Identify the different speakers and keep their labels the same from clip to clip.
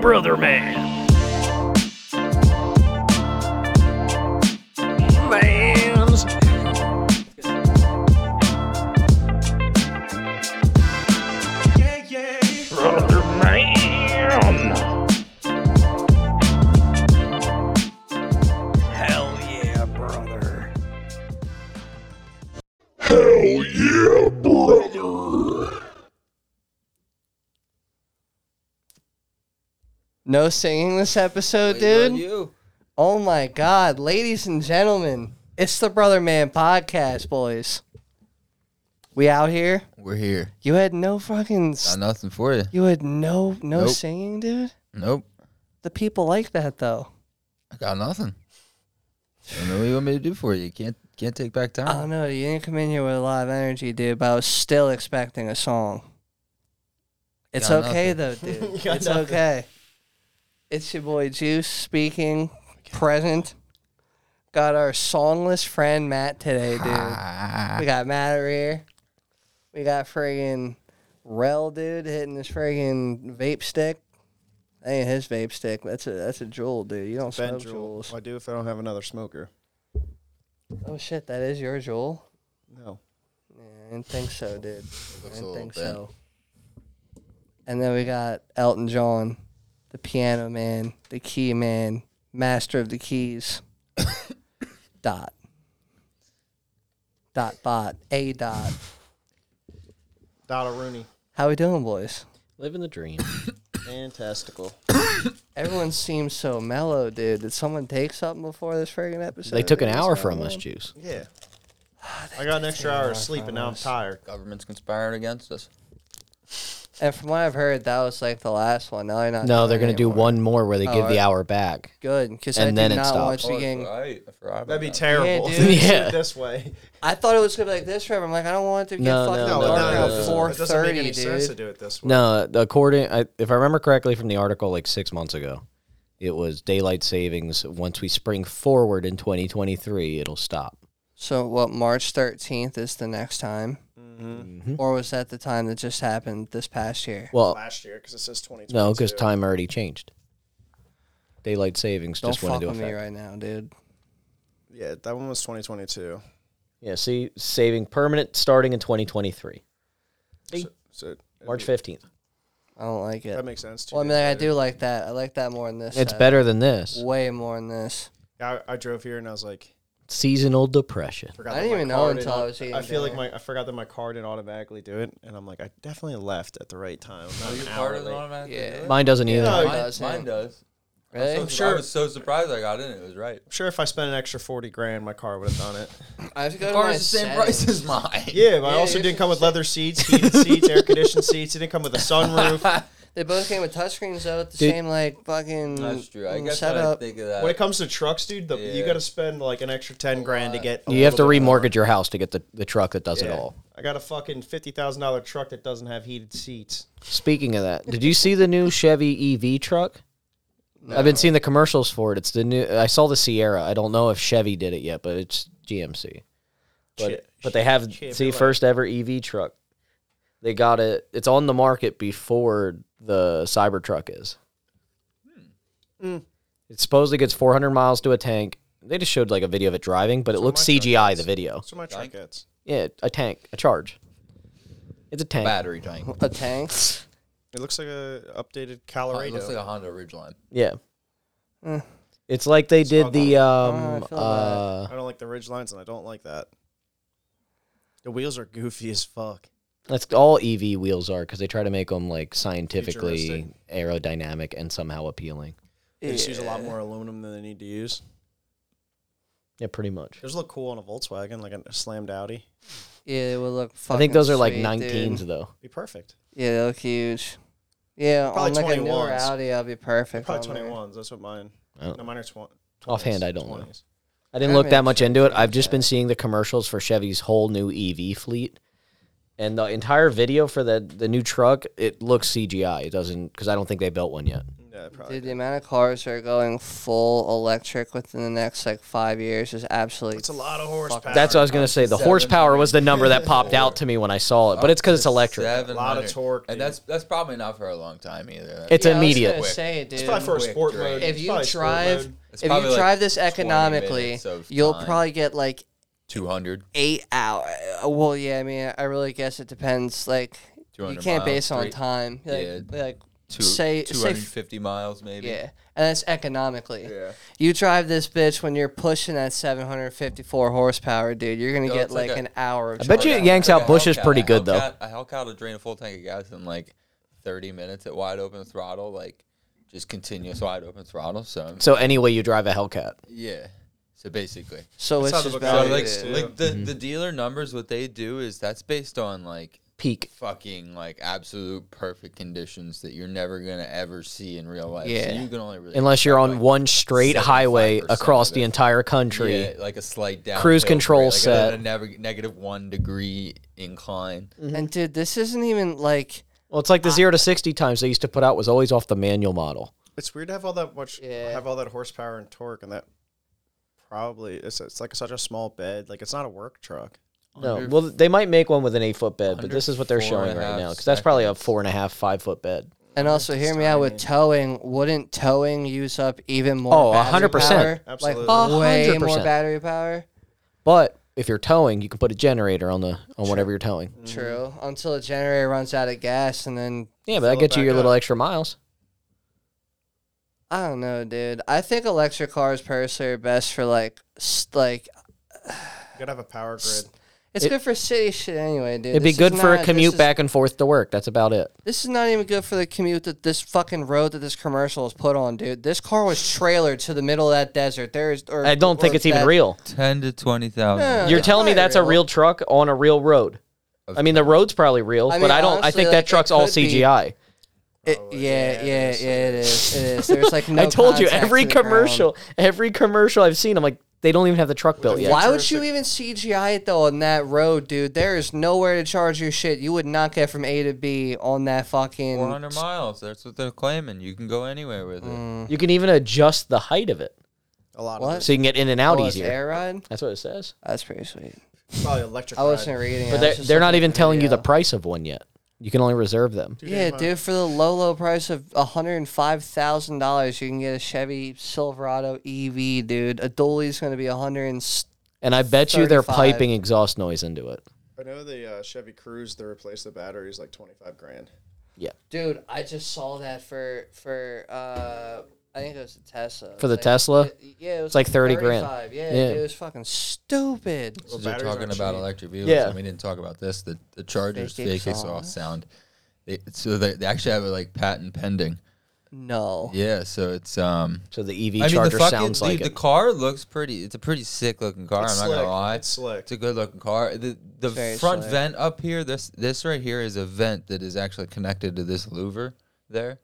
Speaker 1: Brother Man. Mans.
Speaker 2: Yeah, yeah.
Speaker 1: Brother Man. Hell yeah, brother.
Speaker 3: Hell yeah, brother!
Speaker 4: No singing this episode,
Speaker 5: Dude.
Speaker 4: dude.
Speaker 5: You.
Speaker 4: Oh my god, ladies and gentlemen, it's the Brother Man podcast, boys. We out here.
Speaker 5: We're here.
Speaker 4: You had no fucking. s-
Speaker 5: Got nothing for you.
Speaker 4: You had no no
Speaker 5: Nope.
Speaker 4: singing, dude.
Speaker 5: Nope.
Speaker 4: The people like that though.
Speaker 5: I got nothing. I don't know what you want me to do for you. You can't can't take back
Speaker 4: I don't
Speaker 5: time.
Speaker 4: know. You didn't come in here with a lot of energy, dude. But I was still expecting a song. It's
Speaker 5: Got
Speaker 4: okay though, dude.
Speaker 2: Got
Speaker 4: it's
Speaker 2: nothing.
Speaker 4: okay. It's your boy Juice speaking, present. Got our songless friend Matt today, dude. We got Matt over here. We got friggin' Rel dude hitting his friggin' vape stick. That ain't his vape stick. That's a that's a jewel, dude. You don't smoke
Speaker 2: Benjul.
Speaker 4: jewels.
Speaker 2: I do if I don't have another smoker.
Speaker 4: Oh shit, that is your jewel.
Speaker 2: No.
Speaker 4: Yeah, I didn't think so, dude. I
Speaker 5: a
Speaker 4: didn't
Speaker 5: little
Speaker 4: think
Speaker 5: bent.
Speaker 4: so. And then we got Elton John, the piano man, the key man, master of the keys. dot. Dot bot. A dot.
Speaker 2: Dada Rooney.
Speaker 4: How we doing, boys?
Speaker 6: Living the dream.
Speaker 2: Fantastical.
Speaker 4: Everyone seems so mellow, dude. Did someone take something before this friggin' episode?
Speaker 6: they took an
Speaker 4: What's
Speaker 6: hour
Speaker 4: going
Speaker 6: from us,
Speaker 4: on?
Speaker 6: Juice.
Speaker 2: Yeah. I got an extra hour of sleep and now I'm tired.
Speaker 5: Government's conspiring against us.
Speaker 4: And from what I've heard, that was like the last one. Now they're not.
Speaker 6: No,
Speaker 4: doing
Speaker 6: they're gonna
Speaker 4: it
Speaker 6: do
Speaker 4: anymore.
Speaker 6: one more where they give
Speaker 4: alright.
Speaker 6: the hour back.
Speaker 4: Good, because I
Speaker 6: and then
Speaker 4: did
Speaker 6: it
Speaker 4: not want
Speaker 6: stops.
Speaker 7: Oh,
Speaker 4: you getting.
Speaker 5: right. I forgot about
Speaker 2: That'd be
Speaker 5: that.
Speaker 2: terrible.
Speaker 4: Yeah, dude.
Speaker 6: Yeah.
Speaker 2: This way.
Speaker 4: I thought it was gonna be like this forever. I'm like, I don't want it to get
Speaker 6: No,
Speaker 4: fucking
Speaker 6: no,
Speaker 4: dark
Speaker 6: no,
Speaker 4: around
Speaker 6: no, no.
Speaker 4: four
Speaker 2: It doesn't make
Speaker 4: thirty,
Speaker 2: any sense to
Speaker 4: dude.
Speaker 2: do it this way.
Speaker 6: No, according I, if I remember correctly from the article like six months ago, it was daylight savings. Once we spring forward in 2023, it'll stop.
Speaker 4: So what? March thirteenth is the next time, or was that the time that just happened this past year?
Speaker 6: Well,
Speaker 2: Last year, because it says 2022.
Speaker 6: no, because time already changed. Daylight savings
Speaker 4: don't
Speaker 6: just went
Speaker 4: fuck
Speaker 6: into
Speaker 4: with
Speaker 6: effect.
Speaker 4: me right now, dude.
Speaker 2: Yeah, that one was 2022.
Speaker 6: Yeah, see, saving permanent starting in 2023,
Speaker 2: So, uh, so
Speaker 6: March 15th.
Speaker 4: I don't like it.
Speaker 2: That makes sense. too.
Speaker 4: well, I mean, I do like that. I like that more than this.
Speaker 6: It's
Speaker 4: uh,
Speaker 6: better than this.
Speaker 4: Way more than this.
Speaker 2: I, I drove here and I was like,
Speaker 6: Seasonal depression.
Speaker 2: forgot.
Speaker 4: I
Speaker 2: that
Speaker 4: didn't
Speaker 2: my
Speaker 4: even know
Speaker 2: car
Speaker 4: until
Speaker 2: didn't-
Speaker 4: I was eating
Speaker 2: I feel like
Speaker 4: dinner.
Speaker 2: my I forgot that my car didn't automatically do it, and I'm like, I definitely left at the right time. Not
Speaker 5: Are you
Speaker 2: an
Speaker 5: part
Speaker 2: hour
Speaker 5: of the
Speaker 2: late.
Speaker 5: automatic?
Speaker 4: Yeah.
Speaker 5: delay?
Speaker 6: Mine doesn't either.
Speaker 2: No,
Speaker 5: mine,
Speaker 4: does, yeah.
Speaker 5: mine does.
Speaker 2: Oh,
Speaker 4: Really?
Speaker 5: So, sure. I was so surprised I got in. It was right.
Speaker 2: I'm sure if I spent an extra 40 grand, my car would have done it.
Speaker 4: I have to go to
Speaker 5: Car
Speaker 4: my
Speaker 5: is the same
Speaker 4: settings.
Speaker 5: price as mine.
Speaker 2: Yeah, but I
Speaker 4: Yeah,
Speaker 2: also
Speaker 4: you're
Speaker 2: didn't come with leather seats, heated seats, air conditioned seats. It didn't come with a sunroof.
Speaker 4: They both came with touchscreens though, with the
Speaker 6: Dude.
Speaker 4: same like fucking
Speaker 5: That's true. I
Speaker 4: mm,
Speaker 5: guess when I
Speaker 4: setup.
Speaker 5: think of that.
Speaker 2: when it comes to trucks, dude, the, you
Speaker 5: Yeah.
Speaker 2: got to spend like an extra 10 grand to get. a
Speaker 6: You have to
Speaker 2: little bit more.
Speaker 6: remortgage your house to get the, the truck that does it
Speaker 2: Yeah.
Speaker 6: all.
Speaker 2: I got a fucking $50,000 truck that doesn't have heated seats.
Speaker 6: Speaking of that, did you see the new Chevy EV truck? I've been seeing the commercials for it. It's the new. I saw the Sierra. I don't know if Chevy did it yet, but it's GMC. But
Speaker 2: Che-
Speaker 6: but they have
Speaker 2: Chevrolet.
Speaker 6: see first ever EV truck. They got it. It's on the market before the Cybertruck is.
Speaker 2: Hmm.
Speaker 6: It supposedly gets 400 miles to a tank. They just showed like a video of it driving, but it looks
Speaker 2: my truck
Speaker 6: CGI.
Speaker 2: is.
Speaker 6: The video,
Speaker 2: That's what my truck gets.
Speaker 6: yeah, a tank, a charge. It's a tank.
Speaker 5: battery tank.
Speaker 4: a tank.
Speaker 2: It looks like a updated
Speaker 5: Oh,
Speaker 2: Colorado.
Speaker 5: It looks like a Honda Ridgeline.
Speaker 6: Yeah.
Speaker 4: Mm.
Speaker 6: It's like they did the
Speaker 4: Oh, I
Speaker 6: um
Speaker 4: feel
Speaker 6: uh
Speaker 2: I don't like the ridge lines, and I don't like that. The wheels are goofy as fuck.
Speaker 6: that's all EV wheels are cuz they try to make them like scientifically
Speaker 2: Futuristic.
Speaker 6: aerodynamic and somehow appealing.
Speaker 2: They just use a lot more aluminum than they need to use.
Speaker 6: Yeah, pretty much.
Speaker 2: Those look cool on a Volkswagen, like a slammed Audi.
Speaker 4: Yeah, it would look.
Speaker 6: I
Speaker 4: Fucking
Speaker 6: think those are like
Speaker 4: sweet,
Speaker 6: 19s
Speaker 4: Dude.
Speaker 6: though.
Speaker 2: Be perfect.
Speaker 4: Yeah, they look huge. Yeah,
Speaker 2: Probably
Speaker 4: on like a newer
Speaker 2: 21s.
Speaker 4: Audi, I'll be perfect.
Speaker 2: Probably
Speaker 4: on there.
Speaker 2: twenty ones. That's what mine.
Speaker 6: Oh.
Speaker 2: No, mine are twenty.
Speaker 6: Offhand, I don't know.
Speaker 2: 20s.
Speaker 6: I didn't
Speaker 4: That
Speaker 6: look that
Speaker 4: makes
Speaker 6: much into it. I've just been seeing the commercials for Chevy's whole new EV fleet. And the entire video for the the new truck, it looks CGI. It doesn't cuz I don't think they built one yet.
Speaker 2: Yeah, it probably.
Speaker 4: Dude, the amount of cars that are going full electric within the next like five years is absolutely.
Speaker 2: It's a lot of horsepower.
Speaker 6: That's what I was gonna say. The
Speaker 7: Seven
Speaker 6: horsepower was the number that
Speaker 7: hundred.
Speaker 6: popped out to me when I saw it, but it's because it's electric.
Speaker 7: 700.
Speaker 2: Lot of torque,
Speaker 7: and
Speaker 2: dude.
Speaker 7: that's that's probably not for a long time either.
Speaker 6: It's
Speaker 4: Yeah, I
Speaker 6: immediate.
Speaker 4: was gonna say, dude.
Speaker 2: It's probably for a
Speaker 7: Quick
Speaker 2: sport
Speaker 7: drain.
Speaker 2: mode.
Speaker 4: if
Speaker 2: It's
Speaker 4: you
Speaker 2: probably sport
Speaker 4: drive,
Speaker 2: mode.
Speaker 7: It's
Speaker 4: if
Speaker 7: probably,
Speaker 4: you
Speaker 7: like,
Speaker 4: drive this
Speaker 7: 20
Speaker 4: economically,
Speaker 7: minutes of
Speaker 4: you'll
Speaker 7: time.
Speaker 4: probably get like
Speaker 7: two hundred.
Speaker 4: eight hour. uh, Well, yeah, I mean, I really guess it depends. Like, you
Speaker 7: 200
Speaker 4: can't
Speaker 7: miles,
Speaker 4: base it on
Speaker 7: three-
Speaker 4: time. Like,
Speaker 7: yeah.
Speaker 4: like
Speaker 7: Two,
Speaker 4: Say- say-
Speaker 7: 250 miles maybe.
Speaker 4: yeah, and that's economically. You drive this bitch when you're pushing that 754 horsepower, dude. You're gonna
Speaker 7: Yo,
Speaker 4: get
Speaker 7: it's like
Speaker 4: like,
Speaker 7: a-
Speaker 4: an hour. Of
Speaker 6: I bet you it
Speaker 4: driving.
Speaker 6: yanks out bushes
Speaker 7: Hellcat-
Speaker 6: pretty good though.
Speaker 7: Hellcat- A Hellcat will drain a full tank of gas in like 30 minutes at wide open throttle, like just continuous wide open throttle. So
Speaker 6: So anyway, you drive a Hellcat.
Speaker 7: yeah. So basically,
Speaker 4: So
Speaker 2: That's
Speaker 4: it's
Speaker 2: how
Speaker 4: just
Speaker 2: the
Speaker 7: so
Speaker 2: Bugatti
Speaker 4: better.
Speaker 7: like,
Speaker 2: is,
Speaker 4: dude.
Speaker 2: too.
Speaker 7: like the
Speaker 6: Mm-hmm.
Speaker 7: the dealer numbers, what they do is that's based on like
Speaker 6: Peak.
Speaker 7: fucking like absolute perfect conditions that you're never gonna ever see in real life.
Speaker 4: Yeah.
Speaker 7: So you can only really
Speaker 6: Unless you're on one straight highway
Speaker 7: 75%
Speaker 6: across
Speaker 7: of
Speaker 6: the
Speaker 7: it.
Speaker 6: entire country.
Speaker 7: Yeah, like a slight down
Speaker 6: Cruise control
Speaker 7: like
Speaker 6: set.
Speaker 7: a, a neg- negative one degree incline.
Speaker 4: And dude, this isn't even like.
Speaker 6: Well, it's like the zero to sixty times they used to put out was always off the manual model.
Speaker 2: It's weird to have all that much,
Speaker 4: Yeah.
Speaker 2: have all that horsepower and torque, and that probably it's it's like such a small bed. Like it's not a work truck.
Speaker 6: No,
Speaker 7: Under-
Speaker 6: well, they might make one with an eight foot bed, but
Speaker 7: under
Speaker 6: this is what they're
Speaker 7: four and
Speaker 6: showing
Speaker 7: a
Speaker 6: right
Speaker 7: half
Speaker 6: now because that's probably a
Speaker 7: seconds.
Speaker 6: four and a half, five foot bed.
Speaker 4: And also, hear me out with towing. Wouldn't towing use up even more?
Speaker 6: Oh,
Speaker 4: battery
Speaker 6: 100%.
Speaker 4: power?
Speaker 2: Absolutely.
Speaker 4: Like way more
Speaker 6: 100%.
Speaker 4: battery power.
Speaker 6: But if you're towing, you can put a generator on the on whatever you're towing.
Speaker 7: Mm-hmm.
Speaker 4: True. Until the generator runs out of gas, and then
Speaker 6: Yeah, but that
Speaker 2: Fill it
Speaker 6: gets you
Speaker 2: back
Speaker 6: your little
Speaker 2: up.
Speaker 6: extra miles.
Speaker 4: I don't know, dude. I think electric cars personally are best for like, s- like
Speaker 2: You gotta have a power grid.
Speaker 4: it's
Speaker 6: It-
Speaker 4: good for city shit anyway, dude.
Speaker 6: It'd be
Speaker 4: This
Speaker 6: good
Speaker 4: is
Speaker 6: for
Speaker 4: not-
Speaker 6: a
Speaker 4: this
Speaker 6: commute
Speaker 4: is-
Speaker 6: back and forth to work. That's about it.
Speaker 4: This is not even good for the commute that this fucking road that this commercial is put on, dude. This car was trailered to the middle of that desert. There is. Or,
Speaker 6: I don't think
Speaker 4: or
Speaker 6: it's even
Speaker 4: that-
Speaker 6: real.
Speaker 7: Ten to twenty thousand.
Speaker 4: No, no, no,
Speaker 6: You're
Speaker 4: it's
Speaker 6: telling me
Speaker 4: not
Speaker 6: that's a real truck on a real road. I mean, the road's probably real,
Speaker 4: I
Speaker 6: but
Speaker 4: mean,
Speaker 6: I don't. I
Speaker 4: honestly,
Speaker 6: think
Speaker 4: like,
Speaker 6: that
Speaker 4: it
Speaker 6: truck's all
Speaker 4: could be-
Speaker 6: CGI.
Speaker 4: It, yeah, yeah, yeah, It is. It is. There's like no.
Speaker 6: I told you
Speaker 4: contact
Speaker 6: every
Speaker 4: to the ground.
Speaker 6: commercial, every commercial I've seen, I'm like, they don't even have the truck built yet.
Speaker 4: Why would you even CGI it though on that road, dude? There is nowhere to charge your shit. You would not get from A to B on that fucking.
Speaker 7: Four hundred miles. That's what they're claiming. You can go anywhere with it.
Speaker 6: You can even adjust the height of it
Speaker 2: A lot
Speaker 4: What?
Speaker 2: of
Speaker 6: so you can get in and out
Speaker 4: Oh, it's
Speaker 6: easier.
Speaker 4: air ride?
Speaker 6: That's what it says.
Speaker 4: That's pretty sweet.
Speaker 2: it. probably electric.
Speaker 4: I
Speaker 2: ride.
Speaker 4: wasn't reading.
Speaker 6: But they're, they're not even telling you the price of one yet. You can only reserve them.
Speaker 2: Dude,
Speaker 4: Yeah,
Speaker 2: my-
Speaker 4: dude, for the low, low price of hundred and five thousand dollars, you can get a Chevy Silverado EV, dude. A dually's going to be a hundred and. s-
Speaker 6: And I bet you they're
Speaker 4: 35.
Speaker 6: piping exhaust noise into it.
Speaker 2: I know the uh, Chevy Cruze. They replaced the batteries like twenty five grand.
Speaker 4: Dude, I just saw that for for uh, I think it was a Tesla.
Speaker 6: For the
Speaker 4: Like,
Speaker 6: Tesla?
Speaker 4: it- yeah, it was
Speaker 6: It's like 30 grand.
Speaker 4: 35. Yeah,
Speaker 6: Yeah.
Speaker 4: dude, it was fucking stupid.
Speaker 7: Since
Speaker 2: batteries
Speaker 7: we're talking
Speaker 2: aren't
Speaker 7: about
Speaker 2: cheap.
Speaker 7: electric vehicles,
Speaker 6: Yeah.
Speaker 7: and we didn't talk about this. The the Chargers
Speaker 4: Fake
Speaker 7: fake exhaust
Speaker 4: exhaust.
Speaker 7: sound. They, so they, they actually have a like patent pending.
Speaker 4: No.
Speaker 7: Yeah. So it's um.
Speaker 6: So the EV
Speaker 7: I mean, the
Speaker 6: charger
Speaker 7: fucking
Speaker 6: sounds
Speaker 7: the,
Speaker 6: like
Speaker 7: the
Speaker 6: it.
Speaker 7: car looks pretty. It's a pretty sick looking car.
Speaker 2: It's
Speaker 7: I'm not
Speaker 2: slick.
Speaker 7: gonna lie.
Speaker 2: It's slick.
Speaker 7: It's a good looking car. The the
Speaker 4: very
Speaker 7: front
Speaker 4: slick.
Speaker 7: vent up here. This this right here is a vent that is actually connected to this louver there.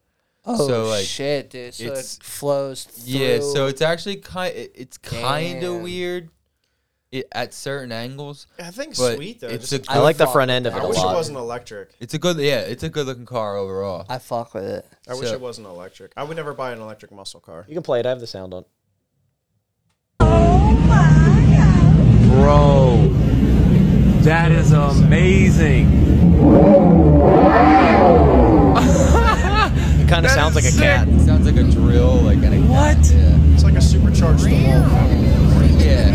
Speaker 4: Oh
Speaker 7: So, like,
Speaker 4: shit, dude! So it
Speaker 7: it's-
Speaker 4: flows through.
Speaker 7: Yeah, so it's actually kind. It's kind
Speaker 4: Damn.
Speaker 7: of weird, it, at certain angles.
Speaker 2: I think
Speaker 7: But
Speaker 2: sweet though.
Speaker 7: it's
Speaker 2: just-
Speaker 7: a
Speaker 6: I like the
Speaker 4: fuck
Speaker 6: front end of
Speaker 2: I
Speaker 6: it a
Speaker 2: wish it
Speaker 6: lot.
Speaker 2: wasn't electric.
Speaker 7: It's a good. Yeah, it's a good looking car overall.
Speaker 4: I fuck with it.
Speaker 2: I wish
Speaker 7: So-
Speaker 2: it wasn't electric. I would never buy an electric muscle car.
Speaker 6: You can play it. I have the sound on.
Speaker 8: Bro, that is amazing.
Speaker 6: It kind of sounds like a cat.
Speaker 7: It sounds like a drill, like an
Speaker 8: What?
Speaker 7: Yeah.
Speaker 2: It's like a supercharged DeWalt.
Speaker 7: yeah.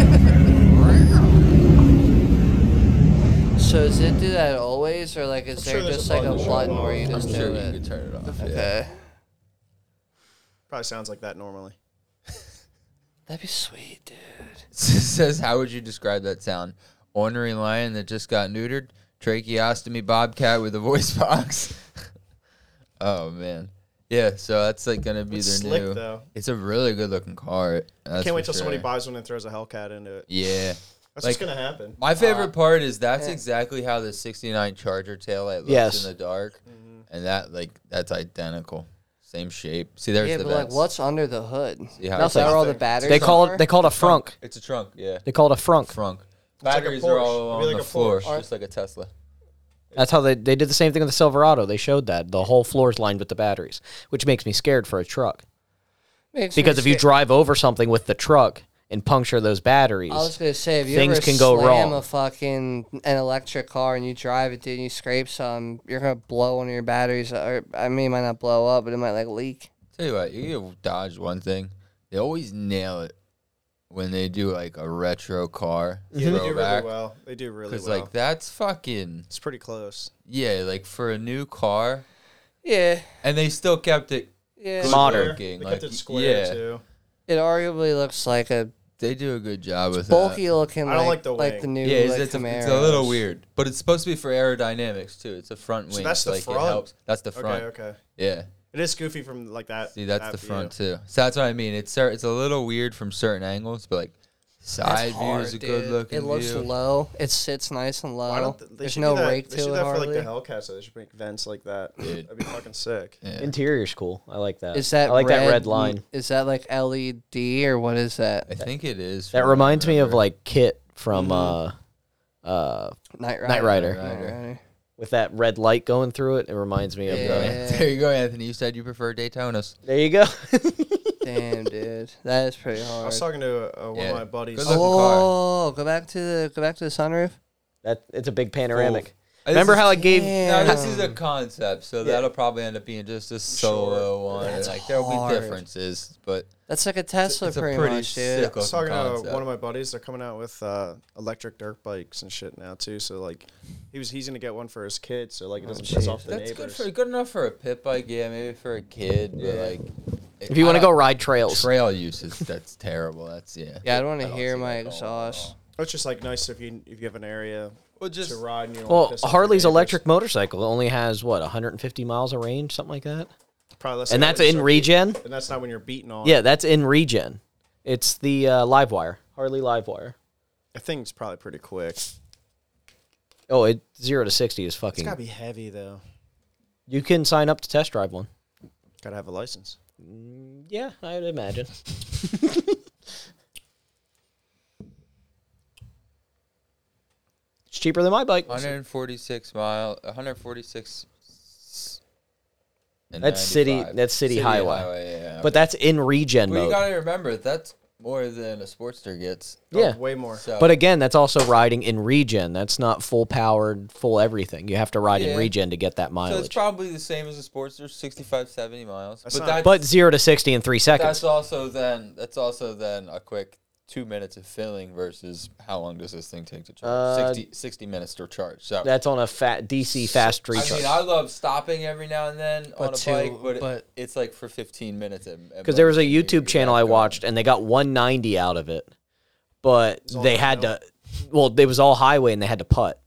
Speaker 4: So does it do that always, or like is
Speaker 2: sure
Speaker 4: there
Speaker 2: there's a
Speaker 4: just like a
Speaker 2: button to
Speaker 4: button where you just
Speaker 7: I'm
Speaker 4: do
Speaker 7: sure you
Speaker 4: it?
Speaker 7: could turn it off. yeah.
Speaker 4: Okay,
Speaker 2: Probably sounds like that normally.
Speaker 4: that'd be sweet, dude.
Speaker 7: says, how would you describe that sound? Ornery lion that just got neutered, tracheostomy bobcat with a voice box. oh man, yeah. So that's like gonna be
Speaker 2: It's
Speaker 7: their
Speaker 2: slick,
Speaker 7: new.
Speaker 2: though.
Speaker 7: It's a really good looking car. that's
Speaker 2: Can't wait
Speaker 7: for
Speaker 2: till somebody
Speaker 7: sure.
Speaker 2: buys one and throws a Hellcat into it.
Speaker 7: Yeah.
Speaker 2: That's
Speaker 7: Like-
Speaker 2: what's gonna happen.
Speaker 7: My favorite part is that's exactly how the '69 Charger taillight looks
Speaker 6: Yes.
Speaker 7: in the dark,
Speaker 2: Mm-hmm.
Speaker 7: and that like that's identical, same shape. See, there's
Speaker 4: Yeah,
Speaker 7: the
Speaker 4: but like,
Speaker 7: vents.
Speaker 4: what's under the hood?
Speaker 7: Yeah,
Speaker 4: That's where all the
Speaker 2: nothing.
Speaker 4: batteries.
Speaker 6: They call it.
Speaker 4: are?
Speaker 6: They call it a frunk.
Speaker 7: It's a trunk. Yeah,
Speaker 6: They call it a frunk.
Speaker 7: trunk.
Speaker 2: like a
Speaker 7: Batteries are
Speaker 2: Porsche.
Speaker 7: all
Speaker 2: It'd
Speaker 7: on
Speaker 2: be like
Speaker 7: the
Speaker 2: a
Speaker 7: floor,
Speaker 2: Porsche.
Speaker 7: just like a Tesla.
Speaker 6: That's how they they did the same thing with the Silverado. They showed that the whole floor's lined with the batteries, which makes me scared for a truck.
Speaker 4: Makes me
Speaker 6: Because if you
Speaker 4: scared.
Speaker 6: drive over something with the truck and puncture those batteries,
Speaker 4: I was gonna say, if you
Speaker 6: things
Speaker 4: ever
Speaker 6: can go
Speaker 4: slam
Speaker 6: wrong.
Speaker 4: a fucking an electric car and you drive it, dude, and you scrape some, you're gonna blow one of your batteries. Or I mean, it might not blow up, but it might like leak.
Speaker 7: Tell you what, you dodge one thing. They always nail it when they do like a retro car
Speaker 2: Yeah, they do really
Speaker 7: throwback.
Speaker 2: well. They do really
Speaker 7: Because
Speaker 2: well.
Speaker 7: like that's fucking
Speaker 2: it's pretty close.
Speaker 7: yeah, like for a new car,
Speaker 4: Yeah,
Speaker 7: and they still kept it
Speaker 4: yeah.
Speaker 7: good
Speaker 6: Modern.
Speaker 7: looking,
Speaker 2: They
Speaker 7: like,
Speaker 2: kept it square
Speaker 7: yeah,
Speaker 2: too.
Speaker 4: It arguably looks like a
Speaker 7: they do a good job with
Speaker 4: bulky
Speaker 7: that.
Speaker 4: looking.
Speaker 2: I don't
Speaker 4: like
Speaker 2: like the
Speaker 4: like
Speaker 2: wing.
Speaker 4: the new
Speaker 7: Yeah, it's,
Speaker 4: like
Speaker 7: it's, a,
Speaker 4: Camaros.
Speaker 7: it's a little weird, but it's supposed to be for aerodynamics too. It's a front wing,
Speaker 2: that's the
Speaker 7: like
Speaker 2: front.
Speaker 7: It helps. That's the front.
Speaker 2: Okay, okay.
Speaker 7: Yeah,
Speaker 2: It is goofy from like that.
Speaker 7: see, that's
Speaker 2: that
Speaker 7: the
Speaker 2: view.
Speaker 7: front too. So that's what I mean. It's cer- it's a little weird from certain angles, but like side
Speaker 4: That's
Speaker 7: view
Speaker 4: hard,
Speaker 7: is a
Speaker 4: dude.
Speaker 7: good looking.
Speaker 4: It looks
Speaker 7: view.
Speaker 4: low. It sits nice and
Speaker 2: Why
Speaker 4: low.
Speaker 2: don't th- they
Speaker 4: There's
Speaker 2: should
Speaker 4: no
Speaker 2: do that-
Speaker 4: rake
Speaker 2: They
Speaker 4: to
Speaker 2: should do
Speaker 4: it
Speaker 2: that for like
Speaker 4: hardly.
Speaker 2: the Hellcats. though. They should make vents like that. That'd be fucking sick.
Speaker 6: interior's cool. I like that.
Speaker 4: Is that
Speaker 6: I like
Speaker 4: red,
Speaker 6: that red line.
Speaker 4: Is that like LED or what is that?
Speaker 7: I think it is.
Speaker 6: That
Speaker 7: from
Speaker 6: reminds me of
Speaker 7: remember.
Speaker 6: like Kit from
Speaker 4: Mm-hmm.
Speaker 6: uh uh
Speaker 4: Night Rider.
Speaker 6: Knight Rider.
Speaker 4: Knight Rider.
Speaker 6: with that red light going through it. It reminds me of the.
Speaker 4: Yeah.
Speaker 7: There you go, Anthony. You said you prefer Daytonas.
Speaker 6: There you go.
Speaker 4: Damn, dude, that is pretty
Speaker 2: I
Speaker 4: hard.
Speaker 2: was talking to uh, one
Speaker 7: Yeah.
Speaker 2: of my buddies.
Speaker 7: Good luck.
Speaker 4: Oh, go back to the go back to the sunroof.
Speaker 6: that it's a big panoramic.
Speaker 7: This
Speaker 6: Remember
Speaker 7: is-
Speaker 6: how it gave?
Speaker 7: Now this is a concept, so that'll probably end up being just a solo one.
Speaker 4: That's
Speaker 7: like there'll
Speaker 4: hard.
Speaker 7: be differences, but
Speaker 4: That's like a Tesla,
Speaker 7: it's a
Speaker 4: pretty,
Speaker 7: pretty
Speaker 4: much, dude.
Speaker 7: sick
Speaker 2: I was
Speaker 7: looking
Speaker 2: talking to
Speaker 7: concept.
Speaker 2: one of my buddies. They're coming out with uh, electric dirt bikes and shit now too. So like, he was he's gonna get one for his kid. So like, it doesn't piss off the
Speaker 7: that's good
Speaker 2: neighbors.
Speaker 7: for good enough for a pit bike. Yeah, maybe for a kid, but like
Speaker 6: If you want to go ride trails,
Speaker 7: trail uses, that's terrible. That's yeah.
Speaker 4: Yeah, I don't want
Speaker 7: I
Speaker 4: to
Speaker 7: don't
Speaker 4: hear
Speaker 7: see
Speaker 4: my
Speaker 7: that at all, at
Speaker 4: exhaust.
Speaker 7: all.
Speaker 2: It's just like nice if you if you have an area
Speaker 7: Well, just
Speaker 2: to ride. And you don't wanna
Speaker 6: well,
Speaker 2: piss off your
Speaker 6: Harley's
Speaker 2: neighbors.
Speaker 6: electric motorcycle only has what 150 miles of range, something like that,
Speaker 2: Probably less
Speaker 6: and
Speaker 2: than
Speaker 6: that's
Speaker 2: that,
Speaker 6: in
Speaker 2: so-
Speaker 6: regen.
Speaker 2: And that's not when you're beating on.
Speaker 6: Yeah, that's in regen. It's the uh, Livewire, Harley Livewire.
Speaker 2: I think it's probably pretty quick.
Speaker 6: Oh, it zero to sixty is
Speaker 2: It's
Speaker 6: fucking.
Speaker 2: gotta be heavy though.
Speaker 6: You can sign up to test drive one.
Speaker 2: Gotta have a license.
Speaker 6: Yeah, I'd imagine. it's cheaper than my bike.
Speaker 7: 146 mile, 146. and
Speaker 6: That's city-
Speaker 7: 95.
Speaker 6: that's city highway.
Speaker 7: yeah,
Speaker 6: But that's in regen
Speaker 7: Well, you
Speaker 6: mode.
Speaker 7: gotta remember that's more than a sportster gets.
Speaker 6: yeah.
Speaker 2: Oh, way more.
Speaker 7: So,
Speaker 6: But again, that's also riding in regen. That's not full powered, full everything. You have to ride
Speaker 7: Yeah.
Speaker 6: in regen to get that
Speaker 7: so it's
Speaker 6: mileage.
Speaker 7: probably the same as a sportster, 65, 70 miles.
Speaker 2: That's
Speaker 7: but
Speaker 2: not-
Speaker 7: that's,
Speaker 6: but zero to sixty in three seconds.
Speaker 7: that's also then that's also then a quick two minutes of filling versus how long does this thing take to charge?
Speaker 6: Uh,
Speaker 7: Sixty sixty 60, minutes to charge. So
Speaker 6: That's on a fat DC fast
Speaker 7: I
Speaker 6: recharge.
Speaker 7: mean, I love stopping every now and then on a
Speaker 4: But
Speaker 7: bike,
Speaker 4: to-
Speaker 7: but,
Speaker 4: but-
Speaker 7: it's like for 15 minutes. at- at
Speaker 6: because there was a
Speaker 7: most, and you-
Speaker 6: YouTube
Speaker 7: you
Speaker 6: channel
Speaker 7: have to
Speaker 6: I
Speaker 7: go.
Speaker 6: watched, and they got 190 out of it, but
Speaker 2: all
Speaker 6: they had to. Well, it was all highway, and they had to putt.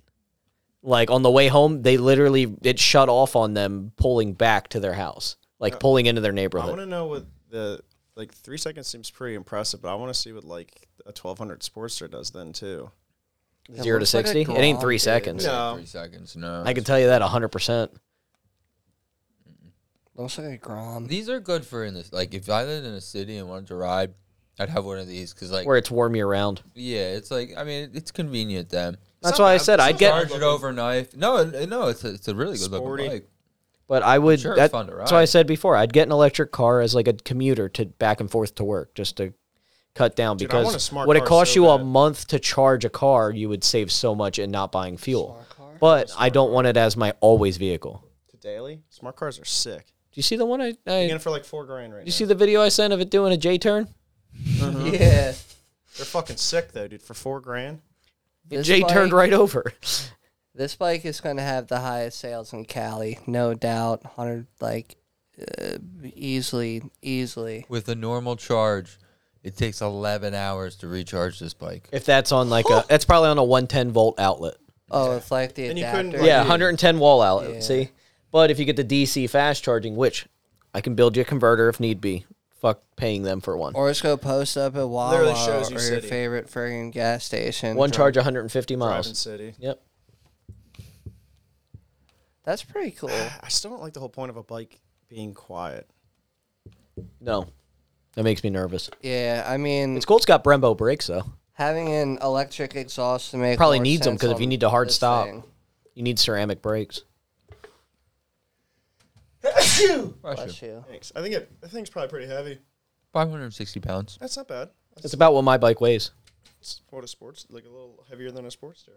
Speaker 6: Like on the way home, they literally it shut off on them pulling back to their house, like pulling into their
Speaker 2: I want
Speaker 6: neighborhood.
Speaker 2: to know what the like three seconds seems pretty impressive, but I want to see what like a twelve hundred Sportster does then too.
Speaker 4: It
Speaker 6: Zero to
Speaker 4: looks like a
Speaker 6: sixty, it ain't
Speaker 4: Grom,
Speaker 6: three
Speaker 4: dude.
Speaker 6: seconds.
Speaker 2: No.
Speaker 7: Three seconds. No,
Speaker 6: I can tell you that 100. percent
Speaker 4: Looks like a Grom.
Speaker 7: These are good for in this. Like, if I lived in a city and wanted to ride, I'd have one of these because, like,
Speaker 6: Where it's warm year round.
Speaker 7: yeah, it's like I mean, it's convenient then.
Speaker 6: That's why I said I'd get,
Speaker 7: Charge it overnight. No, it- no, it's a, it's a really good
Speaker 2: Sporty.
Speaker 7: looking bike.
Speaker 6: but I would.
Speaker 7: Sure, it's
Speaker 6: that-
Speaker 7: fun to
Speaker 6: That's why I
Speaker 7: ride.
Speaker 6: said before I'd get an electric car as like a commuter to back and forth to work, just to cut down
Speaker 2: Dude, I want a
Speaker 6: because
Speaker 2: smart
Speaker 6: what it
Speaker 2: car
Speaker 6: costs
Speaker 2: so
Speaker 6: you a
Speaker 2: bad.
Speaker 6: month to charge a car, you would save so much in not buying fuel. But I don't want it as my always vehicle.
Speaker 2: To daily, smart cars are sick.
Speaker 6: Do you see the one I? I
Speaker 2: You get
Speaker 6: do
Speaker 2: it for like four grand right
Speaker 6: you
Speaker 2: now.
Speaker 6: see the video I sent of it doing a J turn? Mm-hmm.
Speaker 4: Yeah.
Speaker 2: They're fucking sick though, dude. For four grand,
Speaker 4: This
Speaker 6: J turned
Speaker 4: bike-
Speaker 6: right over.
Speaker 4: This bike is going to have the highest sales in Cali, no doubt. Hundred like uh, easily, easily.
Speaker 7: With a normal charge, it takes 11 hours to recharge this bike.
Speaker 6: If that's on like a, that's probably on a 110 volt outlet.
Speaker 4: Oh, it's like the
Speaker 2: And you couldn't,
Speaker 4: adapter.
Speaker 2: like-
Speaker 6: Yeah, 110 wall outlet.
Speaker 4: Yeah.
Speaker 6: See, but if you get the DC fast charging, which I can build you a converter if need be. Fuck paying them for one.
Speaker 4: Or just go post up at Wawa
Speaker 2: Literally shows you
Speaker 4: or your
Speaker 2: city.
Speaker 4: favorite friggin' gas station.
Speaker 6: One charge, 150
Speaker 2: driving
Speaker 6: miles.
Speaker 2: city.
Speaker 6: Yep.
Speaker 4: That's pretty cool.
Speaker 2: I still don't like the whole point of a bike being quiet.
Speaker 6: No, that makes me nervous.
Speaker 4: Yeah, I mean,
Speaker 6: It's cool. It's got Brembo brakes though.
Speaker 4: having an electric exhaust to make
Speaker 6: Probably
Speaker 4: more
Speaker 6: needs 'em
Speaker 4: sense
Speaker 6: 'cause if
Speaker 4: on
Speaker 6: you need to hard
Speaker 4: this
Speaker 6: stop.
Speaker 4: thing.
Speaker 6: You need ceramic brakes.
Speaker 4: Bless you.
Speaker 2: Thanks. I think it. I think it's probably pretty heavy.
Speaker 7: 560 pounds.
Speaker 2: That's not bad.
Speaker 6: That's about what my bike weighs.
Speaker 2: It's what a sports like a little heavier than a Sportster.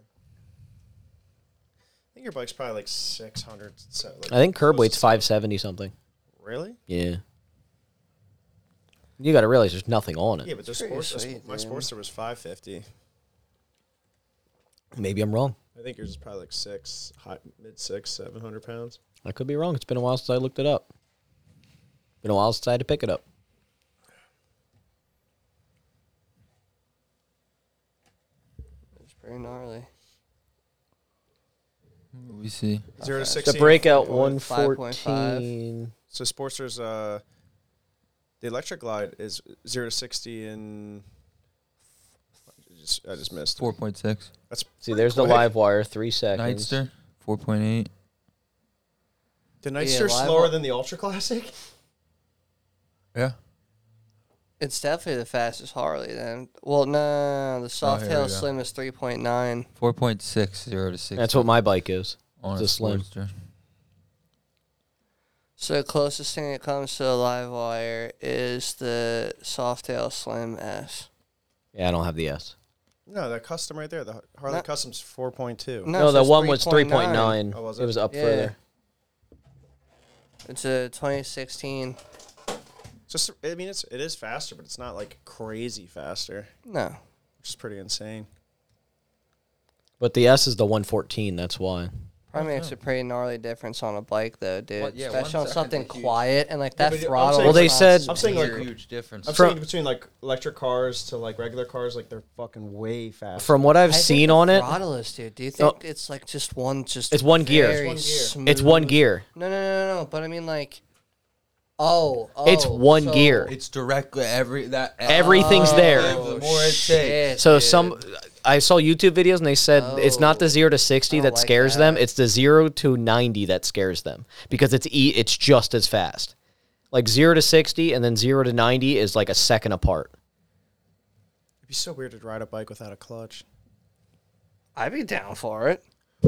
Speaker 2: I think your bike's probably like six hundred. So like
Speaker 6: I think curb
Speaker 2: close
Speaker 6: weight's
Speaker 2: to-
Speaker 6: 570 something.
Speaker 2: Really?
Speaker 6: Yeah. You got to realize there's nothing on it.
Speaker 2: Yeah, but the
Speaker 4: pretty
Speaker 2: sports, the
Speaker 4: sweet,
Speaker 2: sp- my
Speaker 4: dude.
Speaker 2: Sportster was five fifty.
Speaker 6: Maybe I'm wrong.
Speaker 2: I think yours is probably like six, high, mid six, seven hundred pounds.
Speaker 6: I could be wrong. It's been a while since I looked it up. Been a while since I had to pick it up.
Speaker 4: It's pretty gnarly.
Speaker 7: We see.
Speaker 2: Zero to
Speaker 6: The
Speaker 2: sixteen.
Speaker 6: breakout
Speaker 4: 114.
Speaker 6: 114.
Speaker 2: So Sportster's uh, the electric glide is zero to sixty in. I just, I just missed.
Speaker 7: 4.6.
Speaker 2: That's
Speaker 6: See, there's the live wire, three seconds.
Speaker 7: Nightster, 4.8.
Speaker 2: The
Speaker 4: Nightster
Speaker 2: Nightster
Speaker 4: live
Speaker 2: slower
Speaker 4: wi-
Speaker 2: than the Ultra Classic.
Speaker 7: Yeah.
Speaker 4: It's definitely the fastest Harley then. Well, no, the
Speaker 2: Oh,
Speaker 7: here we
Speaker 4: Softail
Speaker 7: go.
Speaker 4: Slim is 3.9.
Speaker 7: 4.6, 0 to 60.
Speaker 6: That's what my bike is.
Speaker 7: on
Speaker 6: it's a slim.
Speaker 7: Sportster.
Speaker 4: So the closest thing that comes to a live wire is the Softail Slim S.
Speaker 6: Yeah, I don't have the S.
Speaker 2: No, that custom right there. The Harley
Speaker 4: No.
Speaker 2: Custom's four point two.
Speaker 6: No, the
Speaker 4: it's
Speaker 6: one was
Speaker 4: 3.9.
Speaker 6: 3.9.
Speaker 2: Oh, was
Speaker 6: it?
Speaker 2: it?
Speaker 6: was up
Speaker 4: Yeah.
Speaker 6: further.
Speaker 4: It's a 2016.
Speaker 2: Just I mean, it's it is faster, but it's not like crazy faster,
Speaker 4: No.
Speaker 2: which is pretty insane.
Speaker 6: But the S is the 114. That's why.
Speaker 4: Probably makes a pretty gnarly difference on a bike though, dude.
Speaker 7: What- yeah,
Speaker 4: Especially on
Speaker 7: one second
Speaker 4: something
Speaker 7: is huge.
Speaker 4: quiet and like that
Speaker 2: but I'm
Speaker 4: throttle.
Speaker 2: saying- Well,
Speaker 6: they
Speaker 4: response
Speaker 6: said-
Speaker 2: I'm
Speaker 4: is
Speaker 2: saying, like,
Speaker 4: weird.
Speaker 7: huge difference.
Speaker 2: I'm
Speaker 6: From-
Speaker 2: saying between like electric cars to like regular cars, like they're fucking way faster.
Speaker 6: From what I've
Speaker 4: I think
Speaker 6: seen
Speaker 4: the
Speaker 6: on it,
Speaker 4: Throttle is, dude. Do you think it's like just one? Just
Speaker 6: It's one gear.
Speaker 4: very
Speaker 2: It's
Speaker 6: it's one
Speaker 4: smooth-
Speaker 6: gear.
Speaker 4: No, no, no, no, no. But I mean, like, oh, oh
Speaker 6: It's one
Speaker 4: so- Oh,
Speaker 6: gear.
Speaker 7: It's directly every that uh,
Speaker 6: Everything's there.
Speaker 7: The more it
Speaker 4: shit,
Speaker 7: takes.
Speaker 6: So
Speaker 4: dude.
Speaker 6: some, I saw YouTube videos and they said it's not the zero to sixty
Speaker 4: Oh. I
Speaker 6: that
Speaker 4: don't like
Speaker 6: scares them;
Speaker 4: that.
Speaker 6: it's the zero to ninety that scares them because it's e, it's just as fast. Like zero to sixty and then zero to ninety is like a second apart.
Speaker 2: It'd be so weird to ride a bike without a clutch.
Speaker 4: I'd be down for it.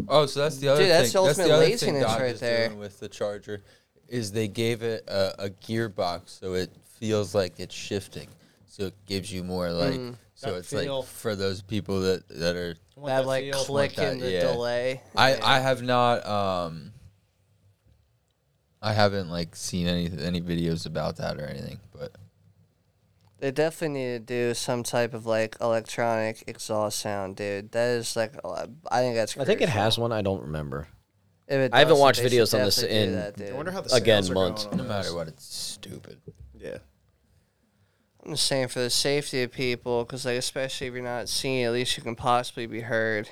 Speaker 7: Oh, so that's the other
Speaker 4: Dude,
Speaker 7: thing.
Speaker 4: that's the ultimate
Speaker 7: the other thing
Speaker 4: laziness
Speaker 7: Dodge
Speaker 4: right
Speaker 7: is
Speaker 4: there.
Speaker 7: doing with the Charger is they gave it a, a gearbox so it feels like it's shifting. So it gives you more like
Speaker 4: Hmm.
Speaker 7: so
Speaker 2: That
Speaker 7: it's
Speaker 2: feel.
Speaker 7: like for those people that that are
Speaker 4: That like click
Speaker 7: that,
Speaker 4: and the
Speaker 7: yeah.
Speaker 4: delay.
Speaker 7: I I have not um I haven't like seen any any videos about that or anything, but
Speaker 4: They definitely need to do some type of like electronic exhaust sound, dude. That is like, a- I think that's.
Speaker 6: I think it
Speaker 4: crucial.
Speaker 6: has one. I don't remember.
Speaker 4: If it
Speaker 6: I haven't
Speaker 4: doesn't,
Speaker 6: watched
Speaker 4: they should
Speaker 6: videos on this
Speaker 4: definitely do
Speaker 6: in-
Speaker 4: that, dude.
Speaker 2: I wonder how the sales
Speaker 6: Again,
Speaker 2: are
Speaker 6: months.
Speaker 2: Going on
Speaker 7: no
Speaker 2: those.
Speaker 7: matter what, it's stupid.
Speaker 2: Yeah.
Speaker 4: I'm just saying for the safety of people, because like especially if you're not seen, at least you can possibly be heard.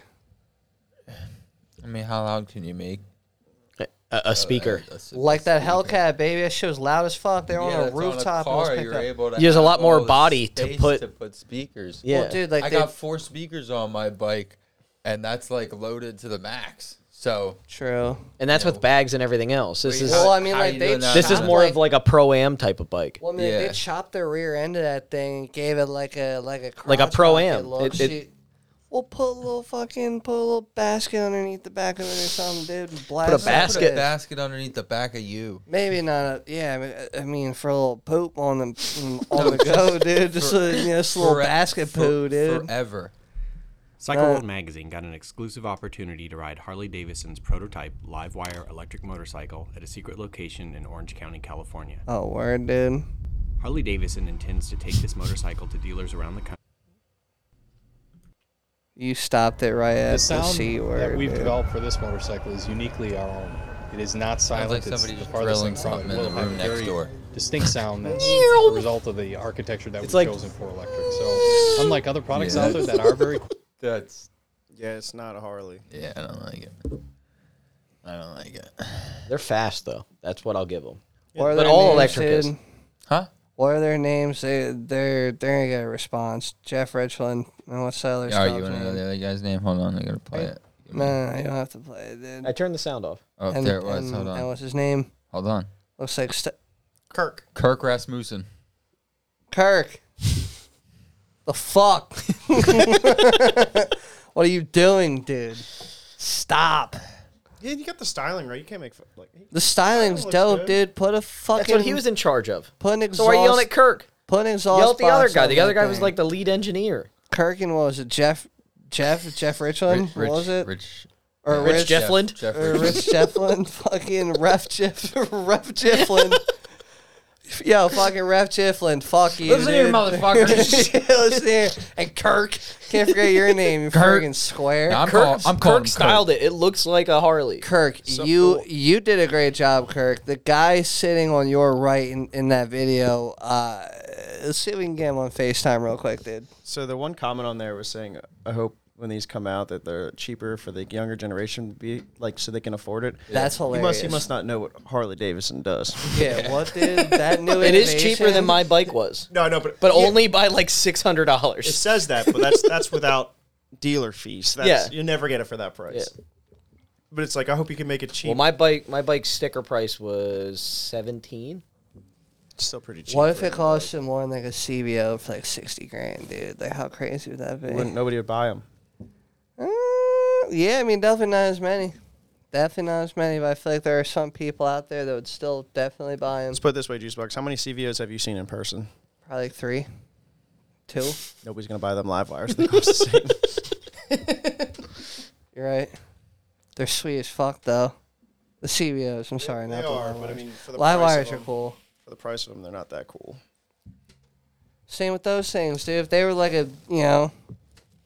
Speaker 7: I mean, how loud can you make?
Speaker 6: A,
Speaker 4: Uh,
Speaker 6: a speaker.
Speaker 7: That's-
Speaker 4: Like that Hellcat, baby. That shit was loud as fuck. They were on
Speaker 7: Yeah,
Speaker 4: a
Speaker 7: that's
Speaker 4: rooftop. and it was
Speaker 7: car,
Speaker 4: picked
Speaker 7: you're
Speaker 4: up.
Speaker 7: able to
Speaker 6: There's a
Speaker 7: have
Speaker 6: lot more
Speaker 7: all the
Speaker 6: body to
Speaker 7: space
Speaker 6: put-
Speaker 7: to put speakers.
Speaker 6: Yeah.
Speaker 4: Well, dude, like
Speaker 7: I
Speaker 4: they,
Speaker 7: got four speakers on my bike, and that's like loaded to the max. So
Speaker 4: true.
Speaker 6: and that's with bags and everything else. This
Speaker 7: Wait,
Speaker 6: is
Speaker 4: Well, I mean,
Speaker 7: how
Speaker 4: like
Speaker 7: you
Speaker 4: they.
Speaker 7: doing that?
Speaker 6: this is
Speaker 4: chopped,
Speaker 6: more of like a pro am type of bike.
Speaker 4: Well, I mean, like,
Speaker 7: Yeah.
Speaker 4: they chopped the rear end of that thing and gave it like a like a
Speaker 6: Like a
Speaker 4: crossrocket
Speaker 6: Pro-Am.
Speaker 4: look.
Speaker 6: It- it-
Speaker 4: She- We'll put a little fucking put a little basket underneath the back of it or something, dude. and Blast
Speaker 6: a
Speaker 4: that
Speaker 6: basket-
Speaker 7: put
Speaker 4: shit.
Speaker 7: a basket underneath the back of you.
Speaker 4: Maybe not. A, yeah, I mean, uh, I- I mean, for a little poop on the mm, on the go, dude. Just a, you know, just a little
Speaker 7: Fore-
Speaker 4: basket
Speaker 7: for-
Speaker 4: poo, dude.
Speaker 7: Forever.
Speaker 9: Cycle
Speaker 4: Uh,
Speaker 9: World magazine got an exclusive opportunity to ride Harley Davidson's prototype Livewire electric motorcycle at a secret location in Orange County, California.
Speaker 4: Oh, word, dude.
Speaker 9: Harley Davidson intends to take this motorcycle to dealers around the country.
Speaker 4: You stopped it right at
Speaker 10: The
Speaker 4: the,
Speaker 10: sound
Speaker 4: C word.
Speaker 10: that we've
Speaker 4: dude.
Speaker 10: developed for this motorcycle is uniquely our own. It is not
Speaker 7: Sounds
Speaker 10: silent.
Speaker 7: like
Speaker 10: it's
Speaker 7: somebody
Speaker 10: the
Speaker 7: just
Speaker 10: farthest
Speaker 7: drilling
Speaker 10: thing from it.
Speaker 7: something in
Speaker 10: We'll
Speaker 7: the
Speaker 10: have a
Speaker 7: room next
Speaker 10: very
Speaker 7: door.
Speaker 10: Distinct sound that's
Speaker 9: Oh
Speaker 10: the result of the architecture that
Speaker 6: It's
Speaker 10: we've
Speaker 6: like-
Speaker 10: chosen for electric. So, unlike other products
Speaker 7: Yeah.
Speaker 10: out there that are very
Speaker 7: That's
Speaker 2: Yeah, it's not a Harley.
Speaker 7: yeah. I don't like it. I don't like it.
Speaker 6: They're fast though. That's what I'll give them.
Speaker 4: What are
Speaker 6: But
Speaker 4: their
Speaker 6: all
Speaker 4: names,
Speaker 6: electric is.
Speaker 4: dude?
Speaker 7: Huh?
Speaker 4: What are their names? They they're they're gonna get a response. Jeff Richland and what's the other
Speaker 7: Are
Speaker 4: stuff?
Speaker 7: you want to know the other guy's name? Hold on, I gotta play it.
Speaker 4: No, no, no, you don't have to play it, dude.
Speaker 6: I turned the sound off.
Speaker 7: Oh,
Speaker 4: and,
Speaker 7: there it was.
Speaker 4: and-
Speaker 7: Hold
Speaker 4: and
Speaker 7: on.
Speaker 4: what's his name?
Speaker 7: Hold on.
Speaker 4: Looks like St-
Speaker 2: Kirk.
Speaker 7: Kirk Rasmussen.
Speaker 4: Kirk. the fuck? what are you doing, dude? Stop.
Speaker 2: Yeah, you got the styling right. You can't make fu- like
Speaker 4: The styling's
Speaker 2: looks
Speaker 4: dope,
Speaker 2: good.
Speaker 4: dude. Put a fucking.
Speaker 6: That's what he was in charge of.
Speaker 4: Put an exhaust.
Speaker 6: So why are you yelling at Kirk?
Speaker 4: Put an exhaust.
Speaker 6: Yell at the
Speaker 4: box
Speaker 6: other guy.
Speaker 4: on
Speaker 6: The other
Speaker 4: that
Speaker 6: guy was
Speaker 4: thing.
Speaker 6: like the lead engineer.
Speaker 4: Kirk and what was it? Jeff. Jeff. Jeff Richland.
Speaker 7: Rich, Rich,
Speaker 4: what was it?
Speaker 7: Rich,
Speaker 4: or
Speaker 6: Rich,
Speaker 4: Rich.
Speaker 6: Jefflin.
Speaker 7: Jeff
Speaker 4: or
Speaker 7: Rich.
Speaker 4: Rich Jefflin. fucking Ref Jeff. Ref Jefflin. Yo, fucking Ref Jefflin. Fuck you.
Speaker 7: Listen here,
Speaker 4: dude.
Speaker 7: motherfucker.
Speaker 4: Yeah, Listen here. And Kirk. Can't forget your name. You
Speaker 7: Kirk.
Speaker 4: freaking square.
Speaker 7: I'm,
Speaker 6: Kirk,
Speaker 7: call, I'm
Speaker 6: Kirk
Speaker 7: calling him
Speaker 6: styled it. It looks like a Harley.
Speaker 4: Kirk, you you did a great job, Kirk. The guy sitting on your right in, in that video, uh, let's see if we can get him on FaceTime real quick, dude.
Speaker 2: So the one comment on there was saying, "I hope when these come out that they're cheaper for the younger generation, be like so they can afford it."
Speaker 4: That's
Speaker 2: He
Speaker 4: hilarious.
Speaker 2: must, he must not know what Harley Davidson does.
Speaker 4: Yeah, what did that new?
Speaker 6: It is cheaper than
Speaker 4: innovation-
Speaker 6: my bike was,
Speaker 2: no, no,
Speaker 6: but only by like six hundred
Speaker 2: it
Speaker 6: dollars.
Speaker 2: says that, but that's that's without dealer fees. That's,
Speaker 6: Yeah.
Speaker 2: you never get it for that price.
Speaker 6: Yeah.
Speaker 2: But it's like I hope you can make it cheap.
Speaker 6: Well, my bike, my bike sticker price was seventeen.
Speaker 2: it's still pretty cheap.
Speaker 4: What if
Speaker 2: for
Speaker 4: it costs you more than like a CBO for like sixty grand, dude? Like how crazy would that be?
Speaker 2: Wouldn't- nobody would buy them.
Speaker 4: Uh, yeah, I mean definitely not as many. Definitely not as many, but I feel like there are some people out there that would still definitely buy them.
Speaker 2: Let's put it this way, Juicebox. How many CVOs have you seen in person?
Speaker 4: Probably like three, two.
Speaker 2: Nobody's gonna buy them live wires. They cost the same.
Speaker 4: You're right. They're sweet as fuck, though. The CBOs. I'm sorry, not
Speaker 2: they
Speaker 4: the
Speaker 2: are,
Speaker 4: live
Speaker 2: but I
Speaker 4: wires.
Speaker 2: mean, for the
Speaker 4: Live
Speaker 2: price of
Speaker 4: wires are
Speaker 2: them-
Speaker 4: cool.
Speaker 2: For the price of them, they're not that cool.
Speaker 4: Same with those things, dude. If they were like a, you know,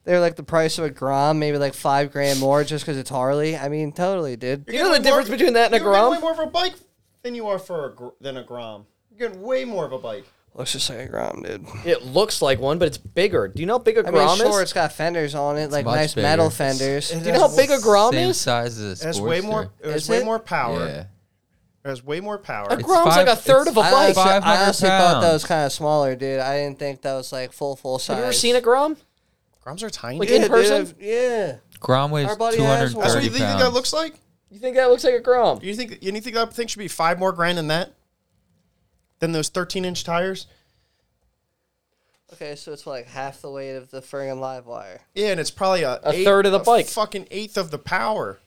Speaker 4: they were like the price of a Grom, maybe like five grand more just because it's Harley. I mean, totally, dude.
Speaker 6: You know the difference between that and a
Speaker 2: You're getting way
Speaker 6: Grom?
Speaker 2: more for a bike than you are for a gr- than a Grom. You're getting way more of a bike.
Speaker 4: Looks just like a Grom, dude.
Speaker 6: It looks like one, but it's bigger. Do you know how big a
Speaker 4: I
Speaker 6: Grom
Speaker 4: mean, sure,
Speaker 6: is?
Speaker 4: it's got fenders on it, like
Speaker 7: much
Speaker 4: nice metal
Speaker 7: bigger.
Speaker 4: fenders.
Speaker 6: Do you know how big a Grom
Speaker 7: Same
Speaker 6: is?
Speaker 7: size as
Speaker 2: It
Speaker 7: a
Speaker 2: has way
Speaker 7: Sportster.
Speaker 2: more. It has
Speaker 4: Is
Speaker 2: way
Speaker 4: it?
Speaker 2: more power.
Speaker 7: Yeah.
Speaker 2: It has way more power.
Speaker 6: A Grom's like a
Speaker 7: five-
Speaker 6: third of a
Speaker 7: it's-
Speaker 4: I
Speaker 6: bike.
Speaker 4: honestly,
Speaker 6: Have
Speaker 4: I
Speaker 7: 500
Speaker 4: honestly thought that
Speaker 7: pounds.
Speaker 4: was kind of smaller, dude. I didn't think that was like full, full size.
Speaker 6: you ever seen a Grom?
Speaker 2: Groms are tiny.
Speaker 6: Like
Speaker 4: yeah,
Speaker 6: in
Speaker 4: dude,
Speaker 6: person?
Speaker 4: Yeah.
Speaker 7: Grom weighs
Speaker 4: Our buddy has one.
Speaker 2: That's what
Speaker 7: 230
Speaker 2: you
Speaker 7: pounds.
Speaker 2: think that looks like?
Speaker 6: You think that looks like a Grom?
Speaker 2: You think you think that thing should be five more grand than that? Than those 13 inch tires?
Speaker 4: Okay, so it's like half the weight of the friggin' live wire.
Speaker 2: Yeah, and it's probably a,
Speaker 6: A third of the
Speaker 2: a
Speaker 6: bike.
Speaker 2: fucking eighth of the power.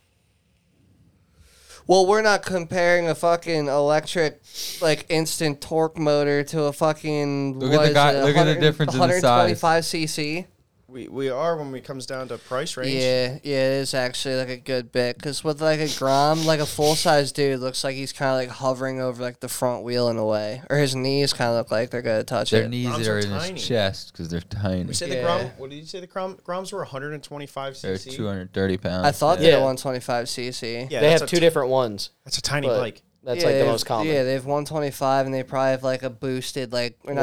Speaker 4: Well, we're not comparing a fucking electric, like instant torque motor to a fucking.
Speaker 7: Look at the
Speaker 4: what is
Speaker 7: guy-
Speaker 4: it,
Speaker 7: look at the
Speaker 4: 100
Speaker 7: difference in the size.
Speaker 4: 125 cc.
Speaker 2: We we are when it comes down to price range.
Speaker 4: Yeah, yeah, it is actually like a good bit. Cause with like a Grom, like a full size dude looks like he's kind of like hovering over like the front wheel in a way, or his knees kind of look like they're gonna touch
Speaker 7: Their
Speaker 4: it.
Speaker 7: knees
Speaker 2: Groms
Speaker 7: are
Speaker 2: are
Speaker 7: in
Speaker 2: tiny.
Speaker 7: his chest because they're tiny.
Speaker 2: We say
Speaker 4: Yeah.
Speaker 2: the Grom. What did you say the Grom, Groms were 125
Speaker 7: They're
Speaker 2: cc?
Speaker 7: 230 pounds.
Speaker 4: I thought
Speaker 6: Yeah.
Speaker 4: they were 125 cc.
Speaker 2: Yeah,
Speaker 6: they
Speaker 2: that's
Speaker 6: have
Speaker 2: a
Speaker 6: two
Speaker 2: ti-
Speaker 6: different ones.
Speaker 2: That's a tiny
Speaker 6: but-
Speaker 2: bike.
Speaker 6: That's
Speaker 4: Yeah,
Speaker 6: like the
Speaker 4: they've-
Speaker 6: most common.
Speaker 4: Yeah, they have 125, and they probably have like a boosted like or not-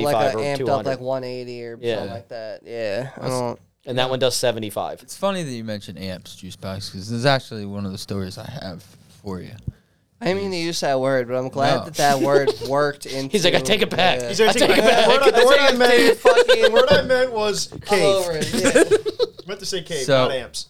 Speaker 4: or
Speaker 6: or
Speaker 4: like a amped up
Speaker 6: 200.
Speaker 4: like 180 or
Speaker 6: Yeah.
Speaker 4: something like that. Yeah, I don't.
Speaker 6: and that one does seventy five.
Speaker 7: It's funny that you mentioned amps, juice box, because this is actually one of the stories I have for you.
Speaker 4: I didn't mean to use that word, but I'm glad
Speaker 7: No.
Speaker 4: that that word worked. Into,
Speaker 6: He's like, I take it back.
Speaker 4: Yeah.
Speaker 2: He's gonna take it back. The word I- The word I meant, the word I meant was
Speaker 4: I'm
Speaker 2: cave.
Speaker 4: over it, yeah.
Speaker 2: meant to say cave,
Speaker 7: So-
Speaker 2: not amps.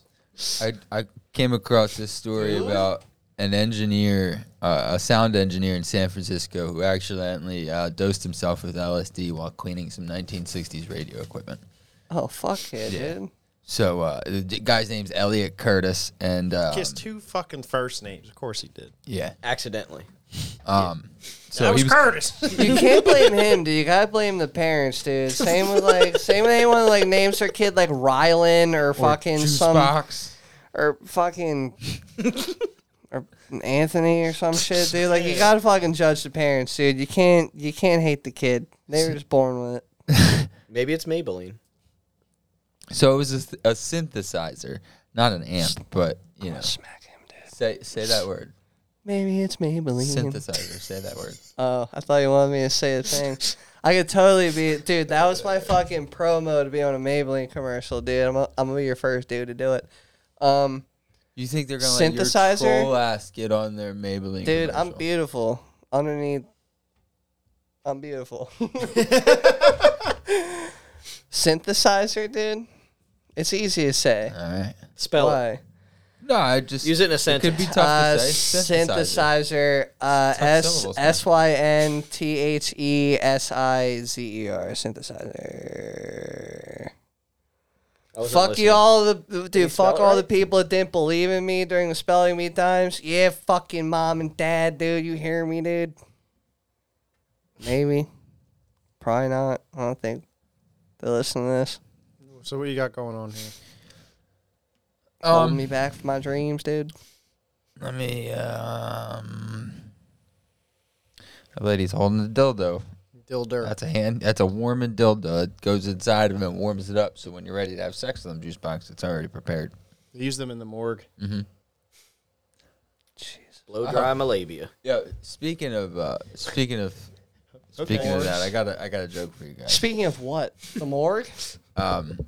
Speaker 7: I, I came across this story about an engineer, uh, a sound engineer in San Francisco, who accidentally uh, dosed himself with LSD while cleaning some 1960s radio equipment.
Speaker 4: oh fuck it, dude.
Speaker 7: So uh, the d- guy's name's Elliot Curtis, and um,
Speaker 2: Kissed two fucking first names. Of course he did.
Speaker 7: yeah,
Speaker 6: Accidentally.
Speaker 7: um, so
Speaker 2: that was,
Speaker 7: he was
Speaker 2: Curtis.
Speaker 4: You can't blame him, dude. You gotta blame the parents, dude. Same with like, same with anyone that, like names their kid like Rylan or fucking
Speaker 7: juice
Speaker 4: some
Speaker 7: box.
Speaker 4: or fucking or Anthony or some shit, dude. Like you gotta fucking judge the parents, dude. You can't you can't hate the kid. They were just born with it.
Speaker 6: Maybe it's Maybelline.
Speaker 7: So it was a, th- a synthesizer, not an amp, but you know,
Speaker 4: Smack him, dude.
Speaker 7: say say that word,
Speaker 4: Maybe it's Maybelline.
Speaker 7: synthesizer. Say that word.
Speaker 4: Oh, I thought you wanted me to say the thing. I could totally be, dude. That was my fucking promo to be on a Maybelline commercial, dude. I'm, i I'm gonna be your first dude to do it. Um,
Speaker 7: You think they're gonna
Speaker 4: Synthesizer?
Speaker 7: let your troll ass get on their Maybelline?
Speaker 4: dude, I'm
Speaker 7: commercial?
Speaker 4: beautiful underneath. I'm beautiful. Synthesizer, dude. It's easy to say.
Speaker 7: All right.
Speaker 6: Spell it.
Speaker 4: Why?
Speaker 7: No, I just
Speaker 6: Use it in a
Speaker 7: It could
Speaker 6: sentence.
Speaker 7: be tough
Speaker 4: Uh,
Speaker 7: to say. Synthesizer.
Speaker 4: synthesizer. Uh, S
Speaker 7: syllables, man.
Speaker 4: S Y N T H E S I Z E R. Synthesizer.
Speaker 6: was not
Speaker 4: Fuck
Speaker 6: listening.
Speaker 4: you all the
Speaker 6: you
Speaker 4: dude.
Speaker 6: spell
Speaker 4: Fuck
Speaker 6: it
Speaker 4: all the
Speaker 6: right?
Speaker 4: people that didn't believe in me during the spelling bee times. Yeah, fucking mom and dad, dude. You hear me, dude? Maybe, probably not. I don't think they listen to this.
Speaker 2: So what you got going on here?
Speaker 7: Um,
Speaker 4: Holding me back from my dreams, dude.
Speaker 7: Let me. Um, the lady's holding the dildo.
Speaker 2: Dilder.
Speaker 7: That's a hand. That's a warming dildo. It goes inside of him and warms it up. So when you're ready to have sex with them, juice box, it's already prepared.
Speaker 2: They use them in the morgue.
Speaker 4: uh-huh.
Speaker 6: Blow dry my labia.
Speaker 7: Yeah. Speaking of uh, speaking of speaking of that, I got a I got a joke for you guys.
Speaker 4: Speaking of what, the morgue.
Speaker 7: Um,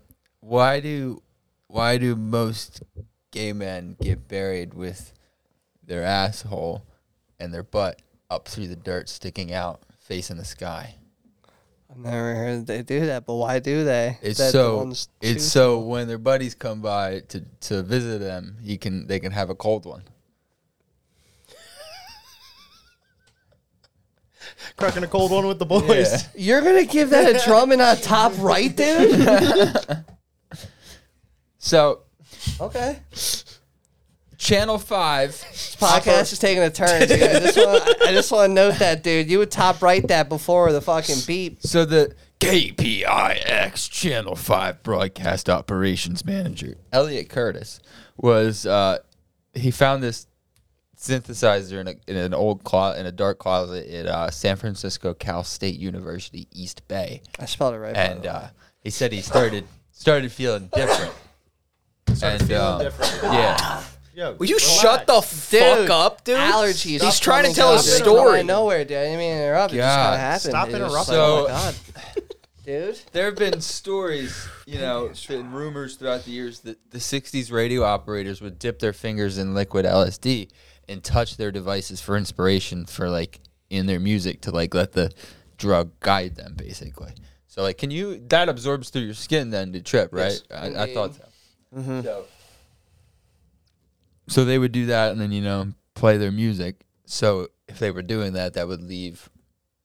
Speaker 7: why do why do most gay men get buried with their asshole and their butt up through the dirt, sticking out, facing the sky?
Speaker 4: I've never heard they do that, but why do they?
Speaker 7: It's
Speaker 4: That the
Speaker 7: so
Speaker 4: ones
Speaker 7: it's
Speaker 4: choose-
Speaker 7: so when their buddies come by to, to visit them, you can they can have a cold one.
Speaker 2: Cracking a cold one with the boys.
Speaker 4: You're gonna give that a drum and a top right, dude?
Speaker 7: So
Speaker 4: Okay.
Speaker 7: Channel Five,
Speaker 4: podcast is taking a turn, dude. I just want, I just want to note that, dude. You would top right that before the fucking beep.
Speaker 7: so the KPIX Channel Five broadcast operations manager Elliot Curtis was uh, he found this synthesizer in, a, in an old closet in a dark closet at uh, San Francisco Cal State University East Bay.
Speaker 4: I spelled it right. by
Speaker 7: and
Speaker 4: the way.
Speaker 7: uh, he said he started started feeling different. and, uh, Yeah.
Speaker 6: Will you shut the
Speaker 4: Dude,
Speaker 6: fuck up, dude?
Speaker 4: Allergies.
Speaker 6: He's
Speaker 4: up
Speaker 6: trying to
Speaker 4: on
Speaker 6: tell a
Speaker 4: the couch.
Speaker 6: story.
Speaker 4: Out of nowhere, dude. I didn't mean to interrupt. It just
Speaker 7: God,
Speaker 4: kind of happened.
Speaker 2: stop
Speaker 4: It was
Speaker 2: interrupting.
Speaker 4: like, oh
Speaker 7: So-
Speaker 4: my god, dude.
Speaker 7: There have been stories, you know, and rumors throughout the years that the 60s radio operators would dip their fingers in liquid LSD and touch their devices for inspiration for like in their music to like let the drug guide them basically. So like can you that absorbs through your skin then to trip, right? I, I thought so. So So they would do that and then you know play their music. So if they were doing that that would leave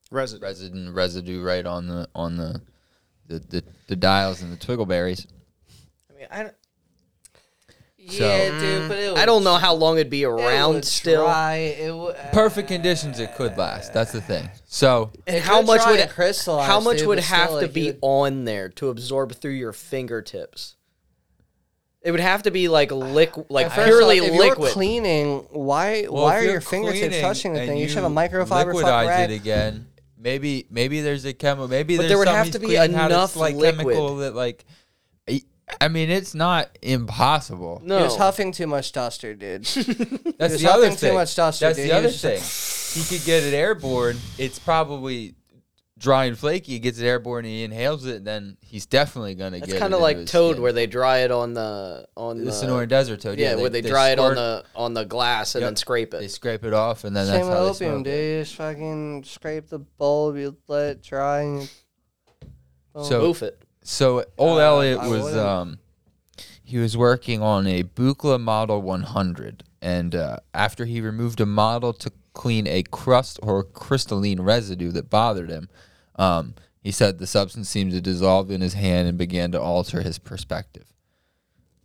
Speaker 2: Resident.
Speaker 7: resident residue right on the on the the, the, the dials and the twiggleberries.
Speaker 4: I mean, I don't.
Speaker 7: So-
Speaker 4: Yeah, dude, but it
Speaker 6: Mm. I don't know how long it'd be
Speaker 4: would- it would
Speaker 6: around still.
Speaker 4: dry, it would- uh,
Speaker 7: Perfect conditions it could last. That's the thing. So
Speaker 6: And
Speaker 4: It
Speaker 6: how
Speaker 4: could
Speaker 6: much
Speaker 4: dry
Speaker 6: would
Speaker 4: and
Speaker 6: it-
Speaker 4: crystallize,
Speaker 6: How much
Speaker 4: dude,
Speaker 6: would
Speaker 4: but
Speaker 6: have
Speaker 4: still,
Speaker 6: to
Speaker 4: like,
Speaker 6: be
Speaker 4: it would-
Speaker 6: on there to absorb through your fingertips? It would have to be like liquid, like
Speaker 4: At first
Speaker 6: purely
Speaker 4: off, if You're
Speaker 6: liquid.
Speaker 4: cleaning. Why?
Speaker 7: Well,
Speaker 4: why
Speaker 7: if
Speaker 4: are
Speaker 7: you're
Speaker 4: your fingertips
Speaker 7: cleaning
Speaker 4: touching the
Speaker 7: and
Speaker 4: thing? You, should have a
Speaker 7: you
Speaker 4: microfiber fucking
Speaker 7: liquidize
Speaker 4: rag.
Speaker 7: it again. Maybe maybe there's a chemical. Maybe
Speaker 6: But
Speaker 7: there's
Speaker 6: there would have
Speaker 7: something
Speaker 6: to
Speaker 7: he's
Speaker 6: be
Speaker 7: cleaning out, it's
Speaker 6: enough
Speaker 7: like
Speaker 6: liquid.
Speaker 7: chemical that like. I- I mean, it's not impossible.
Speaker 4: He
Speaker 6: No,
Speaker 4: was huffing too much duster, dude.
Speaker 7: That's
Speaker 4: was
Speaker 7: the other
Speaker 4: huffing too
Speaker 7: thing.
Speaker 4: much duster,
Speaker 7: That's
Speaker 4: dude. He
Speaker 7: the other
Speaker 4: was
Speaker 7: thing. he could get it airborne. It's probably dry and flaky. He gets it airborne. He inhales it. Then he's definitely gonna
Speaker 6: that's
Speaker 7: get.
Speaker 6: kind of like Toad, where they dry it on the on
Speaker 7: the
Speaker 6: the
Speaker 7: Sonoran Desert Toad.
Speaker 6: Yeah, where they, dry
Speaker 7: squirt-
Speaker 6: it on the on the glass and
Speaker 7: Yep.
Speaker 6: then scrape
Speaker 7: They
Speaker 6: it.
Speaker 7: scrape it off, and then
Speaker 4: Same
Speaker 7: that's
Speaker 4: with
Speaker 7: how they
Speaker 4: opium,
Speaker 7: smoke
Speaker 4: dude.
Speaker 7: it.
Speaker 4: You just fucking scrape the bulb, you let it dry, and you
Speaker 7: So
Speaker 6: Oof it.
Speaker 7: So old Elliot
Speaker 4: I
Speaker 7: was
Speaker 4: wouldn't.
Speaker 7: um he was working on a Buchla Model 100 and uh, after he removed a model to clean a crust or crystalline residue that bothered him um, he said the substance seemed to dissolve in his hand and began to alter his perspective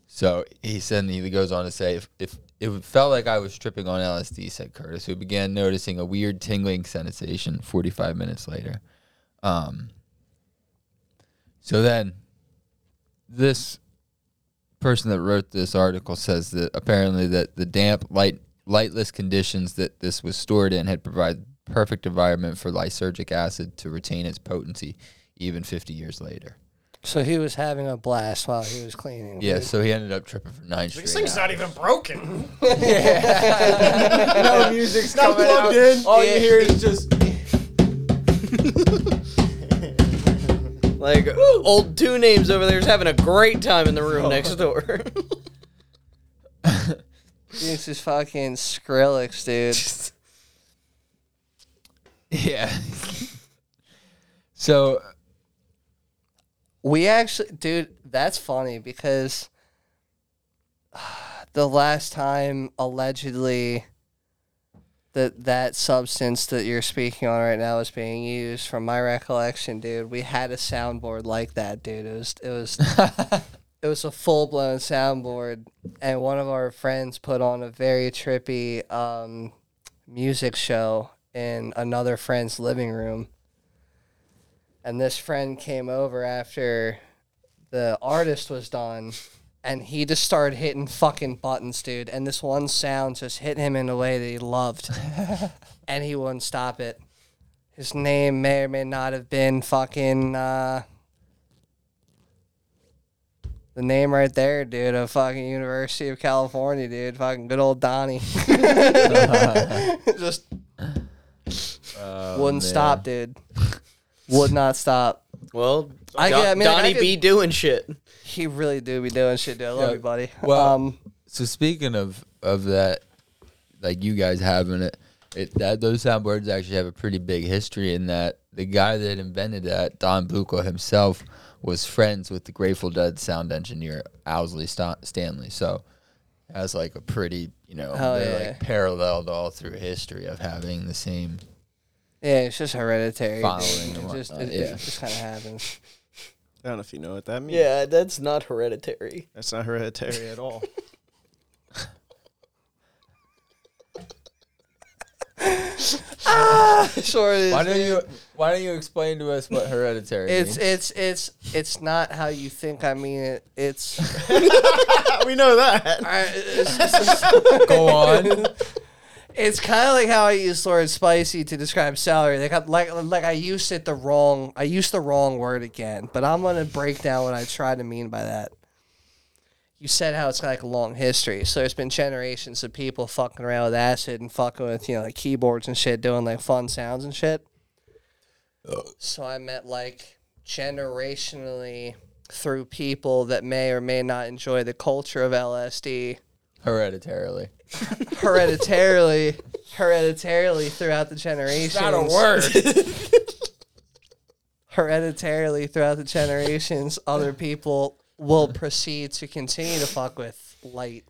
Speaker 7: so he said he goes on to say if, if it felt like I was tripping on LSD said Curtis who began noticing a weird tingling sensation 45 minutes later um, so then, this person that wrote this article says that apparently that the damp, light, lightless conditions that this was stored in had provided perfect environment for lysergic acid to retain its potency even 50 years later.
Speaker 4: So he was having a blast while he was cleaning.
Speaker 7: Yeah, so he ended up tripping for nine straight.
Speaker 1: This thing's
Speaker 7: hours.
Speaker 1: not even broken.
Speaker 7: no music's not
Speaker 2: plugged in.
Speaker 6: Oh,
Speaker 7: All you hear is just
Speaker 6: Like old two names over there's having a great time in the room next door.
Speaker 4: This is fucking Skrillex, dude.
Speaker 7: yeah. so
Speaker 4: we actually, dude, that's funny because the last time allegedly that that substance that you're speaking on right now is being used, from my recollection, dude, we had a soundboard like that, dude. It was it was it was a full blown soundboard, and one of our friends put on a very trippy um, music show in another friend's living room. And this friend came over after the artist was done, and he just started hitting fucking buttons, dude. And this one sound just hit him in a way that he loved, and he wouldn't stop it. His name may or may not have been fucking. Uh, the name right there, dude, of fucking University of California, dude. Fucking good old Donnie. Just wouldn't stop, dude. Would not stop.
Speaker 6: Well,
Speaker 4: I
Speaker 6: Don-
Speaker 4: get- I mean, like, I
Speaker 6: Donnie
Speaker 4: could-
Speaker 6: be doing shit.
Speaker 4: He really do be doing shit, dude. I love
Speaker 7: Yeah.
Speaker 4: you, buddy.
Speaker 7: Well-
Speaker 4: um,
Speaker 7: So speaking of of that, like you guys having it, it that those soundboards actually have a pretty big history in that the guy that invented that, Don Bucco himself, was friends with the Grateful Dead sound engineer Owsley Sta- Stanley. So has like a pretty you know
Speaker 4: Hell
Speaker 7: they're
Speaker 4: yeah.
Speaker 7: like paralleled all through history of having the same.
Speaker 4: yeah, it's just hereditary. dude.
Speaker 7: Following and
Speaker 4: It just,
Speaker 7: whatnot,
Speaker 4: it,
Speaker 7: yeah.
Speaker 4: it just kind of happens.
Speaker 2: I don't know if you know what that means.
Speaker 6: Yeah, that's not hereditary.
Speaker 2: That's not hereditary at all.
Speaker 4: sure, it is.
Speaker 7: Why don't you Why don't you explain to us what hereditary?
Speaker 4: It's
Speaker 7: means?
Speaker 4: it's it's it's not how you think. I mean it. It's
Speaker 2: we know that.
Speaker 4: I, it's,
Speaker 7: go on.
Speaker 4: it's kind of like how I used the word spicy to describe celery. Like I, like like I used it the wrong. I used the wrong word again. But I'm gonna break down what I tried to mean by that. You said how it's got like a long history. So there's been generations of people fucking around with acid and fucking with you know like keyboards and shit, doing like fun sounds and shit. So I meant like generationally through people that may or may not enjoy the culture of LSD
Speaker 7: Hereditarily.
Speaker 4: hereditarily, hereditarily throughout the generations. Not a word. hereditarily throughout the generations, other people will proceed to continue to fuck with light,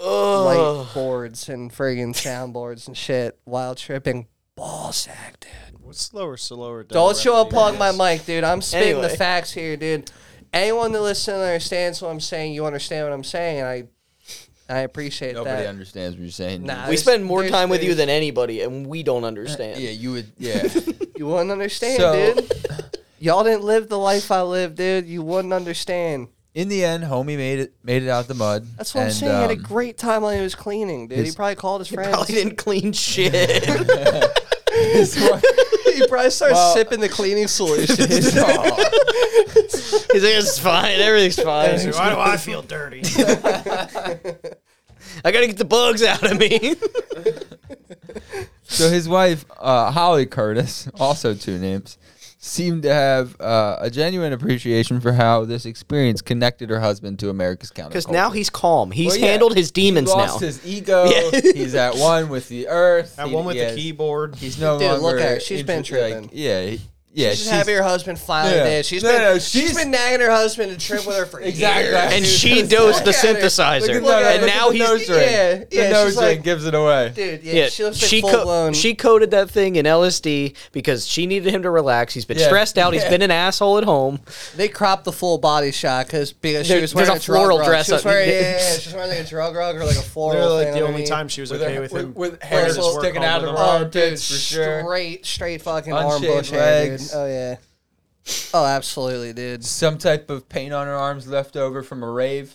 Speaker 4: light boards and friggin' soundboards and shit while tripping ballsack, dude.
Speaker 2: What's slower, slower?
Speaker 4: Don't you unplug my mic, dude. I'm spitting
Speaker 6: Anyway.
Speaker 4: the facts here, dude. Anyone that listens understands what I'm saying. You understand what I'm saying, and I, I appreciate
Speaker 7: Nobody
Speaker 4: that.
Speaker 7: understands what you're saying.
Speaker 4: Nah,
Speaker 6: We
Speaker 4: there's-
Speaker 6: spend more
Speaker 4: there's-
Speaker 6: time with you
Speaker 4: there's-
Speaker 6: than anybody, and we don't understand.
Speaker 7: Yeah, you would. Yeah.
Speaker 4: You wouldn't understand,
Speaker 7: So-
Speaker 4: dude. Y'all didn't live the life I lived, dude. You wouldn't understand.
Speaker 7: in the end, homie made it made it out the mud.
Speaker 4: That's what I'm
Speaker 7: and,
Speaker 4: saying. he had a
Speaker 7: um,
Speaker 4: great time while he was cleaning, dude. he
Speaker 7: his-
Speaker 4: probably called his friends.
Speaker 6: Probably didn't clean shit.
Speaker 7: his wife-
Speaker 4: he probably started
Speaker 7: Well-
Speaker 4: sipping the cleaning solution.
Speaker 7: his- aw.
Speaker 6: He's like, it's fine. Everything's fine.
Speaker 1: Why do I feel dirty?
Speaker 6: I gotta get the bugs out of me.
Speaker 7: so his wife, uh, Holly Curtis, also two names, seemed to have uh, a genuine appreciation for how this experience connected her husband to America's counterculture.
Speaker 6: Because now he's calm. He's
Speaker 7: Well, yeah.
Speaker 6: handled his demons
Speaker 7: he
Speaker 6: now.
Speaker 7: lost his ego.
Speaker 6: Yeah.
Speaker 7: he's at one with the earth.
Speaker 2: That
Speaker 7: he-
Speaker 2: one with
Speaker 7: he
Speaker 2: the
Speaker 7: has-
Speaker 2: keyboard.
Speaker 7: He's no
Speaker 4: Dude,
Speaker 7: longer.
Speaker 4: look at her. She's been
Speaker 7: inter-
Speaker 4: tripping.
Speaker 7: yeah. he- Yeah.
Speaker 4: she's happy her husband finally
Speaker 7: Yeah.
Speaker 4: did. She's
Speaker 7: No,
Speaker 4: been,
Speaker 7: no,
Speaker 4: she's
Speaker 7: she's-
Speaker 4: been nagging her husband to trip with her for
Speaker 7: Exactly.
Speaker 4: years.
Speaker 6: and
Speaker 7: Dude,
Speaker 6: she
Speaker 7: look
Speaker 6: dosed the
Speaker 4: at her.
Speaker 6: synthesizer.
Speaker 4: Look at her.
Speaker 6: And
Speaker 4: Look at
Speaker 6: now
Speaker 4: the
Speaker 6: he's.
Speaker 4: nose ring. Yeah, yeah,
Speaker 7: the nose
Speaker 4: she's like-
Speaker 7: ring gives it away.
Speaker 4: Dude, yeah,
Speaker 6: Yeah,
Speaker 4: she
Speaker 6: she,
Speaker 4: looks like full
Speaker 6: co-
Speaker 4: blown.
Speaker 6: she coated that thing in LSD because she needed him to relax. He's been
Speaker 7: Yeah.
Speaker 6: stressed out. He's
Speaker 7: Yeah.
Speaker 6: been an asshole at home.
Speaker 4: They cropped the full body shot because because she
Speaker 6: There-
Speaker 4: was
Speaker 6: there's
Speaker 4: wearing
Speaker 6: a
Speaker 4: a, drug
Speaker 6: floral
Speaker 4: rug.
Speaker 6: dress
Speaker 4: She was
Speaker 6: up-
Speaker 4: wearing, yeah, yeah, yeah, she was wearing like a drug rug or like a floral.
Speaker 2: Literally, like
Speaker 4: thing
Speaker 2: the only
Speaker 4: underneath.
Speaker 2: time she was okay with, him.
Speaker 7: with
Speaker 2: wearing
Speaker 7: hair
Speaker 2: his work
Speaker 7: sticking
Speaker 2: home
Speaker 7: out
Speaker 2: with
Speaker 7: of
Speaker 2: him.
Speaker 7: her armpits for
Speaker 4: Oh, straight,
Speaker 7: sure.
Speaker 4: straight fucking arm
Speaker 7: Unshaved
Speaker 4: bush hair, dude.
Speaker 7: legs.
Speaker 4: Oh yeah. Oh, absolutely, dude.
Speaker 7: Some type of paint on her arms left over from a rave.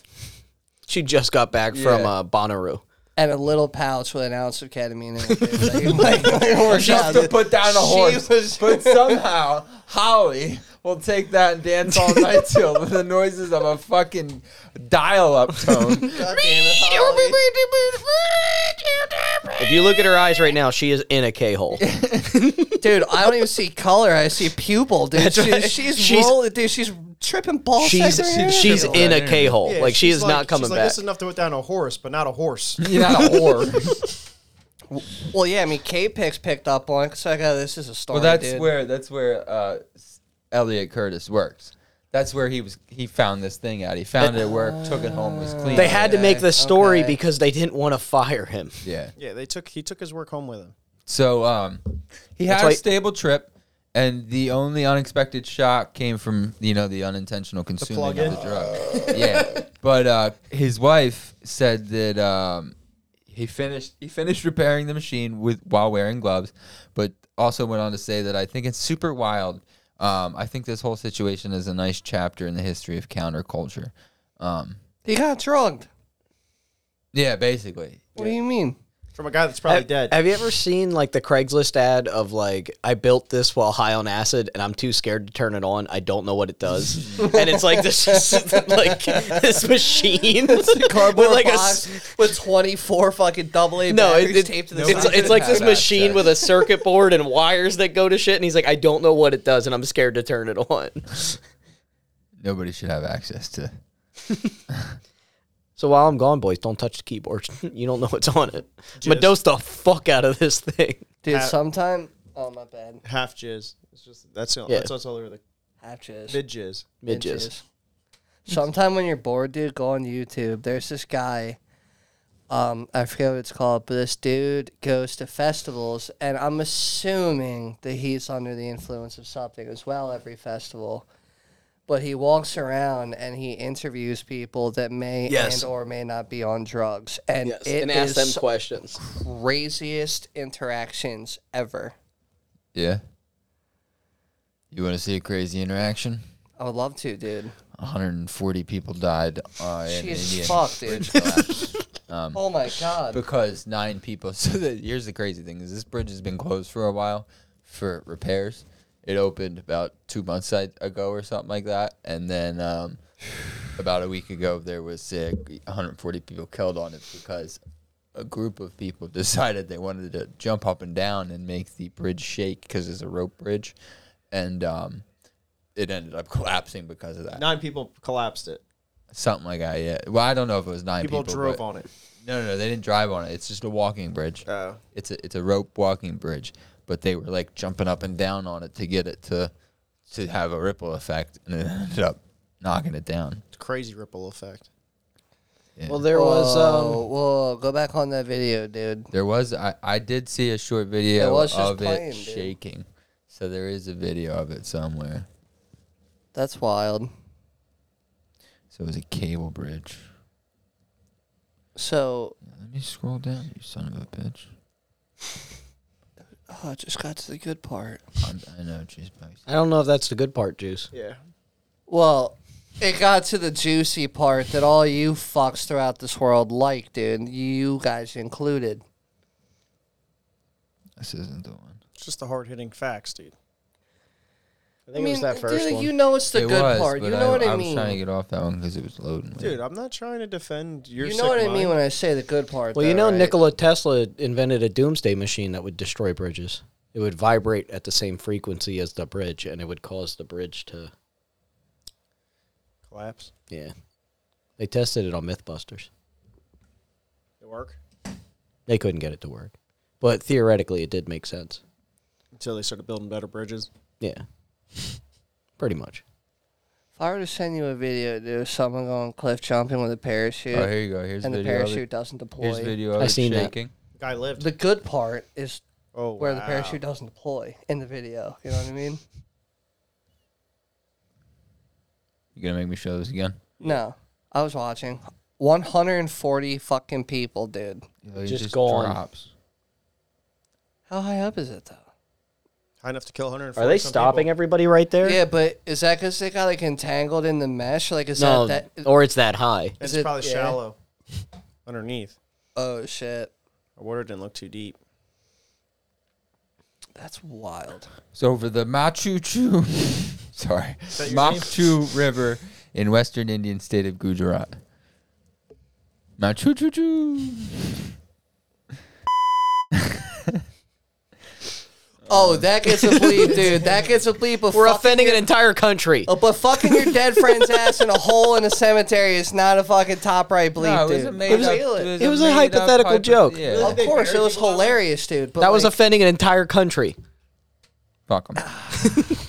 Speaker 6: She just got back from
Speaker 7: Yeah.
Speaker 6: uh, Bonnaroo.
Speaker 4: And a little pouch with an ounce of ketamine in it. Like, like, like, or
Speaker 7: Just to
Speaker 4: something.
Speaker 7: put down a horse.
Speaker 4: was-
Speaker 7: but somehow, Holly will take that and dance all night till the noises of a fucking dial up tone.
Speaker 4: God damn it, Holly.
Speaker 6: If you look at her eyes right now, she is in a K hole.
Speaker 4: dude, I don't even see color. I see pupil, dude.
Speaker 6: That's
Speaker 4: She-
Speaker 6: right.
Speaker 4: She's,
Speaker 6: She's-
Speaker 4: rolling, dude. She's tripping balls.
Speaker 6: She's she's in a K hole.
Speaker 2: Yeah,
Speaker 6: like she
Speaker 2: she's
Speaker 6: is not coming
Speaker 2: she's Like,
Speaker 6: back.
Speaker 2: this is enough to put down a horse, but not a horse.
Speaker 7: You're not a whore.
Speaker 4: Well, yeah, I mean, K picks picked up on it, so I go, this is a story.
Speaker 7: Well, that's
Speaker 4: dude.
Speaker 7: where that's where uh, S- Elliot Curtis works. That's where he was. He found this thing out. He found it at work, took it home, was clean.
Speaker 6: They had to make
Speaker 4: Okay,
Speaker 6: the story
Speaker 4: okay.
Speaker 6: because they didn't want to fire him.
Speaker 7: yeah.
Speaker 2: Yeah, they took he took his work home with him.
Speaker 7: So um, he
Speaker 6: That's
Speaker 7: had
Speaker 6: why-
Speaker 7: a stable trip, And the only unexpected shock came from you know the unintentional consuming
Speaker 2: plug-in?
Speaker 7: of the drug. yeah, but uh, his wife said that um, he finished he finished repairing the machine with while wearing gloves, but also went on to say that I think it's super wild. Um, I think this whole situation is a nice chapter in the history of counterculture. Um,
Speaker 4: He got drugged.
Speaker 7: yeah, basically.
Speaker 4: What do you mean?
Speaker 2: From a guy
Speaker 4: Oh,
Speaker 2: that's probably
Speaker 6: have,
Speaker 2: dead.
Speaker 6: have you ever seen like the Craigslist ad of like I built this while high on acid and I'm too scared to turn it on. I don't know what it does, and it's like this like this machine
Speaker 4: Cardboard
Speaker 6: with like a
Speaker 4: box
Speaker 6: s-
Speaker 4: with 24 fucking double A
Speaker 6: no,
Speaker 4: batteries
Speaker 6: it, it,
Speaker 4: taped to the
Speaker 6: it's,
Speaker 4: side.
Speaker 6: it's like this
Speaker 7: Fact
Speaker 6: machine
Speaker 7: check.
Speaker 6: with a circuit board and wires that go to shit, and he's like, I don't know what it does, and I'm scared to turn it on.
Speaker 7: Nobody should have access to.
Speaker 6: So while I'm gone, boys, don't touch the keyboard. you don't know what's on it. But dose the fuck out of this thing.
Speaker 4: Dude, sometime. Oh, my bad.
Speaker 2: half jizz. It's just that's all,
Speaker 6: Yeah.
Speaker 2: that's what's all over the
Speaker 4: Half jizz.
Speaker 2: mid jizz.
Speaker 6: Midges.
Speaker 4: Sometime when you're bored, dude, go on YouTube. There's this guy. Um, I forget what it's called, but this dude goes to festivals, and I'm assuming that he's under the influence of something as well every festival. But he walks around and he interviews people that may
Speaker 6: Yes.
Speaker 4: and or may not be on drugs, and
Speaker 6: Yes,
Speaker 4: it
Speaker 6: and ask them
Speaker 4: is
Speaker 6: questions.
Speaker 4: craziest interactions ever.
Speaker 7: Yeah. You want to see a crazy interaction?
Speaker 4: I would love to, dude.
Speaker 7: 140 people died uh, in India.
Speaker 4: Jesus fuck, dude. oh my god.
Speaker 7: because nine people. So the, here's the crazy thing: is this bridge has been closed for a while for repairs. It opened about two months a- ago or something like that, and then um, about a week ago there was uh, 140 people killed on it because a group of people decided they wanted to jump up and down and make the bridge shake because it's a rope bridge, and um, it ended up collapsing because of that.
Speaker 2: Nine people collapsed it.
Speaker 7: something like that. Yeah. Well, I don't know if it was nine
Speaker 2: People,
Speaker 7: people.
Speaker 2: drove
Speaker 7: but-
Speaker 2: on it.
Speaker 7: No, no, no, they didn't drive on it. It's just a walking bridge.
Speaker 2: Oh.
Speaker 7: It's a it's a rope walking bridge, but they were like jumping up and down on it to get it to to have a ripple effect, and it ended up knocking it down.
Speaker 2: Crazy ripple effect.
Speaker 6: Well, there was um,
Speaker 4: Whoa, whoa, go back on that video, dude.
Speaker 7: There was I I did see a short video
Speaker 4: It was just
Speaker 7: of
Speaker 4: playing,
Speaker 7: it
Speaker 4: dude.
Speaker 7: shaking, so there is a video of it somewhere.
Speaker 4: That's wild.
Speaker 7: So it was a cable bridge.
Speaker 4: So
Speaker 7: Let me scroll down, you son of a bitch.
Speaker 4: oh, I just got to the good part.
Speaker 7: I'm, I know, jeez, Mike.
Speaker 6: I don't know if that's the good part, Juice.
Speaker 2: Yeah.
Speaker 4: Well, it got to the juicy part that all you fucks throughout this world like, dude. You guys included.
Speaker 7: This isn't the one.
Speaker 2: It's just the hard hitting facts, dude. I think
Speaker 4: I
Speaker 2: it was
Speaker 4: mean,
Speaker 2: that first
Speaker 4: dude,
Speaker 2: one.
Speaker 4: you know it's the
Speaker 7: it
Speaker 4: good
Speaker 7: was,
Speaker 4: part. You
Speaker 7: but
Speaker 4: know
Speaker 7: I,
Speaker 4: what I,
Speaker 7: I was
Speaker 4: mean.
Speaker 7: trying to get off that one because it was loading.
Speaker 2: Dude, I'm not trying to defend your.
Speaker 4: you
Speaker 2: sick
Speaker 4: know what I mean
Speaker 2: mind.
Speaker 4: when I say the good part.
Speaker 6: Well, you
Speaker 4: though,
Speaker 6: know,
Speaker 4: right?
Speaker 6: Nikola Tesla invented a doomsday machine that would destroy bridges. It would vibrate at the same frequency as the bridge, and it would cause the bridge to.
Speaker 2: collapse.
Speaker 6: Yeah. They tested it on Mythbusters.
Speaker 2: It work
Speaker 6: They couldn't get it to work. But theoretically, it did make sense.
Speaker 2: until they started building better bridges.
Speaker 6: Yeah. Pretty much.
Speaker 4: If I were to send you a video, dude, of someone going cliff jumping with a parachute,
Speaker 7: Oh, here you go. Here's
Speaker 4: and the
Speaker 7: video of it.
Speaker 4: parachute doesn't deploy.
Speaker 7: Here's video of
Speaker 6: I
Speaker 7: it
Speaker 6: seen that.
Speaker 7: shaking.
Speaker 2: Guy lived.
Speaker 4: The good part is
Speaker 2: oh,
Speaker 4: where the
Speaker 2: wow.
Speaker 4: parachute doesn't deploy in the video. You know what I mean?
Speaker 7: You gonna make me show this again?
Speaker 4: No, I was watching. 140 fucking people, dude.
Speaker 7: it
Speaker 6: Just gone.
Speaker 4: How high up is it though?
Speaker 2: High enough to kill 140.
Speaker 6: Are they stopping everybody right there?
Speaker 4: Yeah, but is that because they got like entangled in the mesh? Like, is
Speaker 6: No,
Speaker 4: that that?
Speaker 6: or it's that high.
Speaker 2: It's
Speaker 4: Is it-
Speaker 2: probably
Speaker 4: yeah.
Speaker 2: shallow underneath.
Speaker 4: Oh shit,
Speaker 2: The water didn't look too deep.
Speaker 4: that's wild.
Speaker 7: It's over the Machu Picchu. Sorry, Machu River in western Indian state of Gujarat. Machu Picchu.
Speaker 4: Oh, that gets a bleep, dude. That gets a bleep. Of
Speaker 6: We're
Speaker 4: fucking
Speaker 6: offending an
Speaker 4: your-
Speaker 6: entire country.
Speaker 4: Oh, but fucking your dead friend's ass in a hole in a cemetery is not a fucking top right bleep, dude.
Speaker 6: It was a hypothetical joke.
Speaker 7: Yeah.
Speaker 4: Of course, it was hilarious, dude. But
Speaker 6: that was
Speaker 4: like,
Speaker 6: offending an entire country.
Speaker 7: Fuck 'em.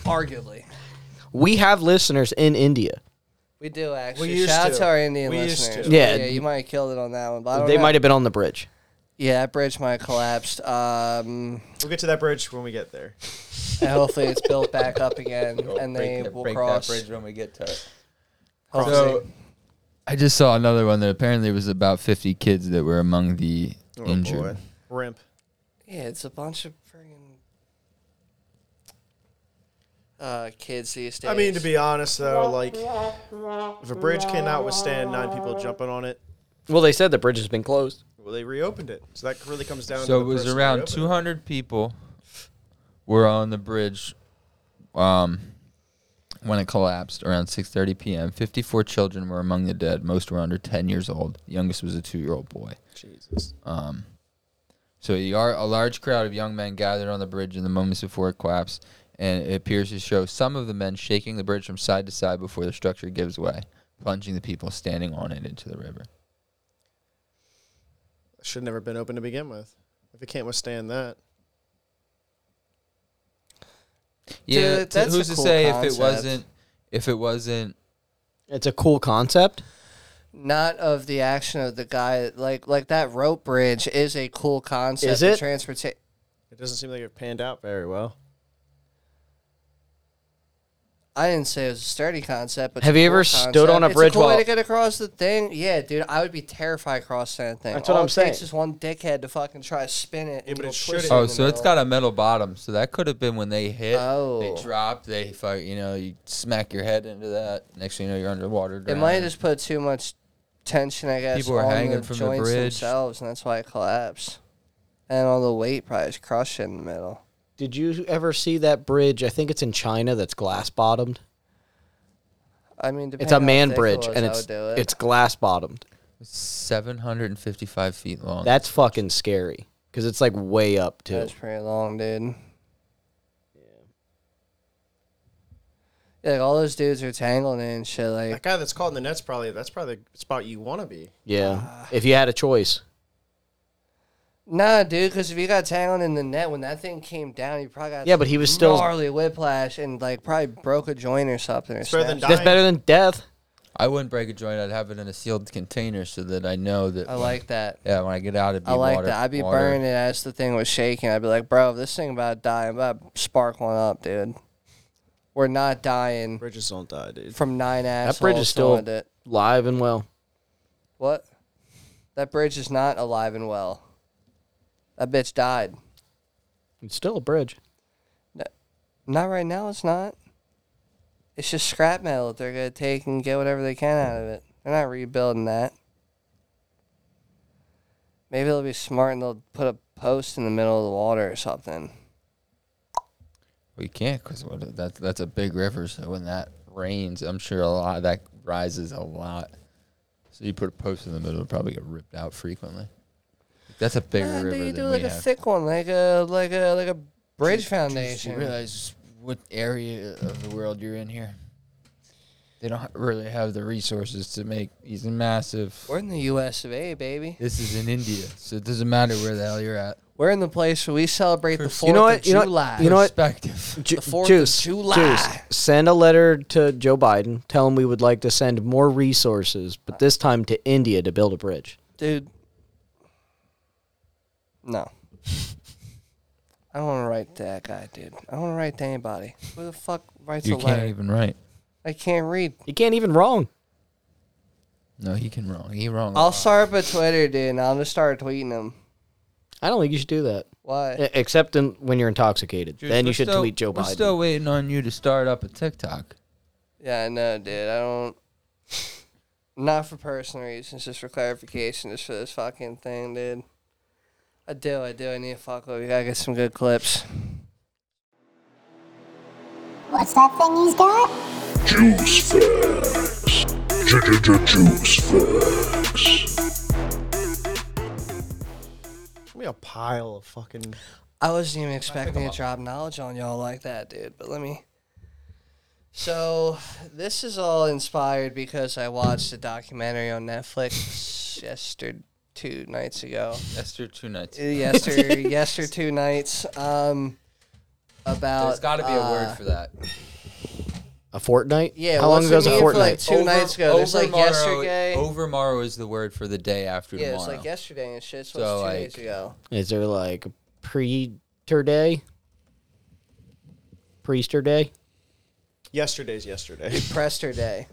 Speaker 4: arguably.
Speaker 6: We have listeners in India.
Speaker 4: We do actually.
Speaker 2: used
Speaker 4: Shout out
Speaker 2: to.
Speaker 4: to our Indian
Speaker 2: We used
Speaker 4: listeners.
Speaker 2: to.
Speaker 6: Yeah.
Speaker 4: yeah, you might have killed it on that one, but I don't
Speaker 6: They
Speaker 4: know.
Speaker 6: might have been on the bridge.
Speaker 4: Yeah, that bridge might have collapsed. Um,
Speaker 2: We'll get to that bridge when we get there.
Speaker 4: and hopefully it's built back up again,
Speaker 7: We'll
Speaker 4: and
Speaker 7: break
Speaker 4: they
Speaker 7: that-
Speaker 4: will
Speaker 7: break
Speaker 4: cross.
Speaker 7: that bridge when we get to it.
Speaker 4: hopefully.
Speaker 7: So, I just saw another one that apparently was about 50 kids that were among the
Speaker 2: Oh,
Speaker 7: injured.
Speaker 2: boy. Rimp.
Speaker 4: Yeah, it's a bunch of friggin' uh, kids these days.
Speaker 2: I mean, to be honest, though, like, if a bridge cannot withstand nine people jumping on it,
Speaker 6: Well, they said the bridge has been closed.
Speaker 2: well, they reopened it. So that really comes down
Speaker 7: So it
Speaker 2: to the
Speaker 7: was
Speaker 2: person
Speaker 7: around
Speaker 2: reopening it.
Speaker 7: 200 people were on the bridge um, when it collapsed around 6:30 p.m. 54 children were among the dead. Most were under 10 years old. The youngest was a 2-year-old boy.
Speaker 2: Jesus.
Speaker 7: Um, so a, yar- a large crowd of young men gathered on the bridge in the moments before it collapsed, and it appears to show some of the men shaking the bridge from side to side before the structure gives way, plunging the people standing on it into the river.
Speaker 2: Should never been open to begin with. If it can't withstand that,
Speaker 7: Yeah,
Speaker 4: Dude,
Speaker 7: t-
Speaker 4: that's a
Speaker 7: who's to
Speaker 4: cool
Speaker 7: say if
Speaker 4: concept.
Speaker 7: it wasn't if it wasn't
Speaker 6: It's a cool concept.
Speaker 4: Not of the action of the guy, like like that rope bridge is a cool concept.
Speaker 6: Is it?
Speaker 4: transportation?
Speaker 2: it doesn't seem like it panned out very well.
Speaker 4: I didn't say it was a sturdy concept, but it's
Speaker 6: Have
Speaker 4: a
Speaker 6: you
Speaker 4: cool
Speaker 6: ever stood on
Speaker 4: concept.
Speaker 6: a bridge
Speaker 4: It's a cool way
Speaker 6: while-
Speaker 4: to get across the thing. Yeah, dude, I would be terrified crossing that thing.
Speaker 6: That's what
Speaker 4: All
Speaker 6: I'm
Speaker 4: it
Speaker 6: saying.
Speaker 4: Takes is one dickhead to fucking try to spin it.
Speaker 2: Yeah,
Speaker 4: and you'll
Speaker 2: but it
Speaker 4: twist
Speaker 2: shouldn't.
Speaker 4: in
Speaker 7: Oh,
Speaker 4: the
Speaker 7: so it's
Speaker 4: middle.
Speaker 7: got a metal bottom. So that could have been when they hit.
Speaker 4: Oh.
Speaker 7: They dropped. They fuck. You know, you smack your head into that. Next thing you know, you're underwater.
Speaker 4: It
Speaker 7: drowning.
Speaker 4: might have just put too much tension, I guess,
Speaker 7: People were
Speaker 4: on
Speaker 7: hanging
Speaker 4: the
Speaker 7: from the
Speaker 4: joints
Speaker 7: bridge.
Speaker 4: themselves, and that's why it collapsed. And all the weight probably is crushed in the middle.
Speaker 6: Did you ever see that bridge? I think it's in China that's glass bottomed.
Speaker 4: I mean,
Speaker 6: It's a
Speaker 4: depending on
Speaker 6: man
Speaker 4: how thick it was,
Speaker 6: bridge and
Speaker 4: I
Speaker 6: it's
Speaker 4: would do it.
Speaker 6: it's glass bottomed.
Speaker 7: 755 feet long.
Speaker 6: That's fucking scary because it's like way up too.
Speaker 4: that's pretty long, dude. Yeah. Like all those dudes are tangled in and shit.
Speaker 2: That
Speaker 4: Like
Speaker 2: guy that's caught in the net's probably that's probably the spot you want to be.
Speaker 6: yeah, if you had a choice,
Speaker 4: nah, dude, because if you got tangled in the net when that thing came down, you probably got
Speaker 6: Yeah, but he was still-
Speaker 4: gnarly whiplash and like probably broke a joint or something. Or
Speaker 2: It's better than
Speaker 4: snapped
Speaker 2: dying.
Speaker 6: that's better than death.
Speaker 7: I wouldn't break a joint. I'd have it in a sealed container so that I know that.
Speaker 4: I like that.
Speaker 7: Yeah, when I get out, it'd be
Speaker 4: I like
Speaker 7: water-
Speaker 4: that. I'd be
Speaker 7: water.
Speaker 4: burning it as the thing was shaking. I'd be like, bro, if this thing about to die. I'm about to spark one up, dude. We're not dying
Speaker 2: Bridges don't die, dude.
Speaker 4: from nine assholes.
Speaker 6: That bridge is still
Speaker 4: throwing it.
Speaker 6: live and well.
Speaker 4: What? That bridge is not alive and well. That bitch died.
Speaker 6: It's still a bridge.
Speaker 4: Not right now, it's not. It's just scrap metal that they're going to take and get whatever they can out of it. They're not rebuilding that. Maybe they'll be smart and they'll put a post in the middle of the water or something.
Speaker 7: We can't because that's that's a big river. So when that rains, I'm sure a lot of that rises a lot. So you put a post in the middle, it'll probably get ripped out frequently. That's a bigger
Speaker 4: Nah,
Speaker 7: river
Speaker 4: dude, you
Speaker 7: than
Speaker 4: Uh, do
Speaker 7: we
Speaker 4: like a
Speaker 7: have.
Speaker 4: thick one, like a like a like a bridge
Speaker 7: Do you
Speaker 4: foundation.
Speaker 7: realize what area of the world you're in here? They don't really have the resources to make these massive.
Speaker 4: We're in the U.S. of A, baby.
Speaker 7: This is in India, so it doesn't matter where the hell you're at.
Speaker 4: We're in the place where we celebrate the Fourth
Speaker 6: You know
Speaker 4: of
Speaker 6: what? You know what?
Speaker 4: July.
Speaker 6: You know what?
Speaker 7: Perspective.
Speaker 6: Ju-
Speaker 4: The 4th of July.
Speaker 6: Send a letter to Joe Biden. Tell him we would like to send more resources, but this time to India to build a bridge.
Speaker 4: dude. No, I don't want to write to that guy, dude. I don't want to write to anybody. Who the fuck writes
Speaker 7: You
Speaker 4: a
Speaker 7: can't
Speaker 4: letter?
Speaker 7: even write.
Speaker 4: I can't read.
Speaker 6: You can't even wrong.
Speaker 7: No, he can wrong. He wrong. a
Speaker 4: I'll
Speaker 7: lot.
Speaker 4: start up a Twitter, dude, and I'll just start tweeting him.
Speaker 6: I don't think you should do that,
Speaker 4: Why?
Speaker 6: E- except in, when you're intoxicated.
Speaker 7: Dude,
Speaker 6: then
Speaker 7: we're
Speaker 6: you should
Speaker 7: still-
Speaker 6: tweet Joe
Speaker 7: we're
Speaker 6: Biden.
Speaker 7: still waiting on you to start up a TikTok.
Speaker 4: Yeah, I know, dude. I don't. Not for personal reasons, just for clarification, just for this fucking thing, dude. I do, I do. I need to fuck with. We gotta get some good clips.
Speaker 3: What's that thing he's got?
Speaker 1: Juice facts. Juice facts.
Speaker 2: Give me a pile of fucking.
Speaker 4: I wasn't even expecting to drop knowledge on y'all like that, dude. But let me. So, this is all inspired because I watched a documentary on Netflix yesterday, two nights ago.
Speaker 7: That's your two nights.
Speaker 4: Uh, Yester, yester, two nights. Um, about.
Speaker 7: There's got to be a
Speaker 4: uh,
Speaker 7: word for that.
Speaker 6: A fortnight?
Speaker 4: Yeah,
Speaker 6: How long
Speaker 4: what's
Speaker 6: ago is
Speaker 4: the
Speaker 6: a
Speaker 4: need for, like,
Speaker 6: fortnight?
Speaker 4: Two nights ago, there's, like,
Speaker 7: overmorrow-
Speaker 4: yesterday-
Speaker 7: Overmorrow is the word for the day after
Speaker 4: Yeah, it's
Speaker 7: tomorrow.
Speaker 4: like yesterday and shit. So,
Speaker 7: So,
Speaker 4: it's two
Speaker 7: like-
Speaker 4: days ago.
Speaker 6: Is there like a pre-ter day? Priester day?
Speaker 2: Yesterday's yesterday.
Speaker 4: Prester Day.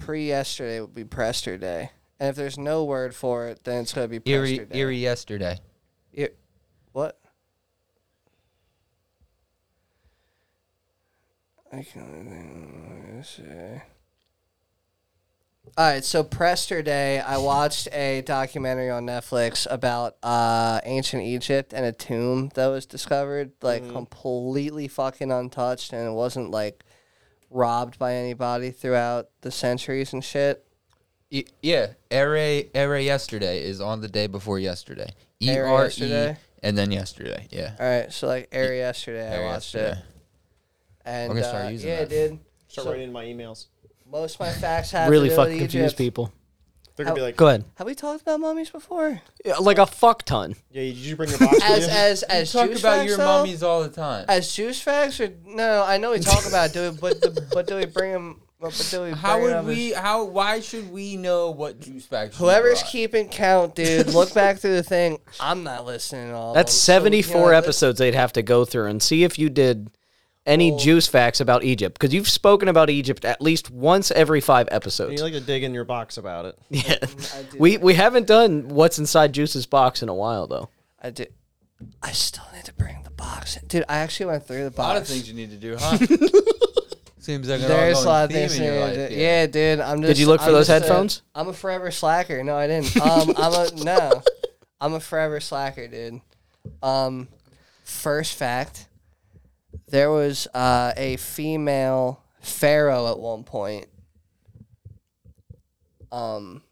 Speaker 4: Pre yesterday would be Prester Day. And if there's no word for it, then it's going to be Prester
Speaker 7: eerie,
Speaker 4: Day.
Speaker 7: eerie yesterday.
Speaker 4: Ir- what? I can't even say. All right, so Prester Day, I watched a documentary on Netflix about uh, ancient Egypt and a tomb that was discovered, like
Speaker 7: Mm-hmm.
Speaker 4: completely fucking untouched, and it wasn't like robbed by anybody throughout the centuries and shit.
Speaker 7: Y- yeah, ere ere yesterday is on the day before yesterday. E
Speaker 4: Ere
Speaker 7: R E
Speaker 4: yesterday? Uh,
Speaker 7: and then yesterday. Yeah.
Speaker 4: All right, so like air yesterday,
Speaker 7: Ere
Speaker 4: I watched
Speaker 7: yesterday.
Speaker 4: it, and
Speaker 7: I'm gonna start
Speaker 4: uh,
Speaker 7: using
Speaker 4: yeah,
Speaker 7: that.
Speaker 4: dude.
Speaker 2: Start
Speaker 4: So-
Speaker 2: writing in my emails.
Speaker 4: Most of my facts have
Speaker 6: really
Speaker 4: to do
Speaker 6: fucking
Speaker 4: with
Speaker 6: confuse
Speaker 4: Egypt. Oh.
Speaker 6: people.
Speaker 2: They're gonna be like,
Speaker 6: Go ahead.
Speaker 4: Have we talked about mummies before?
Speaker 6: Yeah, Like a fuck ton.
Speaker 2: "Yeah, did you bring your box?" with
Speaker 4: As
Speaker 2: you?"
Speaker 4: as as
Speaker 7: Talk
Speaker 4: juice
Speaker 7: about
Speaker 4: facts,
Speaker 7: your
Speaker 4: though?
Speaker 7: mummies all the time.
Speaker 4: As juice facts or no? no, I know we talk about it, do it, but the, but do we bring them? But do we
Speaker 7: How
Speaker 4: bring it
Speaker 7: would
Speaker 4: up as-
Speaker 7: we? How? Why should we know what juice bags? you
Speaker 4: Whoever's
Speaker 7: brought?
Speaker 4: keeping count, dude, look back through the thing. I'm not listening to all.
Speaker 6: That's
Speaker 2: Oh,
Speaker 4: of 'em, so, you know,
Speaker 6: 74 episodes they'd have to go through and see if you did any juice facts about Egypt because you've spoken about Egypt at least once every 5
Speaker 2: you
Speaker 6: episodes.
Speaker 2: like to dig in your box about it.
Speaker 6: Yeah.
Speaker 2: Mm,
Speaker 6: We we haven't done what's inside Juice's box in a while though.
Speaker 4: I do. I still need to bring the box, in. dude. I actually went through the
Speaker 7: A
Speaker 4: box.
Speaker 7: lot of things you need to do, huh? Seems like an
Speaker 4: There's a
Speaker 7: ongoing
Speaker 4: lot of
Speaker 7: theme
Speaker 4: things.
Speaker 7: in your
Speaker 4: to
Speaker 7: life,
Speaker 4: do.
Speaker 7: yeah.
Speaker 4: yeah. dude. I'm just.
Speaker 6: you look for
Speaker 4: I'm
Speaker 6: those
Speaker 4: just a-
Speaker 6: headphones?
Speaker 4: I'm a forever slacker. No, I didn't. Um, I'm a no. I'm a forever slacker, dude. Um, first fact: there was uh, a female pharaoh at one point. Um,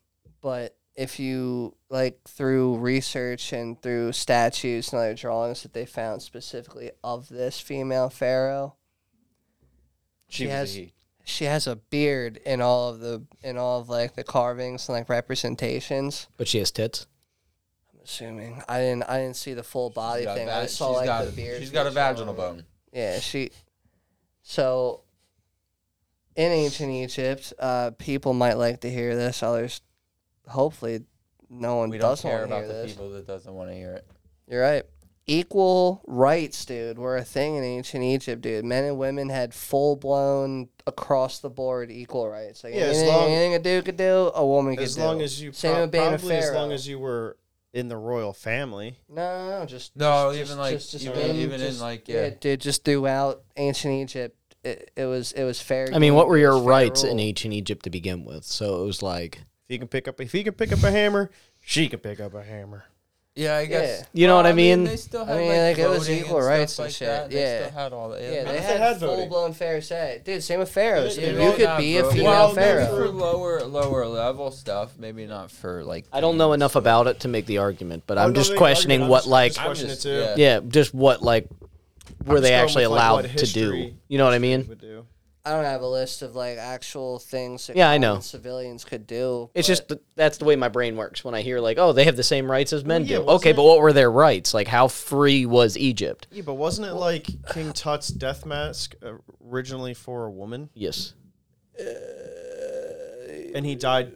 Speaker 4: but if you like through research and through statues and other drawings that they found specifically of this female pharaoh,
Speaker 7: She was a
Speaker 4: has
Speaker 7: he.
Speaker 4: she has a beard in all of the in all of like the carvings and like representations.
Speaker 6: But she has tits.
Speaker 4: I'm assuming I didn't I didn't see the full body
Speaker 7: She's got
Speaker 4: thing.
Speaker 7: va-
Speaker 4: I saw
Speaker 7: she's
Speaker 4: like
Speaker 7: got
Speaker 4: the
Speaker 7: a-
Speaker 4: beard.
Speaker 7: She's got a
Speaker 4: feature on
Speaker 7: vaginal
Speaker 4: it.
Speaker 7: bone.
Speaker 4: Yeah, she. So, in ancient Egypt, uh, people might like to hear this. Others, hopefully, no one
Speaker 7: We don't
Speaker 4: does want
Speaker 7: care
Speaker 4: to hear
Speaker 7: about the
Speaker 4: this.
Speaker 7: people that doesn't want to hear it.
Speaker 4: You're right. Equal rights, dude, were a thing in ancient Egypt, dude. Men and women had full blown across the board equal rights. Like
Speaker 2: Yeah, as
Speaker 4: anything,
Speaker 2: long-
Speaker 4: anything a dude could do, a woman could
Speaker 2: As
Speaker 4: do.
Speaker 2: long as you
Speaker 4: Same
Speaker 2: pro-
Speaker 4: with being a
Speaker 2: probably as long
Speaker 4: pharaoh.
Speaker 2: as you were in the royal family.
Speaker 4: no, no, no, just
Speaker 7: No,
Speaker 4: just-
Speaker 7: even
Speaker 4: just-
Speaker 7: like-
Speaker 4: just- just
Speaker 7: even-
Speaker 4: being-
Speaker 7: even in,
Speaker 4: just-
Speaker 7: like, yeah.
Speaker 4: dude, just throughout ancient Egypt, it, it was it was fair.
Speaker 6: I mean,
Speaker 4: game,
Speaker 6: what were
Speaker 4: it
Speaker 6: your
Speaker 4: was fair
Speaker 6: rights
Speaker 4: rule.
Speaker 6: in ancient Egypt to begin with? So it was like,
Speaker 2: If he can pick up, if he can pick up a hammer, she can pick up a hammer.
Speaker 7: Yeah, I guess.
Speaker 4: Yeah.
Speaker 6: You know what I mean?
Speaker 7: they still
Speaker 4: I
Speaker 7: had,
Speaker 4: mean,
Speaker 7: like,
Speaker 4: like, it was
Speaker 7: voting and
Speaker 4: equal
Speaker 7: stuff
Speaker 4: rights and
Speaker 7: like
Speaker 4: shit,
Speaker 7: That. They
Speaker 4: yeah.
Speaker 7: still had all that.
Speaker 4: Yeah, they
Speaker 2: if they
Speaker 4: had,
Speaker 2: had voting.
Speaker 4: full blown fair say. Dude, same with pharaohs.
Speaker 2: Yeah,
Speaker 4: dude.
Speaker 2: yeah,
Speaker 4: you
Speaker 2: yeah.
Speaker 4: could be a
Speaker 7: Nah, bro.
Speaker 4: female
Speaker 7: well, maybe
Speaker 4: pharaoh.
Speaker 7: for lower lower level stuff. Maybe not for like.
Speaker 6: I don't know enough about it to make the argument, but
Speaker 2: Oh,
Speaker 6: I'm
Speaker 2: no,
Speaker 6: just
Speaker 2: no,
Speaker 6: questioning
Speaker 2: I'm
Speaker 6: what,
Speaker 2: just-
Speaker 6: like,
Speaker 2: just questioning
Speaker 7: just-
Speaker 2: it too.
Speaker 7: yeah.
Speaker 6: yeah, just what, like, were
Speaker 2: just
Speaker 6: they
Speaker 2: going
Speaker 6: actually
Speaker 2: with, like,
Speaker 6: allowed
Speaker 2: what
Speaker 6: to do?
Speaker 2: history-
Speaker 6: You know what I mean?
Speaker 2: Would do.
Speaker 4: I don't have a list of like actual things that
Speaker 6: Yeah, I
Speaker 4: common
Speaker 6: know.
Speaker 4: civilians could do.
Speaker 6: It's
Speaker 4: but-
Speaker 6: just th- that's the way my brain works when I hear like, oh, they have the same rights as men
Speaker 2: yeah,
Speaker 6: do.
Speaker 2: wasn't
Speaker 6: Okay,
Speaker 2: it-
Speaker 6: but what were their rights? Like, how free was Egypt?
Speaker 2: Yeah, but wasn't it like King Tut's death mask originally for a woman,
Speaker 6: Yes.
Speaker 2: and he died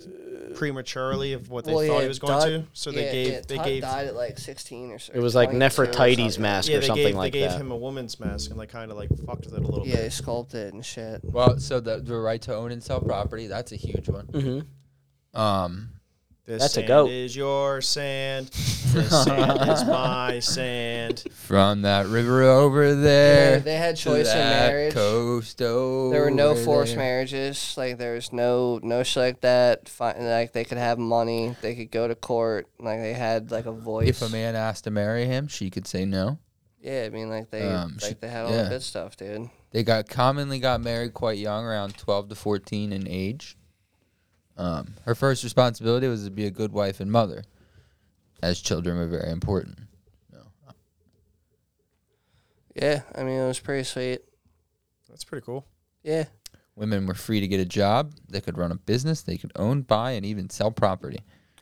Speaker 2: prematurely of what they
Speaker 4: Well,
Speaker 2: thought
Speaker 4: yeah,
Speaker 2: he was going
Speaker 4: Tut-
Speaker 2: to? So they
Speaker 4: yeah,
Speaker 2: gave
Speaker 4: yeah,
Speaker 2: they
Speaker 4: Tut
Speaker 2: gave
Speaker 4: died at like sixteen or so.
Speaker 6: It was like
Speaker 4: 22 or
Speaker 6: Nefertiti's
Speaker 4: something.
Speaker 6: mask
Speaker 2: yeah
Speaker 6: or
Speaker 2: they
Speaker 6: something
Speaker 2: gave
Speaker 6: like
Speaker 2: they gave
Speaker 6: that.
Speaker 2: him a woman's mask and like kind of like fucked with it a little
Speaker 4: Yeah,
Speaker 2: bit.
Speaker 4: he sculpted and shit.
Speaker 7: Well, so the the right to own and sell property that's a huge one.
Speaker 6: hmm
Speaker 7: Um,
Speaker 2: This
Speaker 6: That's a
Speaker 2: sand
Speaker 6: goat.
Speaker 2: Is your sand? This sand is my sand.
Speaker 7: from that river over there.
Speaker 4: Yeah, they had
Speaker 7: to
Speaker 4: choice in
Speaker 7: that
Speaker 4: marriage.
Speaker 7: Coast
Speaker 4: There were no
Speaker 7: over
Speaker 4: forced
Speaker 7: there.
Speaker 4: marriages. Like there was no no shit like that. Fi- like they could have money. They could go to court. Like they had like a voice.
Speaker 7: If a man asked to marry him, she could say no.
Speaker 4: yeah, I mean like they
Speaker 7: Um,
Speaker 4: like
Speaker 7: she-
Speaker 4: they had all
Speaker 7: yeah.
Speaker 4: the good stuff, dude.
Speaker 7: They got commonly got married quite young, around twelve to fourteen in age. Um, her first responsibility was to be a good wife and mother, as children were very important.
Speaker 4: Yeah, I mean it was pretty sweet.
Speaker 2: That's pretty cool.
Speaker 4: Yeah,
Speaker 7: Women were free to get a job. They could run a business. They could own, buy, and even sell property.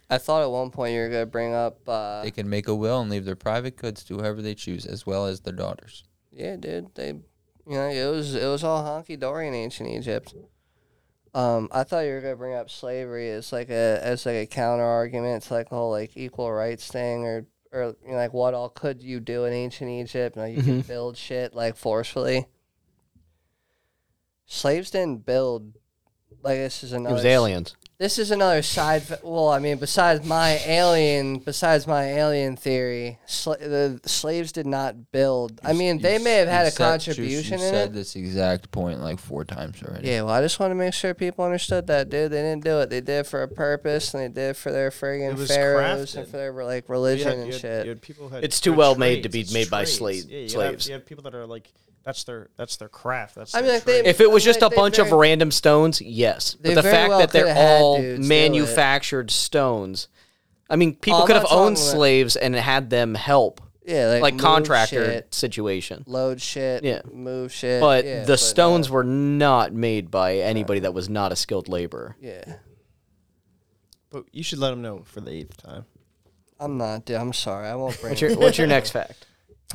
Speaker 4: I thought at one point you were gonna bring up. Uh,
Speaker 7: They could make a will and leave their private goods to whoever they choose, as well as their daughters.
Speaker 4: Yeah, dude. They You know, it was it was all honky dory in ancient Egypt. Um, I thought you were gonna bring up slavery as like a as like a counter argument to like the whole like equal rights thing or or you know, like what all could you do in ancient Egypt? Now you
Speaker 6: Mm-hmm.
Speaker 4: can build shit like forcefully. Slaves didn't build. Like this is
Speaker 6: It
Speaker 4: another
Speaker 6: was
Speaker 4: s-
Speaker 6: aliens.
Speaker 4: this is another side. fa- Well, I mean, besides my alien, besides my alien theory, sla- the slaves did not build. I mean, they may have had a contribution
Speaker 7: you
Speaker 4: in
Speaker 7: said
Speaker 4: it.
Speaker 7: this exact point like four times already.
Speaker 4: Yeah, well, I just want to make sure people understood that, dude. They didn't do it. They did it for a purpose, and they did it for their
Speaker 2: It
Speaker 4: friggin'
Speaker 2: was
Speaker 4: pharaohs
Speaker 2: crafted.
Speaker 4: and for their like
Speaker 2: You
Speaker 4: religion
Speaker 2: had- you
Speaker 4: and
Speaker 2: had-
Speaker 4: shit.
Speaker 2: you had people who had
Speaker 6: It's too
Speaker 2: good
Speaker 6: well made to
Speaker 2: trades.
Speaker 6: be
Speaker 2: It's
Speaker 6: made by
Speaker 2: trades.
Speaker 6: slave-
Speaker 2: Yeah, you
Speaker 6: slaves.
Speaker 2: Have, you have people that are like that's their that's their craft. That's
Speaker 4: I mean,
Speaker 2: their
Speaker 4: like, they-
Speaker 2: trade.
Speaker 6: If it was
Speaker 4: I mean,
Speaker 6: just a
Speaker 4: they
Speaker 6: bunch of
Speaker 4: very-
Speaker 6: random stones, yes.
Speaker 4: They
Speaker 6: But the
Speaker 4: very
Speaker 6: fact
Speaker 4: well
Speaker 6: that they're
Speaker 4: coulda had
Speaker 6: all
Speaker 4: dudes do it.
Speaker 6: manufactured stones, I mean, people
Speaker 4: I'm
Speaker 6: could
Speaker 4: not
Speaker 6: have
Speaker 4: talking
Speaker 6: owned
Speaker 4: about-
Speaker 6: slaves and had them help,
Speaker 4: yeah, like,
Speaker 6: like
Speaker 4: move
Speaker 6: contractor
Speaker 4: shit,
Speaker 6: situation.
Speaker 4: load shit,
Speaker 6: Yeah.
Speaker 4: move shit.
Speaker 6: But
Speaker 4: yeah, uh,
Speaker 6: the stones were not made by anybody that was not a skilled laborer.
Speaker 4: Yeah,
Speaker 2: but you should let them know for the eighth time.
Speaker 4: I'm not, dude. I'm sorry. I won't bring.
Speaker 6: What's your, what's your next fact?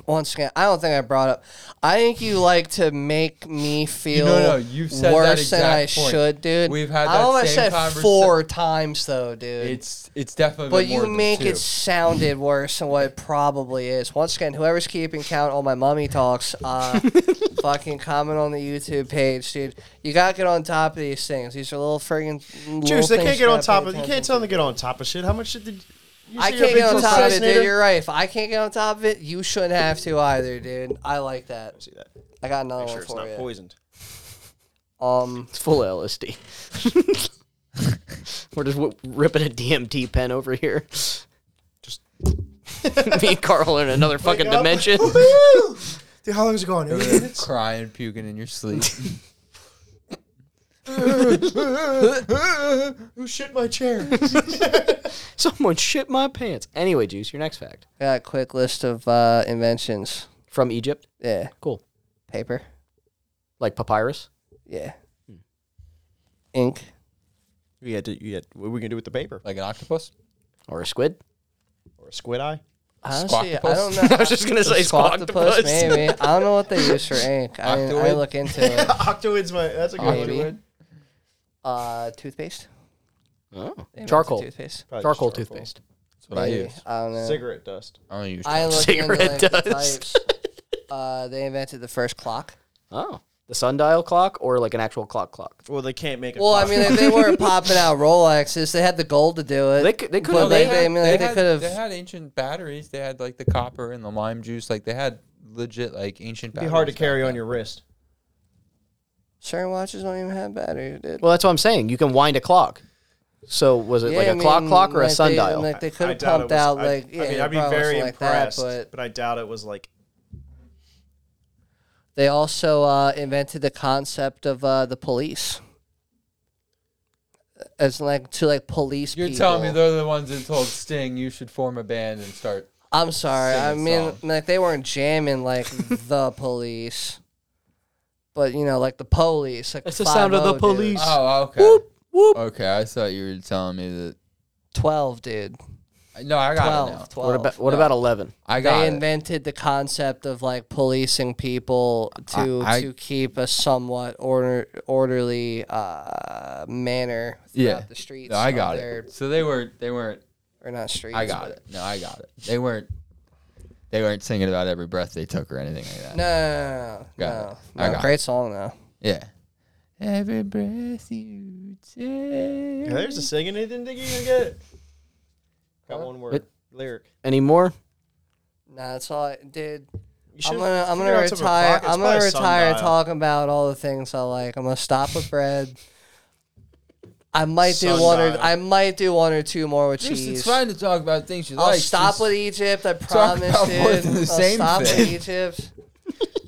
Speaker 4: once again, I don't think I brought up. I think you like to make me feel
Speaker 7: no, no, you've said that
Speaker 4: worse than I
Speaker 7: exact point.
Speaker 4: should, dude.
Speaker 7: We've had
Speaker 4: I
Speaker 7: that
Speaker 4: almost
Speaker 7: same
Speaker 4: said
Speaker 7: conversa-
Speaker 4: four times though, dude.
Speaker 7: It's it's definitely.
Speaker 4: but
Speaker 7: been more
Speaker 4: you
Speaker 7: than
Speaker 4: make
Speaker 7: two.
Speaker 4: it sounded worse than what it probably is. Once again, whoever's keeping count on my mummy talks, uh, fucking comment on the YouTube page, dude. You gotta get on top of these things. These are little friggin' little
Speaker 2: Juice, they
Speaker 4: things
Speaker 2: can't get
Speaker 4: gotta
Speaker 2: on top
Speaker 4: pay
Speaker 2: of. You
Speaker 4: attention
Speaker 2: can't tell them to get on top of shit. How much shit did? You
Speaker 4: I
Speaker 2: say you're a
Speaker 4: can't
Speaker 2: big
Speaker 4: get on top of it,
Speaker 2: procrastinator?
Speaker 4: dude. You're right. If I can't get on top of it, you shouldn't have to either, dude. I like that.
Speaker 2: See that?
Speaker 4: I got another
Speaker 2: Make
Speaker 4: one
Speaker 2: sure it's
Speaker 4: for
Speaker 2: not
Speaker 4: you.
Speaker 2: poisoned.
Speaker 4: Um,
Speaker 6: It's full of LSD. We're just w- ripping a DMT pen over here. Just me and Carl are in another fucking dimension.
Speaker 2: Dude, how long is it going?
Speaker 7: Over there crying, puking in your sleep.
Speaker 2: Who shit my chair?
Speaker 6: Someone shit my pants. Anyway, Juice, your next fact
Speaker 4: got a quick list of uh, inventions.
Speaker 6: from Egypt.
Speaker 4: Yeah,
Speaker 6: Cool.
Speaker 4: paper.
Speaker 6: Like papyrus.
Speaker 4: Yeah, ink.
Speaker 2: You had to. You had. What are we gonna do with the paper?
Speaker 7: like an octopus.
Speaker 6: Or a squid.
Speaker 2: Or a squid eye?
Speaker 4: Honestly, I
Speaker 7: Squoctopus?
Speaker 4: don't know.
Speaker 6: I was just gonna say
Speaker 4: Squoctopus,
Speaker 6: squoctopus.
Speaker 4: maybe. I don't know what they use for ink. I didn't, I didn't
Speaker 7: Octoid?
Speaker 4: look into it.
Speaker 2: Octoid's my. That's a good
Speaker 4: Maybe.
Speaker 2: one.
Speaker 4: Uh, toothpaste.
Speaker 6: Oh.
Speaker 4: They make
Speaker 6: Charcoal.
Speaker 4: Toothpaste.
Speaker 2: Probably just
Speaker 6: Charcoal toothpaste.
Speaker 7: That's what I
Speaker 4: Maybe.
Speaker 7: use.
Speaker 4: I don't know.
Speaker 2: Cigarette dust.
Speaker 7: I don't use.
Speaker 4: I didn't look into
Speaker 6: Cigarette
Speaker 4: like, the
Speaker 6: dust.
Speaker 4: types. Uh, they invented the first clock.
Speaker 6: Oh. The sundial clock or like an actual clock clock.
Speaker 2: Well, they can't make it.
Speaker 4: Well, I mean, they, they weren't popping out Rolexes. They had the gold to do it.
Speaker 6: They could- they could
Speaker 4: But
Speaker 6: have-
Speaker 4: they,
Speaker 6: they
Speaker 4: they- I mean, like, they,
Speaker 7: had,
Speaker 4: could
Speaker 7: they
Speaker 4: have.
Speaker 7: had ancient batteries. They had like the copper and the lime juice. Like they had legit like ancient.
Speaker 2: It'd be
Speaker 7: batteries.
Speaker 2: hard to carry on your wrist.
Speaker 4: Certain watches don't even have batteries, dude.
Speaker 6: Well, that's what I'm saying. You can wind a clock. So was it like a clock clock or a sundial?
Speaker 4: They, like they
Speaker 2: I
Speaker 4: could have
Speaker 2: doubt it
Speaker 4: pumped
Speaker 2: was-
Speaker 4: out
Speaker 2: I-
Speaker 4: like yeah,
Speaker 2: I mean, I'd be
Speaker 4: probably
Speaker 2: very
Speaker 4: wasn't like
Speaker 2: impressed,
Speaker 4: that,
Speaker 2: but...
Speaker 4: but
Speaker 2: I doubt it was like.
Speaker 4: they also uh, invented the concept of uh, the police. As in, like to like police.
Speaker 7: You're
Speaker 4: people.
Speaker 7: telling me they're the ones that told Sting you should form a band and start.
Speaker 4: I'm sorry.
Speaker 7: Sing
Speaker 4: I
Speaker 7: a
Speaker 4: mean,
Speaker 7: song.
Speaker 4: like they weren't jamming like the police, but you know, like the police. Like
Speaker 6: That's the sound of the
Speaker 4: 5-0, dude.
Speaker 6: police.
Speaker 7: Oh, okay. Okay, I thought you were telling me
Speaker 4: Twelve, dude.
Speaker 7: that. No, I got it now.
Speaker 4: Twelve. Twelve.
Speaker 6: what about what about eleven?
Speaker 7: I got
Speaker 4: they
Speaker 7: it.
Speaker 4: invented the concept of like policing people to
Speaker 7: I- I-
Speaker 4: to keep a somewhat order orderly uh, manner throughout
Speaker 7: Yeah.
Speaker 4: the streets.
Speaker 7: No, I
Speaker 4: of
Speaker 7: got
Speaker 4: their-
Speaker 7: it. So they were they weren't.
Speaker 4: or not streets.
Speaker 7: I got
Speaker 4: but-
Speaker 7: it. No, I got it. They weren't. They weren't singing about every breath they took or anything like that.
Speaker 4: No, no, no, no,
Speaker 7: Got it.
Speaker 4: no.
Speaker 7: I
Speaker 4: No,
Speaker 7: got
Speaker 4: great song though.
Speaker 7: Yeah. Every breath you take.
Speaker 2: Yeah, there's a singing. They didn't think you could get it. "Mm." Got one word
Speaker 6: It-
Speaker 2: lyric.
Speaker 6: Any more?
Speaker 4: Nah, that's all, I, dude.
Speaker 2: You
Speaker 4: I'm
Speaker 2: should've
Speaker 4: gonna I'm
Speaker 2: figured
Speaker 4: gonna
Speaker 2: out something with
Speaker 4: retire.
Speaker 2: clock. It's
Speaker 4: I'm gonna
Speaker 2: probably
Speaker 4: retire
Speaker 2: sundial.
Speaker 4: talking about all the things I like. I'm gonna stop with bread. I might do one or
Speaker 2: Sundial.
Speaker 4: I might do one or two more with
Speaker 7: Just,
Speaker 4: cheese.
Speaker 7: it's fine to talk about things you
Speaker 4: I'll
Speaker 7: like.
Speaker 4: stop
Speaker 7: just-
Speaker 4: with Egypt. I promise,
Speaker 7: about more
Speaker 4: dude.
Speaker 7: than the
Speaker 4: I'll
Speaker 7: same
Speaker 4: stop
Speaker 7: thing.
Speaker 4: with Egypt.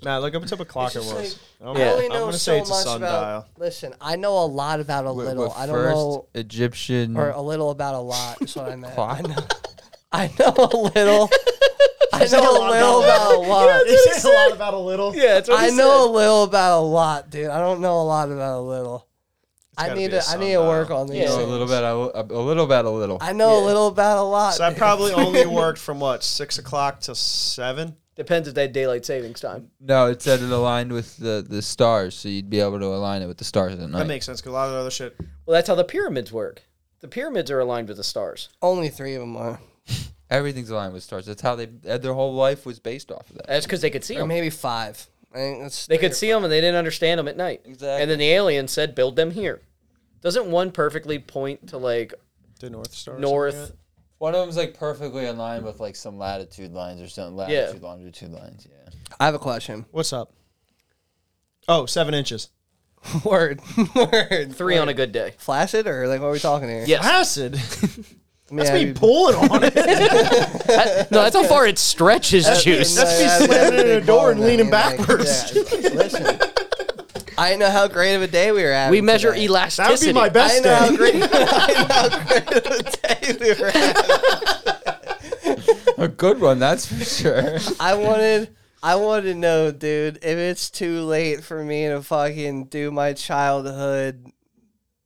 Speaker 2: Nah, look up what type of clock it
Speaker 4: just
Speaker 2: was. I'm,
Speaker 4: I only
Speaker 2: I'm
Speaker 4: know
Speaker 2: gonna
Speaker 4: so
Speaker 2: say it's a
Speaker 4: much
Speaker 2: sundial.
Speaker 4: about. Listen, I know a lot about a
Speaker 7: Wait,
Speaker 4: little.
Speaker 7: what,
Speaker 4: I don't
Speaker 7: first
Speaker 4: know,
Speaker 7: Egyptian
Speaker 4: or a little about a lot. Is what I meant.
Speaker 7: clock.
Speaker 4: I know a little. I know a little about a lot.
Speaker 2: They say a lot about a little. Yeah, it's
Speaker 4: I know a little about a lot, dude. I don't know a lot about a little. I
Speaker 2: gotta
Speaker 4: need
Speaker 2: be a
Speaker 4: to. I need to work
Speaker 2: sundial.
Speaker 4: on these.
Speaker 7: You know, a
Speaker 4: things.
Speaker 7: little bit, a, a little bit, a little.
Speaker 4: I know a little about a lot.
Speaker 2: So I
Speaker 4: dude.
Speaker 2: probably only worked from what six o'clock to seven.
Speaker 6: Depends if they had daylight savings time.
Speaker 7: No, it said it aligned with the, the stars, so you'd be able to align it with the stars at night.
Speaker 2: That makes sense because a lot of the other shit.
Speaker 6: Well, that's how the pyramids work. The pyramids are aligned with the stars.
Speaker 4: Only three of them are.
Speaker 7: Everything's aligned with stars. That's how they uh, their whole life was based off of that.
Speaker 6: That's because they could see
Speaker 4: Or
Speaker 6: them.
Speaker 4: maybe five. I think that's
Speaker 6: They could see them and they didn't understand them at night.
Speaker 7: Exactly.
Speaker 6: And then the alien said, "Build them here." Doesn't one perfectly point to like
Speaker 2: The North Star. or something like
Speaker 6: north?
Speaker 2: that?
Speaker 7: One of them's like perfectly aligned with like some latitude lines or something. Latitude, longitude lines. Yeah.
Speaker 4: I have a question.
Speaker 2: What's up? Oh, seven inches.
Speaker 4: Word. Word.
Speaker 6: Three on a good day.
Speaker 4: Flaccid or like what are we talking here?
Speaker 6: Yes.
Speaker 2: Acid.
Speaker 4: I mean,
Speaker 2: That's
Speaker 4: I'd
Speaker 2: me
Speaker 4: be-
Speaker 2: pulling on it.
Speaker 6: no, that's how far it stretches, juice.
Speaker 2: That's me
Speaker 4: I- I
Speaker 2: slamming it in a
Speaker 4: wouldn't be
Speaker 2: door and leaning
Speaker 4: calling that,
Speaker 2: backwards.
Speaker 4: like, yeah. Listen, I didn't know how great of a day we were having.
Speaker 6: we measure
Speaker 4: today.
Speaker 6: elasticity.
Speaker 2: That would be my
Speaker 4: I
Speaker 2: best
Speaker 4: know how
Speaker 2: day.
Speaker 4: great. I know how great of a day we were having.
Speaker 7: A good one, that's for sure.
Speaker 4: I wanted. I wanted to know, dude, if it's too late for me to fucking do my childhood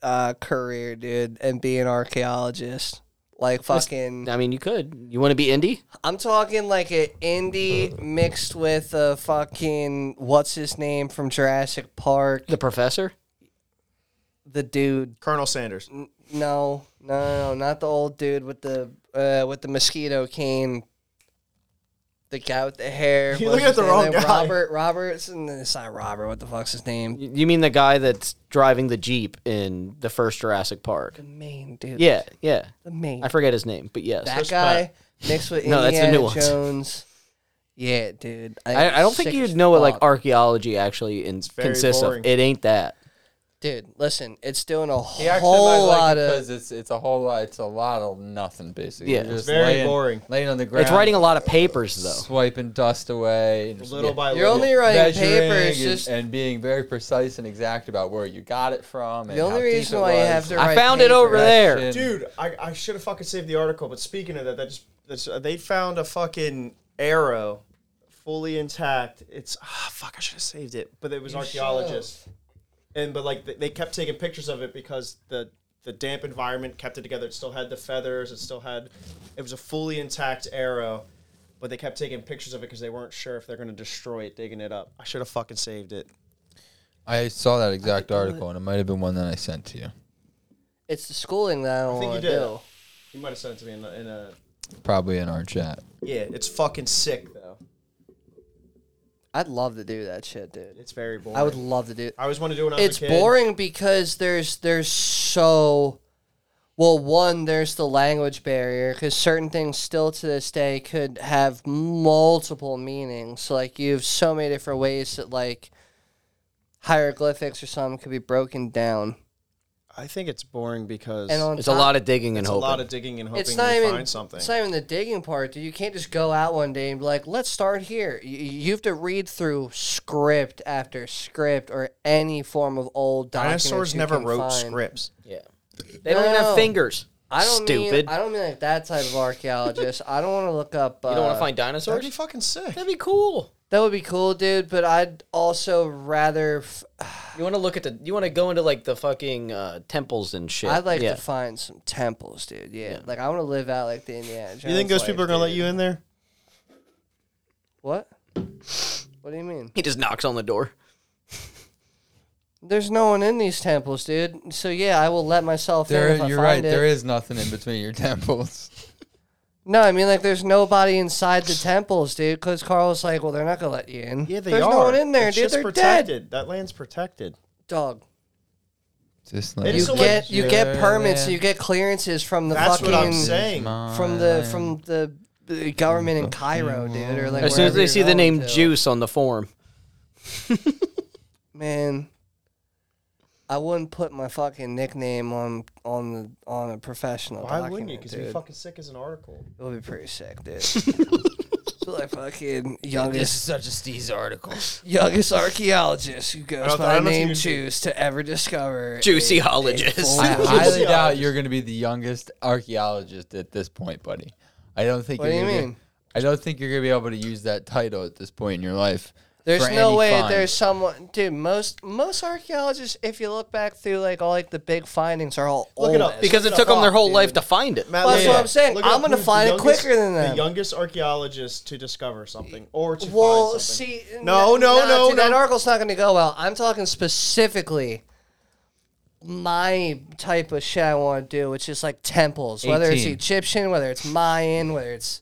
Speaker 4: uh, career, dude, and be an archaeologist. Like fucking,
Speaker 6: I mean, you could. You want to be indie?
Speaker 4: I'm talking like an indie
Speaker 6: Mm-hmm.
Speaker 4: mixed with a fucking what's his name from Jurassic Park,
Speaker 6: The professor?
Speaker 4: the dude
Speaker 2: Colonel Sanders.
Speaker 4: No, no, no, not the old dude with the uh, with the mosquito cane. The guy with the hair.
Speaker 2: You're
Speaker 4: what
Speaker 2: looking
Speaker 4: was
Speaker 2: at the
Speaker 4: his
Speaker 2: wrong
Speaker 4: name?
Speaker 2: guy.
Speaker 4: Robert Robertson. It's not Robert. What the fuck's his name?
Speaker 6: Y- You mean the guy that's driving the jeep in the first Jurassic Park?
Speaker 4: The main dude.
Speaker 6: Yeah, yeah.
Speaker 4: the main.
Speaker 6: I forget his name, but yes.
Speaker 4: that guy mixed with
Speaker 6: No,
Speaker 4: Indiana
Speaker 6: that's the new ones.
Speaker 4: Jones. Yeah, dude.
Speaker 6: I, I don't
Speaker 4: sick
Speaker 6: think
Speaker 4: as
Speaker 6: you'd know what like
Speaker 4: fuck.
Speaker 6: archaeology actually in,
Speaker 2: very
Speaker 6: consists
Speaker 2: boring.
Speaker 6: of. It ain't that.
Speaker 4: Dude, listen, it's doing a
Speaker 7: He actually might
Speaker 4: whole
Speaker 7: like
Speaker 4: lot
Speaker 7: it
Speaker 4: of.
Speaker 7: because it's it's a whole lot. It's a lot of nothing basically.
Speaker 6: Yeah.
Speaker 7: You're just
Speaker 2: Very
Speaker 7: laying,
Speaker 2: boring.
Speaker 7: Laying on the ground.
Speaker 6: It's writing a lot of papers though.
Speaker 7: swiping dust away. and just
Speaker 2: Little by
Speaker 4: You're
Speaker 2: little.
Speaker 4: only writing
Speaker 7: measuring
Speaker 4: papers.
Speaker 7: and,
Speaker 4: Just
Speaker 7: and being very precise and exact about where you got it from. And
Speaker 4: the
Speaker 7: how
Speaker 4: only
Speaker 7: deep
Speaker 4: reason
Speaker 7: it
Speaker 4: why you
Speaker 7: was.
Speaker 4: have to.
Speaker 6: I
Speaker 4: write
Speaker 6: found it over
Speaker 4: papers-
Speaker 6: there.
Speaker 7: Shit.
Speaker 2: Dude, I, I should have fucking saved the article. But speaking of that, that just that's, uh, they found a fucking arrow, fully intact. It's ah fuck, I should have saved it. But it was archaeologists, and but like they, they kept taking pictures of it because the the damp environment kept it together. It still had the feathers. It still had. It was a fully intact arrow, but they kept taking pictures of it because they weren't sure if they're gonna destroy it digging it up. I should have fucking saved it.
Speaker 7: I saw that exact article, and it might have been one that I sent to you.
Speaker 4: It's the schooling that I don't
Speaker 2: think you
Speaker 4: want to
Speaker 2: did.
Speaker 4: do.
Speaker 2: You might have sent it to me in, a- in a.
Speaker 7: Probably in our chat.
Speaker 2: Yeah, it's fucking sick though.
Speaker 4: I'd love to do that shit, dude.
Speaker 2: It's very boring.
Speaker 4: I would love to do.
Speaker 2: I always wanted to do it when I was
Speaker 4: It's
Speaker 2: a kid.
Speaker 4: boring because there's there's so well one there's the language barrier because certain things still to this day could have multiple meanings. So like you have so many different ways that like hieroglyphics or something could be broken down.
Speaker 2: I think it's boring because
Speaker 4: And on
Speaker 6: It's a
Speaker 4: top-
Speaker 6: lot of digging and
Speaker 2: it's a
Speaker 6: hoping.
Speaker 2: lot of digging and hoping
Speaker 4: It's not
Speaker 2: you
Speaker 4: even
Speaker 2: find something.
Speaker 4: It's not even the digging part, dude. You can't just go out one day and be like, "Let's start here." You, you have to read through script after script or any form of old documents
Speaker 2: Dinosaurs
Speaker 4: you
Speaker 2: never
Speaker 4: can
Speaker 2: wrote
Speaker 4: find.
Speaker 2: scripts.
Speaker 6: yeah. They don't
Speaker 4: No,
Speaker 6: even
Speaker 4: no.
Speaker 6: have fingers.
Speaker 4: I don't
Speaker 6: Stupid.
Speaker 4: Mean, I don't mean like that type of archaeologist. I don't want to look up. Uh,
Speaker 6: you don't want to find
Speaker 2: That'd be
Speaker 6: dinosaurs?
Speaker 2: fucking sick.
Speaker 6: That'd be cool.
Speaker 4: That would be cool, dude. But I'd also rather. F-
Speaker 6: You want to look at the. You want to go into like the fucking uh, temples and shit.
Speaker 4: I'd like
Speaker 6: Yeah.
Speaker 4: to find some temples, dude. Yeah, like I want to live out like the Indiana Jones.
Speaker 2: You think those
Speaker 4: life,
Speaker 2: people are gonna let
Speaker 4: dude.
Speaker 2: you in there?
Speaker 4: What? What do you mean?
Speaker 6: He just knocks on the door.
Speaker 4: There's no one in these temples, dude. So yeah, I will let myself in if I
Speaker 7: There, you're right.
Speaker 4: find it.
Speaker 7: There is nothing in between your temples.
Speaker 4: No, I mean like there's nobody inside the temples, dude. Because Carl's like, well, they're not gonna let you in.
Speaker 2: Yeah, they
Speaker 4: there's
Speaker 2: are.
Speaker 4: no one in there,
Speaker 2: It's
Speaker 4: dude.
Speaker 2: just
Speaker 4: They're dead,
Speaker 2: protected. That land's protected.
Speaker 4: dog.
Speaker 7: Just
Speaker 2: They
Speaker 7: like
Speaker 2: just
Speaker 4: You
Speaker 2: So
Speaker 4: get
Speaker 2: what-
Speaker 4: you get
Speaker 7: Yeah,
Speaker 4: permits,
Speaker 7: yeah.
Speaker 4: you get clearances from the
Speaker 2: That's
Speaker 4: fucking
Speaker 2: what I'm saying.
Speaker 4: from the from the uh, government in Cairo, dude. Or like
Speaker 6: As soon
Speaker 4: wherever
Speaker 6: as they
Speaker 4: you're
Speaker 6: see the
Speaker 4: going
Speaker 6: name
Speaker 4: to.
Speaker 6: Juice on the form,
Speaker 4: man. I wouldn't put my fucking nickname on on the on a professional.
Speaker 2: Why wouldn't you?
Speaker 4: document,
Speaker 2: Because it'd be
Speaker 4: dude.
Speaker 2: fucking sick as an article.
Speaker 4: It would be pretty sick, dude. Be like fucking youngest
Speaker 7: such a Steez article.
Speaker 4: youngest archaeologist who
Speaker 2: I
Speaker 4: goes
Speaker 2: don't- I
Speaker 4: by
Speaker 2: don't know if
Speaker 4: name
Speaker 2: you-
Speaker 4: Choose to ever discover
Speaker 6: Juicyologist.
Speaker 7: I
Speaker 4: Wow.
Speaker 7: highly doubt you're going to be the youngest archaeologist at this point, buddy. I don't think.
Speaker 4: What
Speaker 7: you're
Speaker 4: do you
Speaker 7: gonna be-
Speaker 4: mean?
Speaker 7: I don't think you're going to be able to use that title at this point in your life.
Speaker 4: There's
Speaker 7: for
Speaker 4: no
Speaker 7: any
Speaker 4: way
Speaker 7: find.
Speaker 4: there's someone, dude. Most most archaeologists, if you look back through like all like the big findings, are all
Speaker 2: Look
Speaker 4: old
Speaker 2: it up.
Speaker 4: as
Speaker 6: because it
Speaker 2: Stuff
Speaker 6: took them their
Speaker 2: up,
Speaker 6: whole
Speaker 2: dude.
Speaker 6: life to find it.
Speaker 2: Matt,
Speaker 4: Well, that's
Speaker 2: look
Speaker 4: what
Speaker 2: it
Speaker 4: I'm
Speaker 2: up.
Speaker 4: saying.
Speaker 2: Look it up
Speaker 4: I'm gonna
Speaker 2: who's
Speaker 4: find
Speaker 2: the
Speaker 4: it quicker than
Speaker 2: The
Speaker 4: them.
Speaker 2: youngest archaeologist to discover something or to
Speaker 4: Well,
Speaker 2: find something.
Speaker 4: see,
Speaker 2: No,
Speaker 4: n-
Speaker 2: no,
Speaker 4: nah,
Speaker 2: no,
Speaker 4: dude, That
Speaker 2: no.
Speaker 4: article's not going to go well. I'm talking specifically my type of shit I want to do, which is like temples, whether it's
Speaker 7: 18.
Speaker 4: Egyptian, whether it's Mayan, whether it's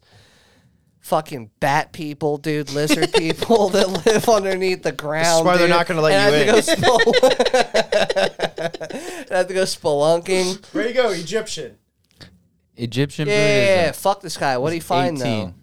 Speaker 4: fucking bat people, dude, lizard people that live underneath the ground.
Speaker 2: why they're
Speaker 4: dude.
Speaker 2: not gonna let
Speaker 4: And
Speaker 2: you
Speaker 4: I have to go spel- I have to go spelunking.
Speaker 2: Ready to go, Egyptian.
Speaker 7: Egyptian
Speaker 4: Yeah, yeah, yeah,
Speaker 7: Buddhism.
Speaker 4: fuck this guy. What do you find
Speaker 7: 18.
Speaker 4: though?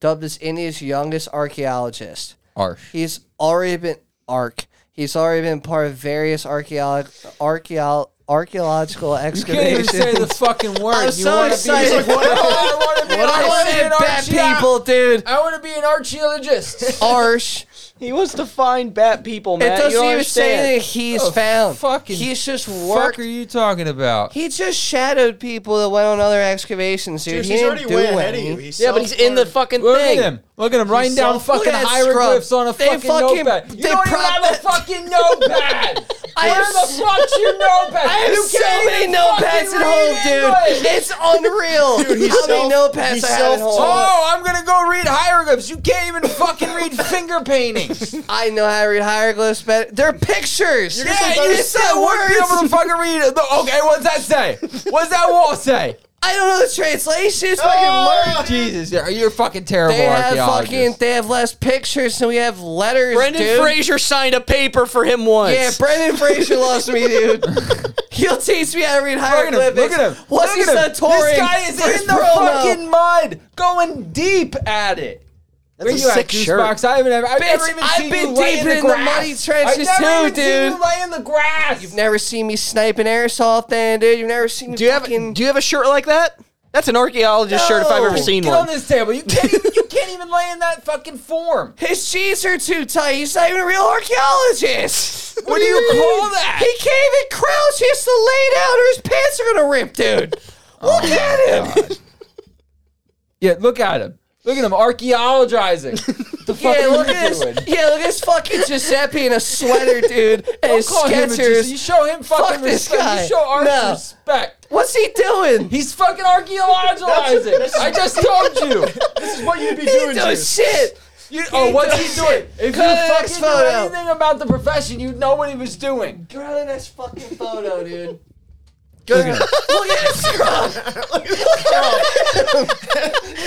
Speaker 4: Dubbed as India's youngest archaeologist.
Speaker 7: Arsh.
Speaker 4: He's already been arc. He's already been part of various archaeolog- archaeo- archaeological excavations.
Speaker 7: fucking word.
Speaker 4: I'm so excited. I want to bat people, dude.
Speaker 7: I want to be an archaeologist.
Speaker 4: Arsh.
Speaker 6: He wants to find bat people,
Speaker 4: It
Speaker 6: Matt. you
Speaker 4: doesn't
Speaker 6: don't
Speaker 4: even say
Speaker 6: understand.
Speaker 4: that he's
Speaker 7: Oh,
Speaker 4: found.
Speaker 7: fucking
Speaker 4: he's just
Speaker 7: What
Speaker 4: worked.
Speaker 7: are you talking about?
Speaker 4: He just shadowed people that went on other excavations, dude.
Speaker 2: Dude,
Speaker 4: he
Speaker 2: he's
Speaker 4: didn't
Speaker 2: already
Speaker 4: do
Speaker 2: way ahead of
Speaker 4: any.
Speaker 2: you. He's
Speaker 6: Yeah, but he's in the
Speaker 2: self-learned.
Speaker 6: fucking
Speaker 7: Look
Speaker 6: thing.
Speaker 7: at him. Look at him writing down
Speaker 4: self- look
Speaker 7: fucking
Speaker 4: at that
Speaker 7: hieroglyphs
Speaker 4: scrub.
Speaker 7: on a
Speaker 4: They
Speaker 7: fucking,
Speaker 4: fucking-
Speaker 7: notepad. You
Speaker 4: they
Speaker 7: don't even
Speaker 4: prop
Speaker 7: have a
Speaker 4: that-
Speaker 7: fucking notepad.
Speaker 4: I
Speaker 7: Where
Speaker 4: have
Speaker 7: the
Speaker 4: s-
Speaker 7: fuck's your notepad?
Speaker 4: I have
Speaker 7: you
Speaker 4: so
Speaker 7: can't
Speaker 4: many
Speaker 7: even
Speaker 4: notepads
Speaker 7: fucking
Speaker 4: at home,
Speaker 7: read
Speaker 4: dude.
Speaker 7: English.
Speaker 4: It's unreal.
Speaker 2: Dude, he's
Speaker 4: How many
Speaker 2: self-
Speaker 4: notepads
Speaker 2: he's
Speaker 4: I have at home?
Speaker 2: self-taught.
Speaker 7: Oh, I'm gonna go read hieroglyphs. You can't even fucking read finger paintings.
Speaker 4: I know how to read hieroglyphs better. They're pictures.
Speaker 2: You're just like,
Speaker 4: you just said
Speaker 7: won't be able to
Speaker 4: words.
Speaker 7: fucking read. The, okay, what's that say? What's that wall say?
Speaker 4: I don't know the translation. It's fucking
Speaker 2: Oh!
Speaker 4: learned.
Speaker 7: Jesus, you're, you're a fucking terrible
Speaker 4: They have
Speaker 7: archaeologist.
Speaker 4: fucking. They have less pictures than we have letters,
Speaker 6: Brendan
Speaker 4: dude.
Speaker 6: Fraser signed a paper for him once.
Speaker 4: Yeah, Brendan Fraser lost me, dude. He'll teach me how to read
Speaker 7: Look at him!
Speaker 4: hieroglyphics.
Speaker 7: Look at him!
Speaker 4: Once
Speaker 7: look
Speaker 4: he
Speaker 7: at him.
Speaker 4: touring,
Speaker 7: This guy is in the fucking mud, going deep at it. That's
Speaker 6: a sick shirt.
Speaker 7: I haven't ever, I've never
Speaker 4: Bitch,
Speaker 7: even
Speaker 4: I've
Speaker 7: seen
Speaker 4: been
Speaker 7: you lay
Speaker 4: deep
Speaker 7: in the,
Speaker 4: in the
Speaker 7: grass.
Speaker 4: muddy trenches
Speaker 7: I've never
Speaker 4: too,
Speaker 7: even Seen you
Speaker 4: dude.
Speaker 7: lay in the grass. You've
Speaker 4: Never seen me sniping airsoft, then, dude. You've never seen me
Speaker 6: Do you have
Speaker 4: fucking.
Speaker 6: Do you have a shirt like that? That's an archaeologist shirt if I've ever seen
Speaker 7: Get
Speaker 6: one.
Speaker 7: on this table. You can't. even- you can't even lay in that fucking form.
Speaker 4: His jeans are too tight. He's not even a real archaeologist.
Speaker 7: What do you call that?
Speaker 4: He can't even crouch. He has to lay down or his pants are going to rip, dude.
Speaker 7: Oh.
Speaker 4: Look at him.
Speaker 7: Yeah, look at him. Look at him archaeologizing. the fuck
Speaker 4: Yeah,
Speaker 7: are
Speaker 4: look
Speaker 7: you
Speaker 4: at this.
Speaker 7: doing?
Speaker 4: Yeah, look at this fucking Giuseppe in a sweater, dude, and
Speaker 7: Don't
Speaker 4: his
Speaker 7: call him a Jesus. You
Speaker 4: Skechers.
Speaker 7: show him fucking
Speaker 4: Fuck this
Speaker 7: respect.
Speaker 4: guy.
Speaker 7: You show our
Speaker 4: No.
Speaker 7: respect.
Speaker 4: What's he doing? He's
Speaker 7: He's fucking archaeologizing. I just told you.
Speaker 2: This is what you'd be doing.
Speaker 4: doing
Speaker 2: to
Speaker 4: shit.
Speaker 7: You- oh, what's he
Speaker 4: doing
Speaker 7: doing?
Speaker 4: shit.
Speaker 7: If you
Speaker 4: Cut the next
Speaker 7: fucking knew
Speaker 4: photo.
Speaker 7: anything about the profession, you'd know what he was doing.
Speaker 4: Go to the next fucking photo, dude. Go look, look at his scrub.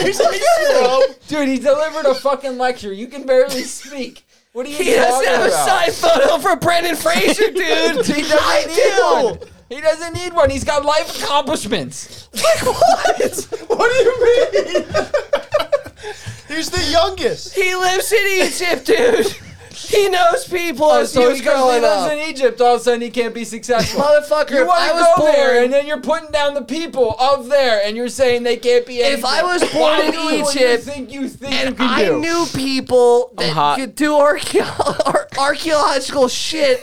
Speaker 2: He's like, bro.
Speaker 7: Dude, he delivered a fucking lecture. You can barely speak. What are you
Speaker 4: He
Speaker 7: talking
Speaker 4: doesn't have a
Speaker 7: about?
Speaker 4: side photo for Brendan Fraser, dude.
Speaker 7: He doesn't
Speaker 4: I
Speaker 7: need one. He doesn't need one. He's got life accomplishments.
Speaker 4: do. Like what?
Speaker 7: What do you mean?
Speaker 2: He's the youngest.
Speaker 4: He lives in Egypt, dude. He knows people as he
Speaker 7: Oh, so
Speaker 4: was
Speaker 7: because he
Speaker 4: growing
Speaker 7: lives
Speaker 4: up.
Speaker 7: in Egypt, all of a sudden he can't be successful.
Speaker 4: Motherfucker,
Speaker 7: you
Speaker 4: if
Speaker 7: want
Speaker 4: I
Speaker 7: to
Speaker 4: was
Speaker 7: go
Speaker 4: born,
Speaker 7: there, and then you're putting down the people of there, and you're saying they can't be.
Speaker 4: If
Speaker 7: Anything.
Speaker 4: I was born
Speaker 7: Why
Speaker 4: in
Speaker 7: do what
Speaker 4: Egypt
Speaker 7: you think you think you
Speaker 4: and
Speaker 7: can
Speaker 4: I
Speaker 7: do?
Speaker 4: knew people that
Speaker 6: hot.
Speaker 4: could do archeo- ar- archaeological shit.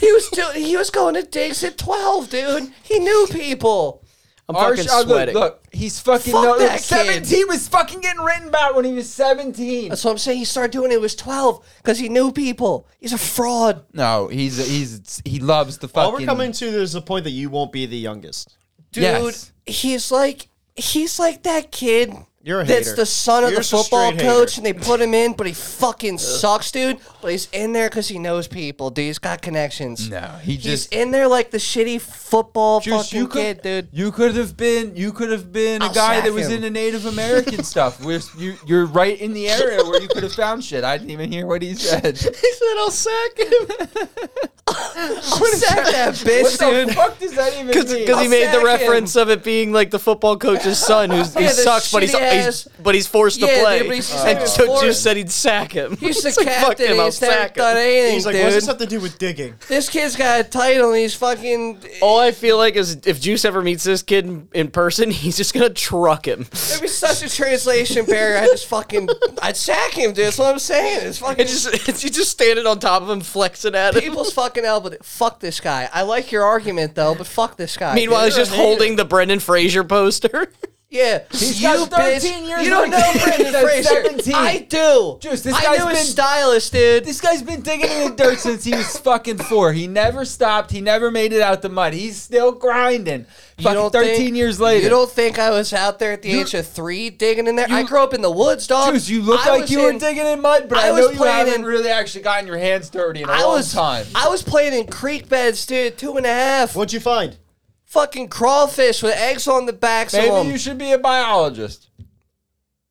Speaker 4: he was doing. He was going to digs at twelve, dude. He knew people.
Speaker 6: I'm
Speaker 7: Arch-
Speaker 6: fucking
Speaker 7: oh, look,
Speaker 6: sweating.
Speaker 7: Look, he's fucking.
Speaker 4: Fuck
Speaker 7: no,
Speaker 4: that kid.
Speaker 7: seventeen was fucking getting written about when he was seventeen.
Speaker 4: That's what I'm saying. He started doing it. when He was twelve because he knew people. He's a fraud.
Speaker 7: No, he's he's he loves the
Speaker 2: All we're coming to is the point that you won't be the youngest.
Speaker 4: dude.
Speaker 7: Yes.
Speaker 4: He's like he's like that kid.
Speaker 2: You're a
Speaker 4: that's
Speaker 2: hater.
Speaker 4: the son of
Speaker 2: You're
Speaker 4: the
Speaker 2: just a
Speaker 4: football
Speaker 2: straight
Speaker 4: coach, and
Speaker 2: hater.
Speaker 4: they put him in, but he fucking sucks, dude. But he's in there because he knows people, dude. He's got connections.
Speaker 7: No, he
Speaker 4: he's
Speaker 7: just-
Speaker 4: in there like the shitty football
Speaker 7: Juice,
Speaker 4: fucking
Speaker 7: you
Speaker 4: kid,
Speaker 7: could,
Speaker 4: dude.
Speaker 7: You could have been, you could have been a
Speaker 4: I'll
Speaker 7: guy
Speaker 4: sack
Speaker 7: that was
Speaker 4: him.
Speaker 7: in the Native American stuff. Where you, you're right in the area where you could have found shit. I didn't even hear what he said.
Speaker 4: He said, "I'll sack him." I'll sack that
Speaker 7: What
Speaker 4: bitch,
Speaker 7: the
Speaker 4: dude.
Speaker 7: fuck does that even mean?
Speaker 6: Because he
Speaker 7: I'll
Speaker 6: made the
Speaker 7: sack
Speaker 6: reference
Speaker 7: him.
Speaker 6: of it being like the football coach's son, who's, who
Speaker 4: Yeah, the
Speaker 6: sucks, but he's,
Speaker 4: shitty
Speaker 6: he's
Speaker 4: ass-
Speaker 6: but he's forced
Speaker 4: Yeah,
Speaker 6: to
Speaker 4: dude,
Speaker 6: play.
Speaker 4: but he's- he's
Speaker 6: and
Speaker 4: never
Speaker 6: so
Speaker 4: forced.
Speaker 6: Juice said he'd sack him.
Speaker 4: He's the
Speaker 6: It's like, fuck
Speaker 4: captain.
Speaker 6: him, I'll
Speaker 4: He's never
Speaker 6: sack him.
Speaker 4: done anything,
Speaker 2: He's like,
Speaker 4: dude.
Speaker 2: what's this have to do with digging?
Speaker 4: This kid's got a title. And he's fucking.
Speaker 6: All I feel like is if Juice ever meets this kid in, in person, he's just gonna truck him.
Speaker 4: It'd be such a translation barrier. I just fucking, I'd sack him, dude. That's what I'm saying. It's fucking.
Speaker 6: It's just it's, you just standing on top of him, flexing at him.
Speaker 4: people's fucking elbow. Fuck this guy. I like your argument though, but fuck this guy.
Speaker 6: Meanwhile,
Speaker 4: dude.
Speaker 6: he's just holding the Brendan Fraser poster.
Speaker 4: Yeah,
Speaker 7: He's
Speaker 4: you
Speaker 7: got 13
Speaker 4: bitch.
Speaker 7: years
Speaker 4: You don't
Speaker 7: on
Speaker 4: know
Speaker 7: Keith
Speaker 4: Brendan
Speaker 7: since
Speaker 4: Fraser.
Speaker 7: 17.
Speaker 4: I do.
Speaker 7: Juice, this
Speaker 4: I
Speaker 7: guy's
Speaker 4: knew his
Speaker 7: been-
Speaker 4: stylist, dude.
Speaker 7: This guy's been digging in the dirt since he was fucking four. He never stopped. He never made it out the mud. He's still grinding.
Speaker 4: You
Speaker 7: Fucking
Speaker 4: don't
Speaker 7: thirteen
Speaker 4: think-
Speaker 7: years later.
Speaker 4: You don't think I was out there at the
Speaker 7: You-
Speaker 4: age of three digging in there? I
Speaker 7: you-
Speaker 4: grew up in the woods, dog.
Speaker 7: Juice, you look
Speaker 4: I
Speaker 7: like
Speaker 4: was
Speaker 7: you were
Speaker 4: in-
Speaker 7: digging in mud, but I,
Speaker 4: I was
Speaker 7: know you
Speaker 4: playing
Speaker 7: haven't
Speaker 4: in-
Speaker 7: really actually gotten your hands dirty in a
Speaker 4: I
Speaker 7: long
Speaker 4: was
Speaker 7: time.
Speaker 4: I was playing in creek beds, dude. Two and a half
Speaker 2: What'd you find?
Speaker 4: fucking crawfish with eggs on the backs
Speaker 7: Maybe
Speaker 4: of them.
Speaker 7: you should be a biologist.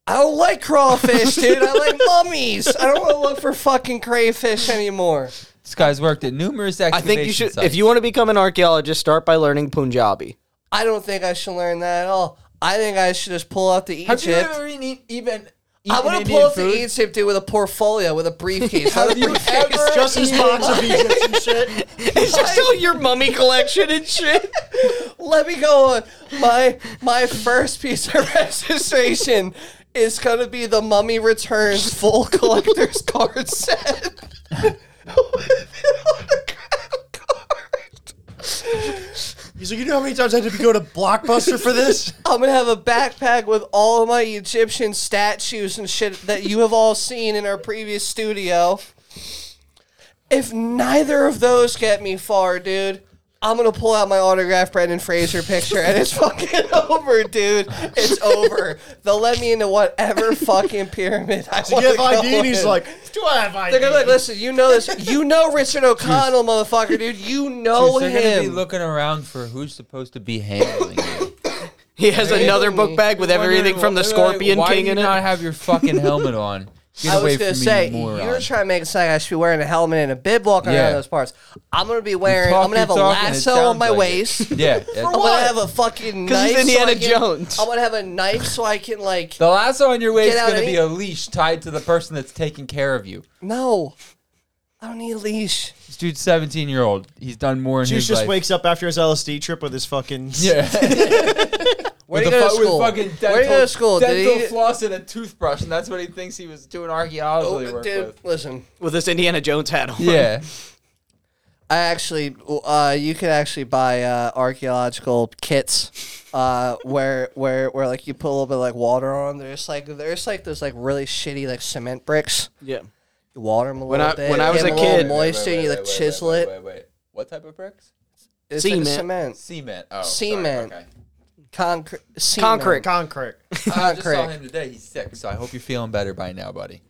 Speaker 4: I don't like crawfish, dude. I like mummies. I don't want to look for fucking crayfish anymore.
Speaker 7: This guy's worked at numerous
Speaker 6: I
Speaker 7: excavation
Speaker 6: think you should,
Speaker 7: sites.
Speaker 6: if you want to become an archaeologist, start by learning Punjabi.
Speaker 4: I don't think I should learn that at all. I think I should just pull out to
Speaker 7: have you
Speaker 4: Egypt.
Speaker 7: ever eaten, e- even
Speaker 4: I
Speaker 7: eaten
Speaker 4: want to
Speaker 7: Indian
Speaker 4: pull out to
Speaker 7: food?
Speaker 4: Egypt, dude, with a portfolio, with a briefcase.
Speaker 7: Have you ever
Speaker 2: Justin's
Speaker 7: eaten-
Speaker 2: box of Egyptian shit.
Speaker 4: It's just all your mummy collection and shit. Let me go on. My my first piece of registration is gonna be the Mummy Returns full collector's card set.
Speaker 2: He's like, you know how many times I had to go to Blockbuster for this?
Speaker 4: I'm gonna have a backpack with all of my Egyptian statues and shit that you have all seen in our previous studio. If neither of those get me far, dude, I'm gonna pull out my autographed Brendan Fraser picture and it's fucking over, dude. It's over. They'll let me into whatever fucking pyramid I
Speaker 2: You
Speaker 4: want
Speaker 2: give
Speaker 4: to go
Speaker 2: ID, and he's
Speaker 4: in.
Speaker 2: like, do I have ID?
Speaker 4: They're gonna be like, listen, you know this, you know Richard O'Connell, motherfucker, dude, you know
Speaker 7: They're gonna be
Speaker 4: him.
Speaker 7: looking around for who's supposed to be handling you.
Speaker 6: He has another book bag with everything from the
Speaker 7: Wondering,
Speaker 6: Scorpion
Speaker 7: why
Speaker 6: King
Speaker 7: do you
Speaker 6: in it.
Speaker 7: not have your fucking helmet on? Get
Speaker 4: I
Speaker 7: away
Speaker 4: was
Speaker 7: from
Speaker 4: gonna
Speaker 7: me,
Speaker 4: say
Speaker 7: you moron.
Speaker 4: you're trying to make it sound like I should be wearing a helmet and a bib walking
Speaker 7: Yeah.
Speaker 4: around those parts. I'm gonna be wearing.
Speaker 7: talk-
Speaker 4: I'm gonna have a
Speaker 7: you're talking, it
Speaker 4: lasso on
Speaker 7: sounds
Speaker 4: my
Speaker 7: like it.
Speaker 4: waist.
Speaker 7: yeah.
Speaker 4: I'm gonna have a fucking
Speaker 6: 'Cause
Speaker 4: knife.
Speaker 6: he's
Speaker 4: so I
Speaker 6: Indiana
Speaker 4: can-
Speaker 6: Jones.
Speaker 4: I'm gonna have a knife so I can like
Speaker 7: The lasso on your
Speaker 4: Get
Speaker 7: waist is
Speaker 4: out
Speaker 7: going to
Speaker 4: any-
Speaker 7: be a leash tied to the person that's taking care of you.
Speaker 4: no. I don't need a leash.
Speaker 7: This dude's 17 year old. He's done more in
Speaker 2: Juice
Speaker 7: his
Speaker 2: just
Speaker 7: life.
Speaker 2: wakes up after his LSD trip with his fucking.
Speaker 7: Yeah.
Speaker 4: Where do you go to school?
Speaker 7: With fucking dental,
Speaker 4: Where do you go to school? Did
Speaker 7: Dental
Speaker 4: he-
Speaker 7: floss and a toothbrush, and that's what he thinks he was doing archaeology
Speaker 4: Oh,
Speaker 7: work
Speaker 4: dude,
Speaker 7: with.
Speaker 4: listen.
Speaker 6: with this Indiana Jones hat on.
Speaker 7: Yeah.
Speaker 4: I actually, uh, you could actually buy uh, archaeological kits, uh, where where where like you put a little bit of, like water on. them. They're just like they're just like those like really shitty like cement bricks.
Speaker 6: yeah.
Speaker 4: You water them a little
Speaker 6: When I-
Speaker 4: bit.
Speaker 6: when I was
Speaker 4: give
Speaker 6: a
Speaker 4: 'em little
Speaker 6: kid-
Speaker 4: moisture. and you like chisel it.
Speaker 7: Wait, wait, wait. What type of bricks?
Speaker 4: It's
Speaker 6: Cement.
Speaker 4: like a cement,
Speaker 7: Cement. Oh,
Speaker 4: sorry, Cement.
Speaker 7: Okay.
Speaker 4: okay. concrete,
Speaker 6: Concrete.
Speaker 2: Concrete.
Speaker 7: I just saw
Speaker 4: Concrete.
Speaker 7: him today. He's sick, so I hope you're feeling better by now, buddy.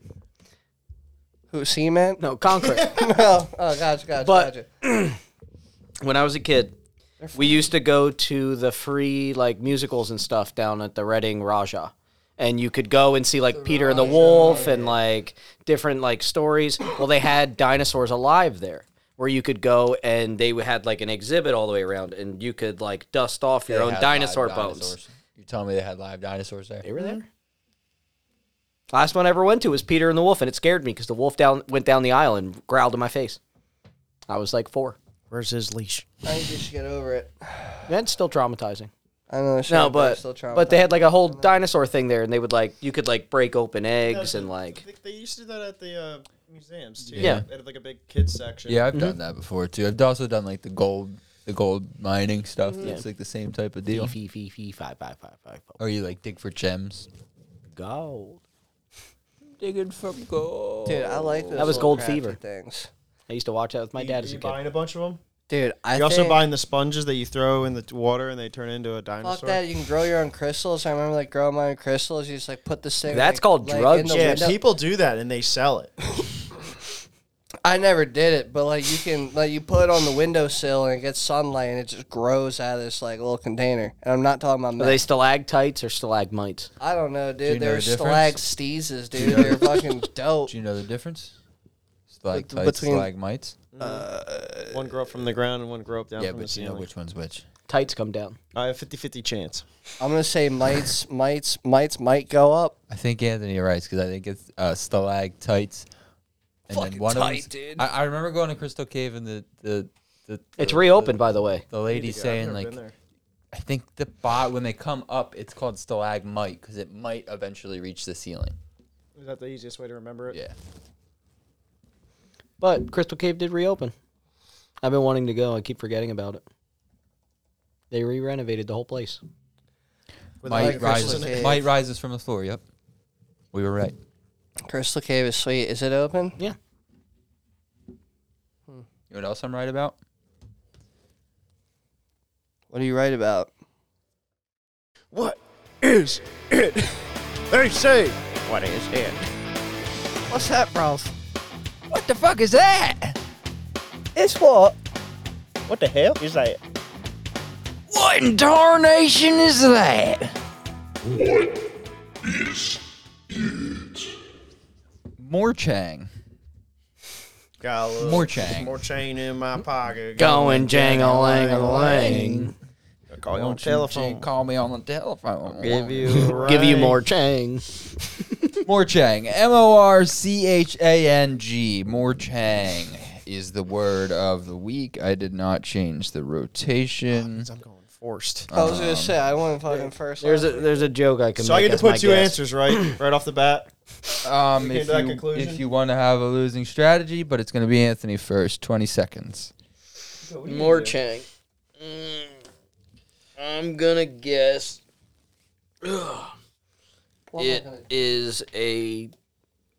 Speaker 4: Who cement?
Speaker 6: No, concrete.
Speaker 4: oh, oh, gotcha, gotcha,
Speaker 6: But-
Speaker 4: gotcha.
Speaker 6: when I was a kid, we used to go to the free like musicals and stuff down at the Reading Raja. And you could go and see like Peter and the Wolf and like different like stories. Well, they had dinosaurs alive there where you could go and they had like an exhibit all the way around and you could like dust off your
Speaker 7: They
Speaker 6: own
Speaker 7: had
Speaker 6: dinosaur
Speaker 7: live
Speaker 6: bones.
Speaker 7: dinosaurs. You telling me they had live dinosaurs there?
Speaker 6: They were there. Last one I ever went to was Peter and the Wolf and it scared me because the wolf down went down the aisle and growled in my face. I was like four.
Speaker 2: Where's his leash?
Speaker 4: I think you should get over it.
Speaker 6: That's still traumatizing.
Speaker 4: I know. it's
Speaker 6: No,
Speaker 4: shitty, I'm
Speaker 6: but
Speaker 4: still
Speaker 6: but they
Speaker 4: traumatized.
Speaker 6: had like a whole dinosaur thing there, and they would like you could like break open eggs and like
Speaker 2: They used to do that at the uh, museums, too.
Speaker 6: Yeah.
Speaker 2: They had like a big kids section.
Speaker 7: Yeah, I've done that before too. I've also done like the gold, the gold mining stuff. It's like the same type of deal.
Speaker 6: fee fee fee five five five five
Speaker 7: Or you like dig for gems.
Speaker 6: gold.
Speaker 7: Digging for gold.
Speaker 4: dude. I like those
Speaker 6: That was
Speaker 4: little
Speaker 6: gold
Speaker 4: crafty
Speaker 6: fever.
Speaker 4: things.
Speaker 6: I used to watch that with my
Speaker 2: You-
Speaker 6: dad as
Speaker 2: you
Speaker 6: a kid.
Speaker 2: buying a bunch of them?
Speaker 4: Dude, I
Speaker 2: You're also
Speaker 4: think-
Speaker 2: buying the sponges that you throw in the t- water and they turn into a dinosaur.
Speaker 4: Fuck that! You can grow your own crystals. I remember like growing my own crystals. You just like put this thing.
Speaker 6: That's
Speaker 4: like,
Speaker 6: called
Speaker 4: like, in
Speaker 6: drugs,
Speaker 4: the
Speaker 2: Yeah,
Speaker 4: window.
Speaker 2: people do that and they sell it.
Speaker 4: I never did it, but like you can like you put it on the windowsill and it gets sunlight and it just grows out of this like little container. And I'm not talking about
Speaker 6: Are they
Speaker 4: meth.
Speaker 6: stalactites or stalagmites?
Speaker 4: I don't know, dude.
Speaker 7: you know
Speaker 4: They're
Speaker 7: the difference?
Speaker 4: stalactites, dude. They're fucking dope.
Speaker 7: Do you know the difference? Stalactites,
Speaker 4: between-
Speaker 7: stalagmites.
Speaker 2: One grow up from the ground and one grow up down
Speaker 7: Yeah,
Speaker 2: from
Speaker 7: but
Speaker 2: the
Speaker 7: you
Speaker 2: ceiling.
Speaker 7: know which one's which.
Speaker 6: Tights come down.
Speaker 2: I have 50 50 chance.
Speaker 4: I'm gonna say mites, mites, mites might go up.
Speaker 7: I think Anthony writes because I think it's uh, stalactites. And
Speaker 4: Fucking tight,
Speaker 7: them's-
Speaker 4: dude.
Speaker 7: I, I remember going to Crystal Cave and the the the,
Speaker 6: It's
Speaker 7: the-
Speaker 6: reopened, by the way.
Speaker 7: The, the lady saying like, I think the bot when they come up, it's called stalagmite because it might eventually reach the ceiling.
Speaker 2: Is that the easiest way to remember it?
Speaker 7: Yeah.
Speaker 6: But Crystal Cave did reopen. I've been wanting to go. I keep forgetting about it. They re-renovated the whole place.
Speaker 2: With
Speaker 7: Might
Speaker 2: Mike Crystal
Speaker 7: rises.
Speaker 2: and-
Speaker 7: Might rises from the floor. Yep. We were right.
Speaker 4: Crystal Cave is sweet. Is it open?
Speaker 6: Yeah.
Speaker 7: You know what else I'm right about?
Speaker 4: What are you right about?
Speaker 2: What is it? They say, what is it?
Speaker 4: What's that, Ralph?
Speaker 5: What the fuck is that?
Speaker 4: It's what?
Speaker 2: What the hell is that?
Speaker 5: What in tarnation is that?
Speaker 1: What is it?
Speaker 5: Morchang.
Speaker 2: Got a little
Speaker 5: More chain.
Speaker 2: More chain in my pocket.
Speaker 6: Going jangle angle lang.
Speaker 2: Call your
Speaker 5: Won't you
Speaker 2: own telephone.
Speaker 5: Call me on the telephone.
Speaker 2: Give you a
Speaker 6: Give you
Speaker 2: ring.
Speaker 6: more chang.
Speaker 5: Morchang. M O R C H A N G. Morchang is the word of the week. I did not change the rotation.
Speaker 2: I'm going forced.
Speaker 4: I was gonna say I went fucking first.
Speaker 6: There's a
Speaker 4: last
Speaker 6: there's a joke I can.
Speaker 2: So I
Speaker 6: make
Speaker 2: get to
Speaker 6: as my
Speaker 2: put two
Speaker 6: guess.
Speaker 2: answers right, right off the bat.
Speaker 7: Um,
Speaker 2: We came
Speaker 7: if
Speaker 2: to that
Speaker 7: you,
Speaker 2: conclusion?
Speaker 7: if you want to have a losing strategy, but it's going to be Anthony first. 20 seconds.
Speaker 4: More Chang.
Speaker 6: Mm, I'm gonna guess. It is a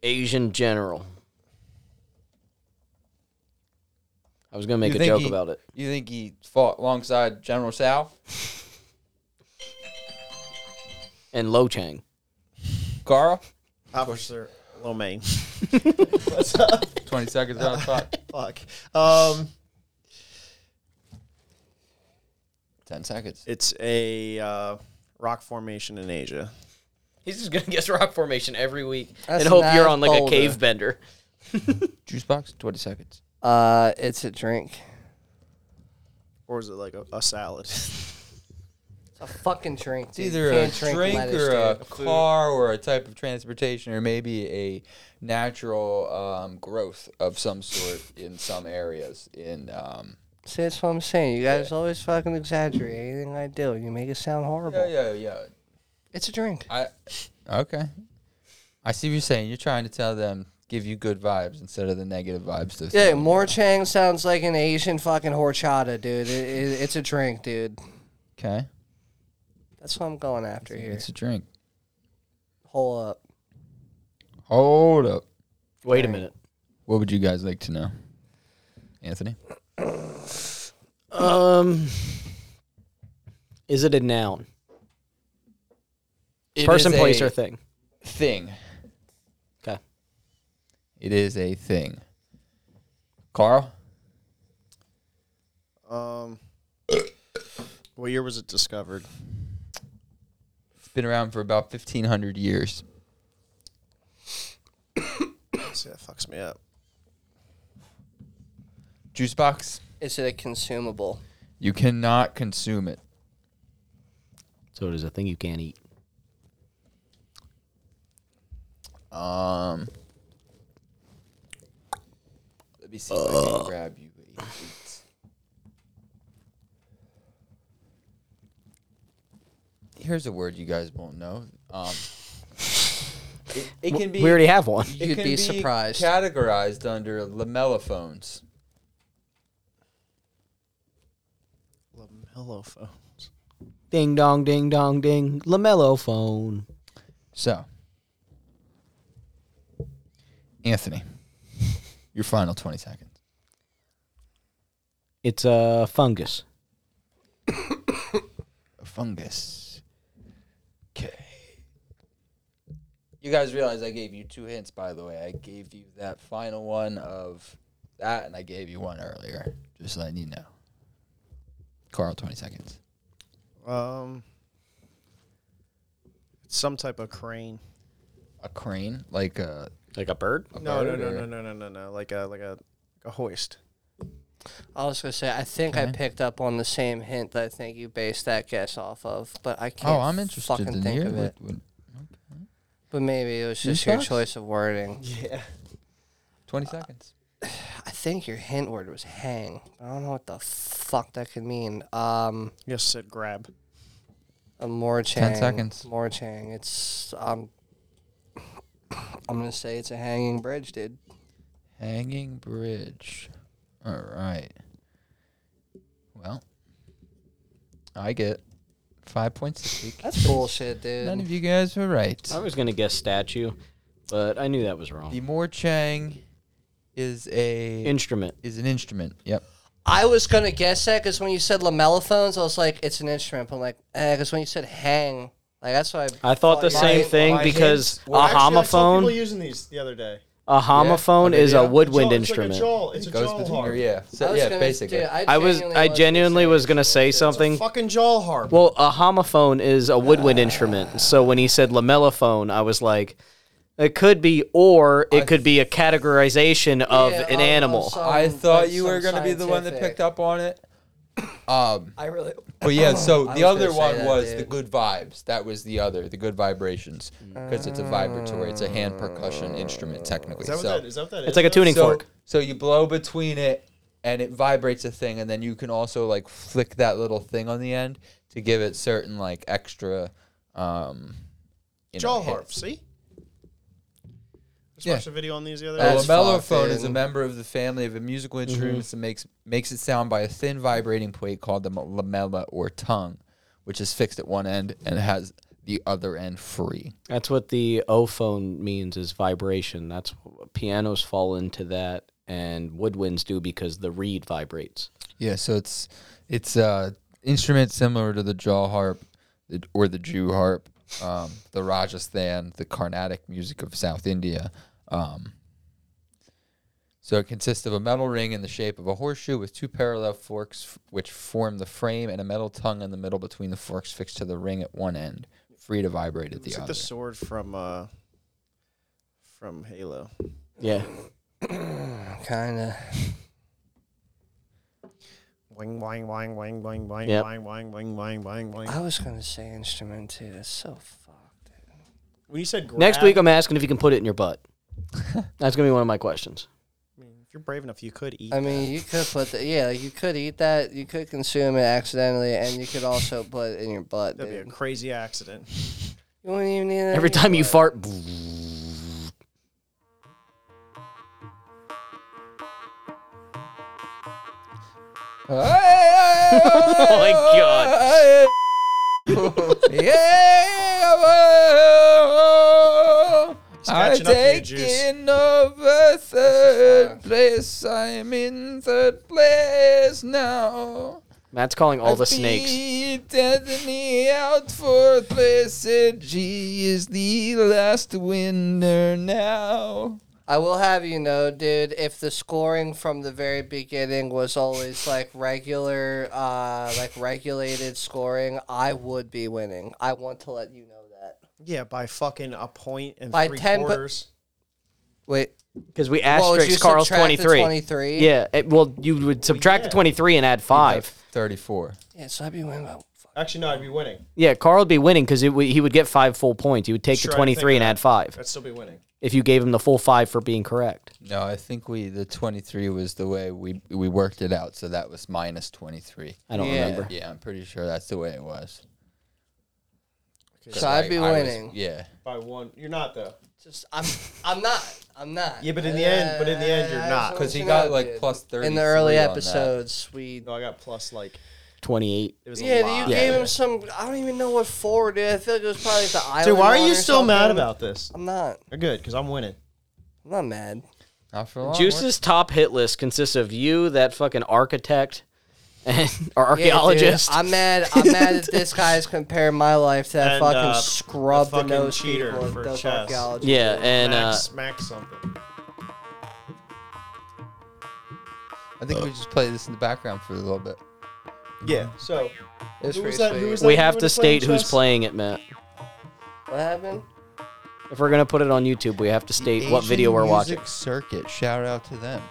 Speaker 6: Asian general. I was gonna make
Speaker 7: You
Speaker 6: a
Speaker 7: think
Speaker 6: joke
Speaker 7: he-
Speaker 6: about it.
Speaker 7: You think he fought alongside General Sal?
Speaker 6: And Lo Chang.
Speaker 7: Carl?
Speaker 2: Officer Lomain.
Speaker 7: 20 seconds on the clock.
Speaker 2: Fuck. Um,
Speaker 7: 10 seconds.
Speaker 2: it's a uh, rock formation in Asia.
Speaker 6: He's just gonna guess rock formation every week
Speaker 4: That's
Speaker 6: and hope you're
Speaker 4: not
Speaker 6: on like
Speaker 4: Boulder.
Speaker 6: a cave bender.
Speaker 7: Juice box? 20 seconds.
Speaker 4: Uh, it's a drink.
Speaker 2: Or is it like a, a salad?
Speaker 4: It's a fucking drink.
Speaker 7: It's either a drink or a car or a type of transportation or maybe a natural um, growth of some sort in some areas. In um,
Speaker 4: See, that's what I'm saying. You guys always fucking exaggerate anything I do. You make it sound horrible.
Speaker 7: Yeah, yeah, yeah.
Speaker 4: It's a drink.
Speaker 7: I okay. I see what you're saying. You're trying to tell them give you good vibes instead of the negative vibes. To
Speaker 4: Yeah, Morchang sounds like an Asian fucking horchata, dude. It, it, it's a drink, dude.
Speaker 7: Okay.
Speaker 4: That's what I'm going after here.
Speaker 7: It's a drink.
Speaker 4: Hole up.
Speaker 7: Hold up.
Speaker 6: Wait a minute.
Speaker 7: What would you guys like to know, Anthony?
Speaker 6: Um, is it a noun? Person, place, or thing?
Speaker 7: thing.
Speaker 6: Okay.
Speaker 7: It is a thing. Carl.
Speaker 2: Um, what year was it discovered?
Speaker 7: It's been around for about fifteen hundred years.
Speaker 2: See, that fucks me up.
Speaker 7: Juice box.
Speaker 4: Is it a consumable?
Speaker 7: You cannot consume it.
Speaker 6: So it is a thing you can't eat.
Speaker 7: Um. Let me see if I can grab you. a date. Here's a word you guys won't know. Um, it, it can be.
Speaker 6: We already have one.
Speaker 7: it
Speaker 4: You'd
Speaker 7: can
Speaker 4: be surprised.
Speaker 7: Categorized under lamellophones.
Speaker 2: Lamello phones.
Speaker 6: Ding dong, ding dong, ding. Lamello phone.
Speaker 7: So, Anthony, your final twenty seconds.
Speaker 6: It's a fungus.
Speaker 7: A fungus. Okay. You guys realize I gave you two hints, by the way. I gave you that final one of that, and I gave you one earlier. Just letting you know. Carl, 20 seconds.
Speaker 2: Um, some type of crane.
Speaker 7: A crane? Like uh, a.
Speaker 6: Like a bird?
Speaker 7: a
Speaker 2: No, no,
Speaker 7: bird
Speaker 2: no,
Speaker 7: or-
Speaker 2: no, no, no, no, no. Like a like a, a hoist.
Speaker 4: I was gonna say I think I picked up on the same hint that I think you based that guess off of, but I can't.
Speaker 7: Oh, I'm interested
Speaker 4: fucking
Speaker 7: in
Speaker 4: think
Speaker 7: here.
Speaker 4: of it. But maybe it was
Speaker 7: You
Speaker 4: just your
Speaker 7: sucks.
Speaker 4: choice of wording.
Speaker 7: 20 seconds.
Speaker 4: I think your hint word was hang. I don't know what the fuck that could mean. Um,
Speaker 2: You just said grab.
Speaker 4: a morchang.
Speaker 7: seconds.
Speaker 4: Morchang. It's um. I'm gonna say it's a hanging bridge, dude.
Speaker 7: Hanging bridge. All right. Well, I get Five points this week.
Speaker 4: That's bullshit, dude.
Speaker 7: None of you guys were right.
Speaker 6: I was gonna guess statue, but I knew that was wrong.
Speaker 7: The Moor Chang is a
Speaker 6: Instrument.
Speaker 7: is an instrument. Yep.
Speaker 4: I was gonna guess that because when you said lamellophones, I was like, it's an instrument. But I'm like, eh, because when you said hang, like that's why. I,
Speaker 6: I thought the
Speaker 4: Well,
Speaker 6: same
Speaker 4: my-
Speaker 6: thing
Speaker 2: my
Speaker 6: because
Speaker 2: hands- well,
Speaker 6: a
Speaker 2: actually, I saw people
Speaker 6: homophone,
Speaker 2: using these the other day.
Speaker 6: a homophone is a woodwind
Speaker 2: It's
Speaker 6: instrument.
Speaker 2: Like a jaw. It's a
Speaker 7: Goes
Speaker 2: jaw
Speaker 7: between
Speaker 2: harp.
Speaker 7: or yeah. So,
Speaker 4: was
Speaker 7: yeah,
Speaker 4: gonna-
Speaker 7: basically.
Speaker 4: dude,
Speaker 6: I was, I genuinely was gonna say something.
Speaker 2: Fucking jaw harp.
Speaker 6: Well, a homophone is a woodwind instrument. So when he said lamellophone, I was like, it could be, or it could be a categorization of
Speaker 4: Yeah,
Speaker 6: an
Speaker 4: of- of
Speaker 6: animal.
Speaker 4: some-
Speaker 7: I thought you
Speaker 4: some
Speaker 7: were gonna be the one that
Speaker 4: scientific-
Speaker 7: picked up on it. Um,
Speaker 4: I really.
Speaker 7: but yeah, so
Speaker 4: I was
Speaker 7: the
Speaker 4: gonna
Speaker 7: other
Speaker 4: say
Speaker 7: one
Speaker 4: that,
Speaker 7: was
Speaker 4: dude.
Speaker 7: the good vibes. That was the other, the good vibrations, because it's a vibratory. It's a hand percussion instrument technically.
Speaker 2: Is that what
Speaker 7: so
Speaker 2: that is? That what that
Speaker 6: It's
Speaker 2: is,
Speaker 6: like a
Speaker 2: though?
Speaker 6: tuning
Speaker 7: so,
Speaker 6: fork.
Speaker 7: So you blow between it, and it vibrates a thing, and then you can also like flick that little thing on the end to give it certain like extra. Um, you know,
Speaker 2: Jaw
Speaker 7: hits.
Speaker 2: harp. See. Just
Speaker 7: Yeah.
Speaker 2: watched a video on these the other
Speaker 7: A
Speaker 2: day.
Speaker 4: That's
Speaker 7: lamellophone
Speaker 4: fucking- Mm-hmm.
Speaker 7: is a member of the family of musical instruments that makes makes it sound by a thin vibrating plate called the m- lamella or tongue, which is fixed at one end and has the other end free.
Speaker 6: That's what the O phone means is vibration. That's pianos fall into that, and woodwinds do because the reed vibrates.
Speaker 7: Yeah, so it's it's uh instrument similar to the jaw harp the- or the Jew harp, um, the Rajasthan, the Carnatic music of South India. Um, so it consists of a metal ring in the shape of a horseshoe with two parallel forks f- which form the frame and a metal tongue in the middle between the forks fixed to the ring at one end, free to vibrate at the
Speaker 2: It's like
Speaker 7: other.
Speaker 2: the sword from uh, from Halo.
Speaker 6: Yeah.
Speaker 4: Kinda.
Speaker 2: Wing, wang, wang, wang, wang, wang,
Speaker 6: Yep.
Speaker 2: wang, wang, wang, wang, wang, wang.
Speaker 4: I was gonna say instrument too. That's so fucked.
Speaker 2: When you said grab,
Speaker 6: Next week, I'm asking if you can put it in your butt. That's gonna be one of my questions.
Speaker 2: I mean, if you're brave enough, you could eat.
Speaker 4: I mean, you could put the yeah, you could eat that, you could consume it accidentally, and you could also put it in your butt,
Speaker 2: That'd be a
Speaker 4: dude.
Speaker 2: crazy accident.
Speaker 4: You wouldn't even need that.
Speaker 6: Every time you fart, oh my god.
Speaker 7: yeah, I
Speaker 2: catching up to your
Speaker 7: take
Speaker 2: juice.
Speaker 7: in over third place. I'm in third place now.
Speaker 6: Matt's calling all the snakes.
Speaker 7: Beat me out fourth place. And G is the last winner now.
Speaker 4: I will have you know, dude, if the scoring from the very beginning was always like regular, uh, like regulated scoring, I would be winning. I want to let you know that.
Speaker 2: Yeah, by fucking a point and
Speaker 4: By
Speaker 2: three
Speaker 4: 10, but-
Speaker 2: quarters.
Speaker 4: Wait,
Speaker 6: Because we
Speaker 4: well, would
Speaker 6: asterisk
Speaker 4: you
Speaker 6: Carl's
Speaker 4: subtract the
Speaker 6: 23.
Speaker 4: 23?
Speaker 6: Yeah, it- well, you would subtract the 23 and add 5.
Speaker 7: 34.
Speaker 4: Yeah, so I'd be winning. By, fuck.
Speaker 2: Actually, no, I'd be winning.
Speaker 6: Yeah, Carl would be winning because he would get 5 full points. He would take
Speaker 2: Sure,
Speaker 6: the
Speaker 2: I
Speaker 6: 23
Speaker 2: think
Speaker 6: and
Speaker 2: that-
Speaker 6: add 5
Speaker 2: I'd still be winning.
Speaker 6: if you gave him the full 5 for being correct.
Speaker 7: No, I think we the 23 was the way we we worked it out. So that was minus 23.
Speaker 6: I don't
Speaker 4: Yeah.
Speaker 6: remember.
Speaker 7: Yeah, I'm pretty sure that's the way it was.
Speaker 4: So I'd be
Speaker 7: I was-
Speaker 4: winning.
Speaker 7: yeah.
Speaker 2: By one, you're not though.
Speaker 4: Just I'm, I'm not, I'm not.
Speaker 2: Yeah, but in the end- but in the end, you're
Speaker 4: I- I
Speaker 2: not.
Speaker 4: just
Speaker 7: Because he
Speaker 4: want you to
Speaker 7: got
Speaker 4: know,
Speaker 7: like
Speaker 4: dude.
Speaker 7: plus 30
Speaker 4: in the early episodes. We
Speaker 2: No, I got plus like
Speaker 6: 28.
Speaker 2: it was a
Speaker 4: Yeah,
Speaker 2: lot.
Speaker 4: you gave him some. I don't even know what forward. Dude. I feel like it was probably like the island.
Speaker 2: Dude, why are
Speaker 4: one
Speaker 2: you
Speaker 4: or
Speaker 2: still mad
Speaker 4: something.
Speaker 2: about this?
Speaker 4: I'm not.
Speaker 2: You're good because I'm winning.
Speaker 4: I'm not mad.
Speaker 7: Not for long.
Speaker 6: Juice's top hit list consists of you, that fucking architect, and
Speaker 4: Yeah, dude,
Speaker 6: our archaeologist.
Speaker 4: I'm mad. I'm mad that this guy's comparing my life to that
Speaker 2: And,
Speaker 4: fucking
Speaker 2: uh,
Speaker 4: scrub
Speaker 2: the fucking
Speaker 4: the nose
Speaker 2: cheater
Speaker 4: people.
Speaker 2: for
Speaker 4: those
Speaker 2: chess.
Speaker 4: archaeologists.
Speaker 6: yeah, and uh,
Speaker 2: Max, Max something.
Speaker 7: I think we just play this in the background for a little bit.
Speaker 2: Yeah. So
Speaker 4: It's
Speaker 2: who was
Speaker 4: pretty
Speaker 2: that? Who
Speaker 4: sweet.
Speaker 2: was that
Speaker 6: we
Speaker 2: you
Speaker 6: have
Speaker 2: were
Speaker 6: to
Speaker 2: playing
Speaker 6: state who's
Speaker 2: chess?
Speaker 6: playing it, Matt.
Speaker 4: What happened?
Speaker 6: If we're gonna put it on YouTube, we have to state what video we're watching.
Speaker 7: Circuit. Shout out to them.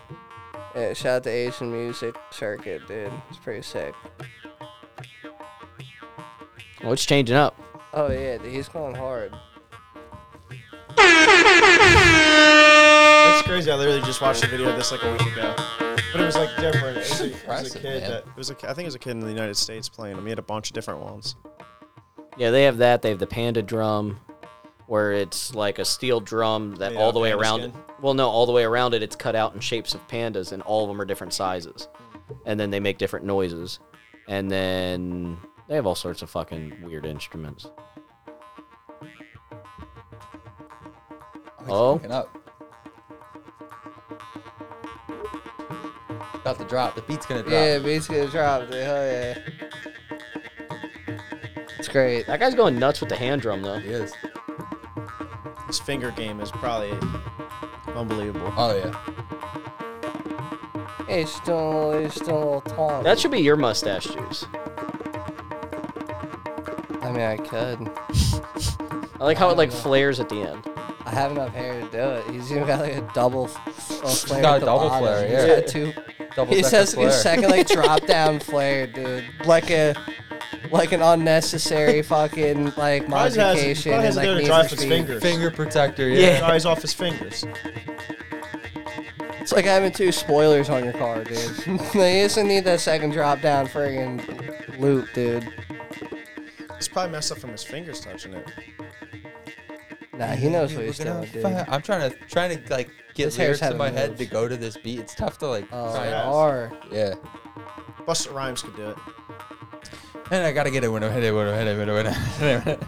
Speaker 4: Yeah, shout out to Asian music circuit, dude. It's pretty sick.
Speaker 6: Well, it's changing up.
Speaker 4: Oh yeah, dude, he's going hard.
Speaker 2: It's crazy. I literally just watched a video of this like a week ago. But it was like different. It was a, it was a
Speaker 7: impressive,
Speaker 2: kid
Speaker 7: man.
Speaker 2: that it was a, I think it was a kid in the United States playing them. He had a bunch of different ones.
Speaker 6: Yeah, they have that. They have the panda drum, where it's like a steel drum that
Speaker 2: Made out
Speaker 6: all
Speaker 2: of
Speaker 6: the way
Speaker 2: panda
Speaker 6: around.
Speaker 2: skin?
Speaker 6: It, well, no, all the way around it, it's cut out in shapes of pandas, and all of them are different sizes. And then they make different noises. And then They have all sorts of fucking weird instruments. Oh,
Speaker 7: Fucking up. About to drop. The beat's gonna drop.
Speaker 4: Yeah, beat's gonna drop, dude. Hell yeah. It's great.
Speaker 6: that guy's going nuts with the hand drum though.
Speaker 7: He is.
Speaker 2: His finger game is probably unbelievable.
Speaker 7: Oh yeah.
Speaker 4: Hey, it's still, it's still tall.
Speaker 6: That should be your mustache juice.
Speaker 4: I mean, I could.
Speaker 6: I like how it like flares at the end.
Speaker 4: I have enough hair to do it. He's even got like a double, f- a flare.
Speaker 7: got
Speaker 4: at
Speaker 7: a
Speaker 4: the
Speaker 7: double
Speaker 4: bottom.
Speaker 7: flare,
Speaker 4: He's
Speaker 7: yeah.
Speaker 4: got two.
Speaker 7: Double
Speaker 4: He
Speaker 7: second
Speaker 4: says
Speaker 7: flare.
Speaker 4: a second like drop down flare, dude. Like a, like an unnecessary fucking like
Speaker 2: Probably has-
Speaker 4: modification and
Speaker 2: probably has to
Speaker 4: like
Speaker 2: go to
Speaker 4: Need
Speaker 2: dry
Speaker 4: for
Speaker 2: for his
Speaker 4: Speed.
Speaker 2: fingers.
Speaker 7: Finger protector. Yeah.
Speaker 2: His eyes off his fingers.
Speaker 4: It's like having two spoilers on your car, dude. they just need that second drop down friggin' loop, dude.
Speaker 2: It's probably messed up from his fingers touching it.
Speaker 4: Nah, he knows what he's
Speaker 7: We're gonna
Speaker 4: doing, dude.
Speaker 7: fi- I'm trying to trying to like get
Speaker 4: His hair's
Speaker 7: lyrics in
Speaker 4: having
Speaker 7: my head
Speaker 4: moves.
Speaker 7: to go to this beat. It's tough to like.
Speaker 4: Oh,
Speaker 7: try
Speaker 4: they
Speaker 7: and-
Speaker 4: are.
Speaker 7: yeah.
Speaker 2: Buster Rhymes could do it.
Speaker 7: And I gotta get a window, window, window, window, window, window, window.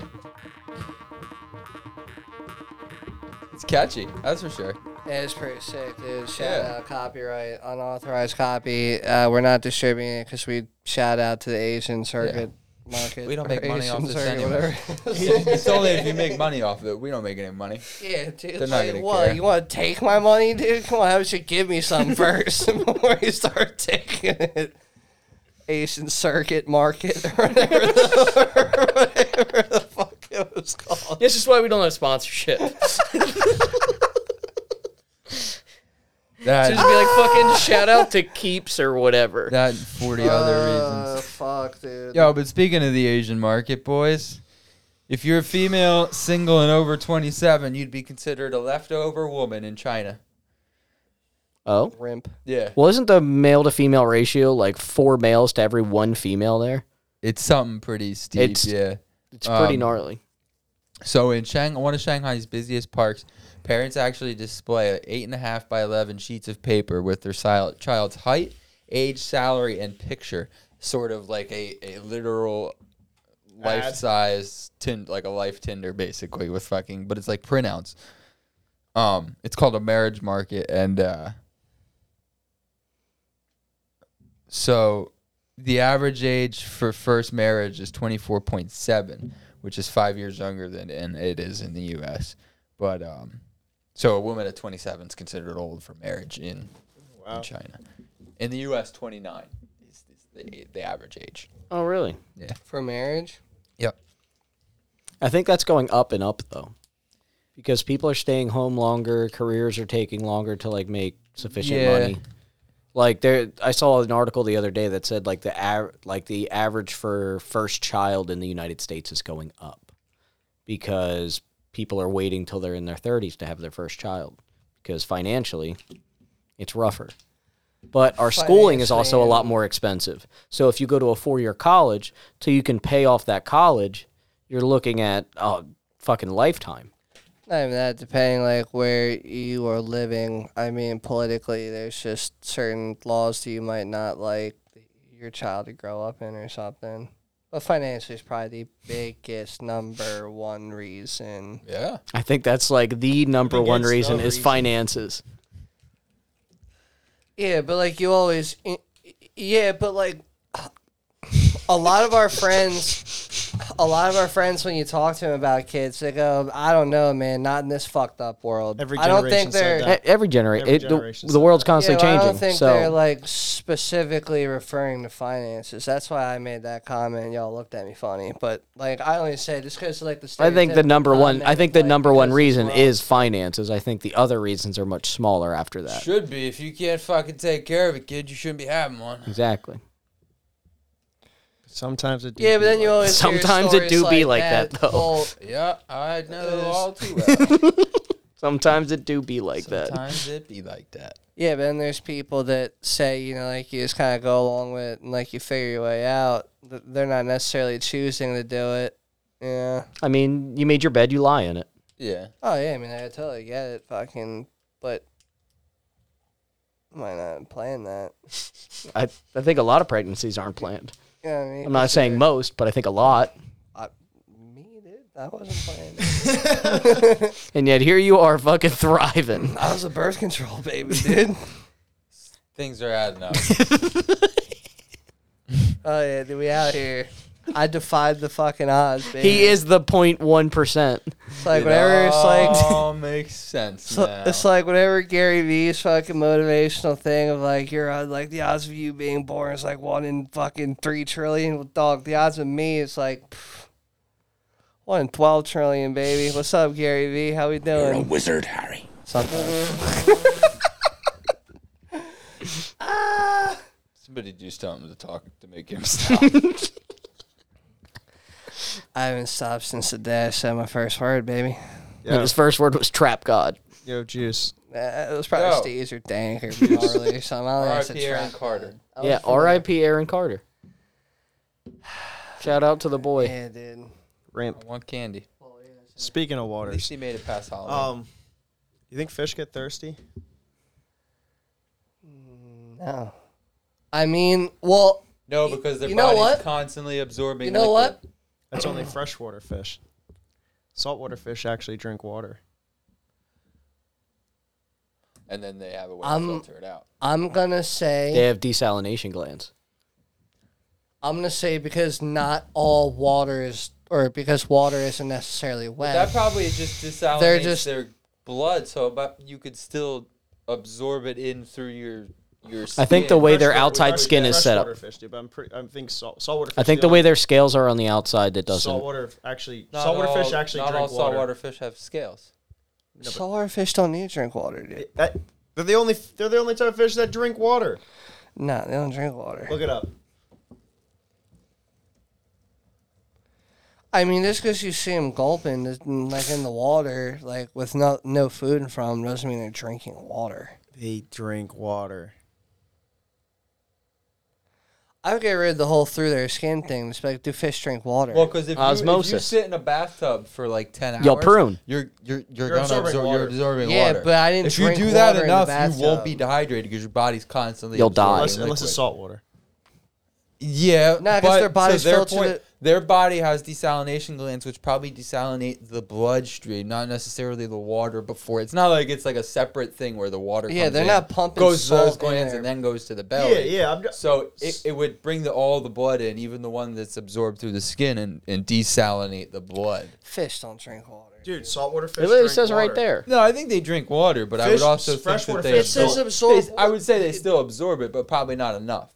Speaker 7: It's catchy, that's for sure.
Speaker 4: Yeah, it's pretty sick, dude. Shout
Speaker 7: Yeah.
Speaker 4: out copyright, unauthorized copy. Uh, we're not distributing it because we shout out to the Asian circuit market.
Speaker 7: We don't
Speaker 4: or
Speaker 7: make money off
Speaker 4: Asian
Speaker 7: this
Speaker 4: circuit,
Speaker 7: anyway.
Speaker 4: whatever.
Speaker 7: It's only if you make money off of it. We don't make any money.
Speaker 4: yeah, dude.
Speaker 7: They're not
Speaker 4: like,
Speaker 7: gonna
Speaker 4: what?
Speaker 7: care.
Speaker 4: You want to take my money, dude? Come on, how about you give me some first before you start taking it? Asian circuit market or whatever the, or whatever the fuck it was called.
Speaker 11: This is why we don't have sponsorship. Just
Speaker 7: That,
Speaker 11: be like fucking shout out to Keeps or whatever.
Speaker 7: that and 40 other
Speaker 4: Uh,
Speaker 7: reasons.
Speaker 4: fuck, dude.
Speaker 7: Yo, but speaking of the Asian market, boys, if you're a female, single, and over 27, you'd be considered a leftover woman in China.
Speaker 6: Oh,
Speaker 4: Rimp.
Speaker 7: Yeah.
Speaker 6: well, isn't the male to female ratio like four males to every one female there?
Speaker 7: It's something pretty steep,
Speaker 6: It's-
Speaker 7: yeah.
Speaker 6: It's pretty
Speaker 7: Um,
Speaker 6: gnarly.
Speaker 7: So in Shanghai, one of Shanghai's busiest parks, parents actually display eight and a half by eleven sheets of paper with their sil- child's height, age, salary, and picture, sort of like a, a literal life size tin like a life Tinder basically with fucking, but it's like printouts. Um, it's called a marriage market, and uh, so the average age for first marriage is 24.7 which is five years younger than and it is in the us but um so a woman at 27 is considered old for marriage in, in china in the us 29 is, is the, the average age
Speaker 6: Oh, really?
Speaker 4: For marriage?
Speaker 7: yep
Speaker 6: I think that's going up and up though, because people are staying home longer. Careers are taking longer to like make sufficient
Speaker 7: Yeah.
Speaker 6: money. Like there, I saw an article the other day that said like the av- like the average for first child in the United States is going up because people are waiting till they're in their thirties to have their first child because financially, it's rougher. But our schooling is also a lot more expensive. So if you go to a four year college, till you can pay off that college, you're looking at a fucking lifetime.
Speaker 4: Not even that, depending like where you are living. I mean, politically, there's just certain laws that you might not like your child to grow up in or something. But financially is probably the biggest number one reason.
Speaker 7: yeah
Speaker 6: I think that's like the number one
Speaker 2: Biggest
Speaker 6: reason
Speaker 2: the
Speaker 6: is
Speaker 2: reason.
Speaker 6: finances.
Speaker 4: Yeah, but like you always, yeah, but like a lot of our friends, a lot of our friends, when you talk to them about kids, they go, "I don't know, man, not in this fucked up world."
Speaker 2: Every
Speaker 4: I don't think
Speaker 2: generation said
Speaker 4: they're.
Speaker 2: that.
Speaker 6: E- Every generation,
Speaker 2: Every
Speaker 6: it, the,
Speaker 2: generation
Speaker 6: the
Speaker 2: said
Speaker 6: world's
Speaker 2: that.
Speaker 6: constantly
Speaker 4: Yeah, well,
Speaker 6: changing.
Speaker 4: I don't think they're
Speaker 6: so
Speaker 4: like specifically referring to finances. That's why I made that comment. Y'all looked at me funny, but like I only say this because like the.
Speaker 6: I think the
Speaker 4: stereotypical
Speaker 6: number one, I
Speaker 4: comment,
Speaker 6: think the
Speaker 4: like,
Speaker 6: number one
Speaker 4: because
Speaker 6: reason
Speaker 4: it's
Speaker 6: is finances. I think the other reasons are much smaller after that.
Speaker 7: should be if you can't fucking take care of a kid you shouldn't be having one
Speaker 6: Exactly.
Speaker 2: Sometimes it.
Speaker 4: Yeah, but then you always hear
Speaker 6: Sometimes it do
Speaker 4: stories
Speaker 6: be like that, though.
Speaker 4: Well,
Speaker 7: yeah i know
Speaker 4: Yes.
Speaker 7: all too well
Speaker 6: Sometimes it do be like that.
Speaker 7: sometimes it be like that
Speaker 4: yeah, but then there's people that say you know like you just kind of go along with it and like you figure your way out. Th- They're not necessarily choosing to do it. Yeah.
Speaker 6: I mean, you made your bed, you lie in it.
Speaker 7: yeah
Speaker 4: Oh yeah, I mean I totally get it, fucking, but. Am I not plan that?
Speaker 6: I, I think a lot of pregnancies aren't planned.
Speaker 4: You know what I mean?
Speaker 6: I'm not saying most, but I think a lot.
Speaker 4: I, me, dude. I wasn't playing.
Speaker 6: And yet here you are fucking thriving.
Speaker 4: I was a birth control baby, dude.
Speaker 7: Things are adding up.
Speaker 4: oh yeah, dude, we out here. I defied the fucking odds, baby.
Speaker 6: He is the 0.1%.
Speaker 4: It's like whenever it's like
Speaker 7: all makes sense
Speaker 4: So
Speaker 7: now.
Speaker 4: it's like whenever Gary Vee's fucking motivational thing of like you're uh, like the odds of you being born is like one in fucking three trillion. Well, Dog, the odds of me is like pff, one in twelve trillion, baby. What's up, Gary Vee? How we doing? You're a wizard, Harry.
Speaker 7: Somebody just tell him to talk to make him stop.
Speaker 4: I haven't stopped since the day I said my first word, baby.
Speaker 6: And his first word was trap god.
Speaker 2: Yo, juice.
Speaker 4: Uh, it was probably
Speaker 7: Yo.
Speaker 4: Steve's or Dank or Marley or something. I don't think it's a
Speaker 7: R.I.P. Aaron
Speaker 4: trap.
Speaker 7: Carter.
Speaker 6: Yeah, R.I.P. Aaron Carter. Shout out to the boy.
Speaker 4: Yeah, dude.
Speaker 2: Ramp.
Speaker 7: I want candy.
Speaker 2: Speaking of
Speaker 7: At least
Speaker 2: waters,
Speaker 7: he made it past Halloween.
Speaker 2: um, you think fish get thirsty?
Speaker 4: No. I mean, well,
Speaker 7: no, because their
Speaker 4: you know
Speaker 7: body's
Speaker 4: what?
Speaker 7: constantly absorbing.
Speaker 4: you know what?
Speaker 7: liquid.
Speaker 2: That's only freshwater fish. Saltwater fish actually drink water.
Speaker 7: And then they have a way to
Speaker 4: I'm-
Speaker 7: filter it out.
Speaker 4: I'm gonna say
Speaker 6: They have desalination glands.
Speaker 4: I'm gonna say because not all water is, or because water isn't necessarily
Speaker 7: That
Speaker 4: wet.
Speaker 7: probably just desalinates
Speaker 4: They're just-
Speaker 7: their blood, so but you could still absorb it in through your your. Skin.
Speaker 6: I think the way their
Speaker 2: Freshwater-
Speaker 6: outside
Speaker 2: freshwater-
Speaker 6: skin is set up.
Speaker 2: freshwater Fish, do, but I'm pretty. I think salt, saltwater. Fish
Speaker 6: I think the way their scales are on the outside that doesn't.
Speaker 2: saltwater f- actually
Speaker 7: Not
Speaker 2: saltwater
Speaker 7: all-
Speaker 2: fish actually
Speaker 7: not
Speaker 2: drink
Speaker 7: all
Speaker 2: water.
Speaker 7: saltwater fish have scales.
Speaker 4: Saltwater fish don't need to drink water, dude.
Speaker 2: That- they're the only. They're the only type of fish that drink water.
Speaker 4: No, they don't drink water.
Speaker 2: Look it up.
Speaker 4: I mean, just because you see them gulping, just in- like in the water, like with no no food in front of 'em, doesn't mean they're drinking water.
Speaker 2: They drink water.
Speaker 4: I would get rid of the whole through their skin thing. It's like, do fish drink water?
Speaker 7: Well, because if, you- if you
Speaker 6: Osmosis.
Speaker 7: sit in a bathtub for like ten hours,
Speaker 6: You'll prune.
Speaker 7: You're you're you're,
Speaker 2: You're
Speaker 7: gonna
Speaker 2: absorbing
Speaker 7: absorb,
Speaker 2: water.
Speaker 7: you're absorbing
Speaker 4: Yeah,
Speaker 7: water.
Speaker 4: but I didn't
Speaker 7: If
Speaker 4: drink
Speaker 7: you do that
Speaker 4: water in the
Speaker 7: enough, you won't be
Speaker 4: bathtub.
Speaker 7: dehydrated because your body's constantly.
Speaker 6: You'll
Speaker 7: absorbing
Speaker 6: die.
Speaker 2: Unless, unless
Speaker 7: liquid.
Speaker 2: it's saltwater.
Speaker 7: Yeah,
Speaker 4: No, 'cause
Speaker 7: but
Speaker 4: their body's
Speaker 7: so their
Speaker 4: filtered
Speaker 7: point-
Speaker 4: it-
Speaker 7: Their body has desalination glands, which probably desalinate the bloodstream, not necessarily the water before. It's not like it's like a separate thing where the water.
Speaker 4: Yeah,
Speaker 7: comes
Speaker 4: they're
Speaker 7: in,
Speaker 4: not pumping
Speaker 7: Goes uh, to those
Speaker 4: salt in
Speaker 7: glands
Speaker 4: there.
Speaker 7: and then goes to the
Speaker 2: Yeah,
Speaker 7: belly.
Speaker 2: yeah. I'm, just,
Speaker 7: So it, it would bring the, all the blood in, even the one that's absorbed through the skin, and, and desalinate the blood.
Speaker 4: fish don't drink water.
Speaker 2: dude, saltwater fish.
Speaker 6: It literally
Speaker 2: drink
Speaker 6: says right
Speaker 2: water.
Speaker 6: there.
Speaker 7: No, I think they drink water, but I would
Speaker 2: Fish-
Speaker 7: also think
Speaker 2: freshwater
Speaker 7: that they
Speaker 2: fish- It
Speaker 7: absorb,
Speaker 4: says absorb-
Speaker 7: they- I would say they still absorb it, but probably not enough.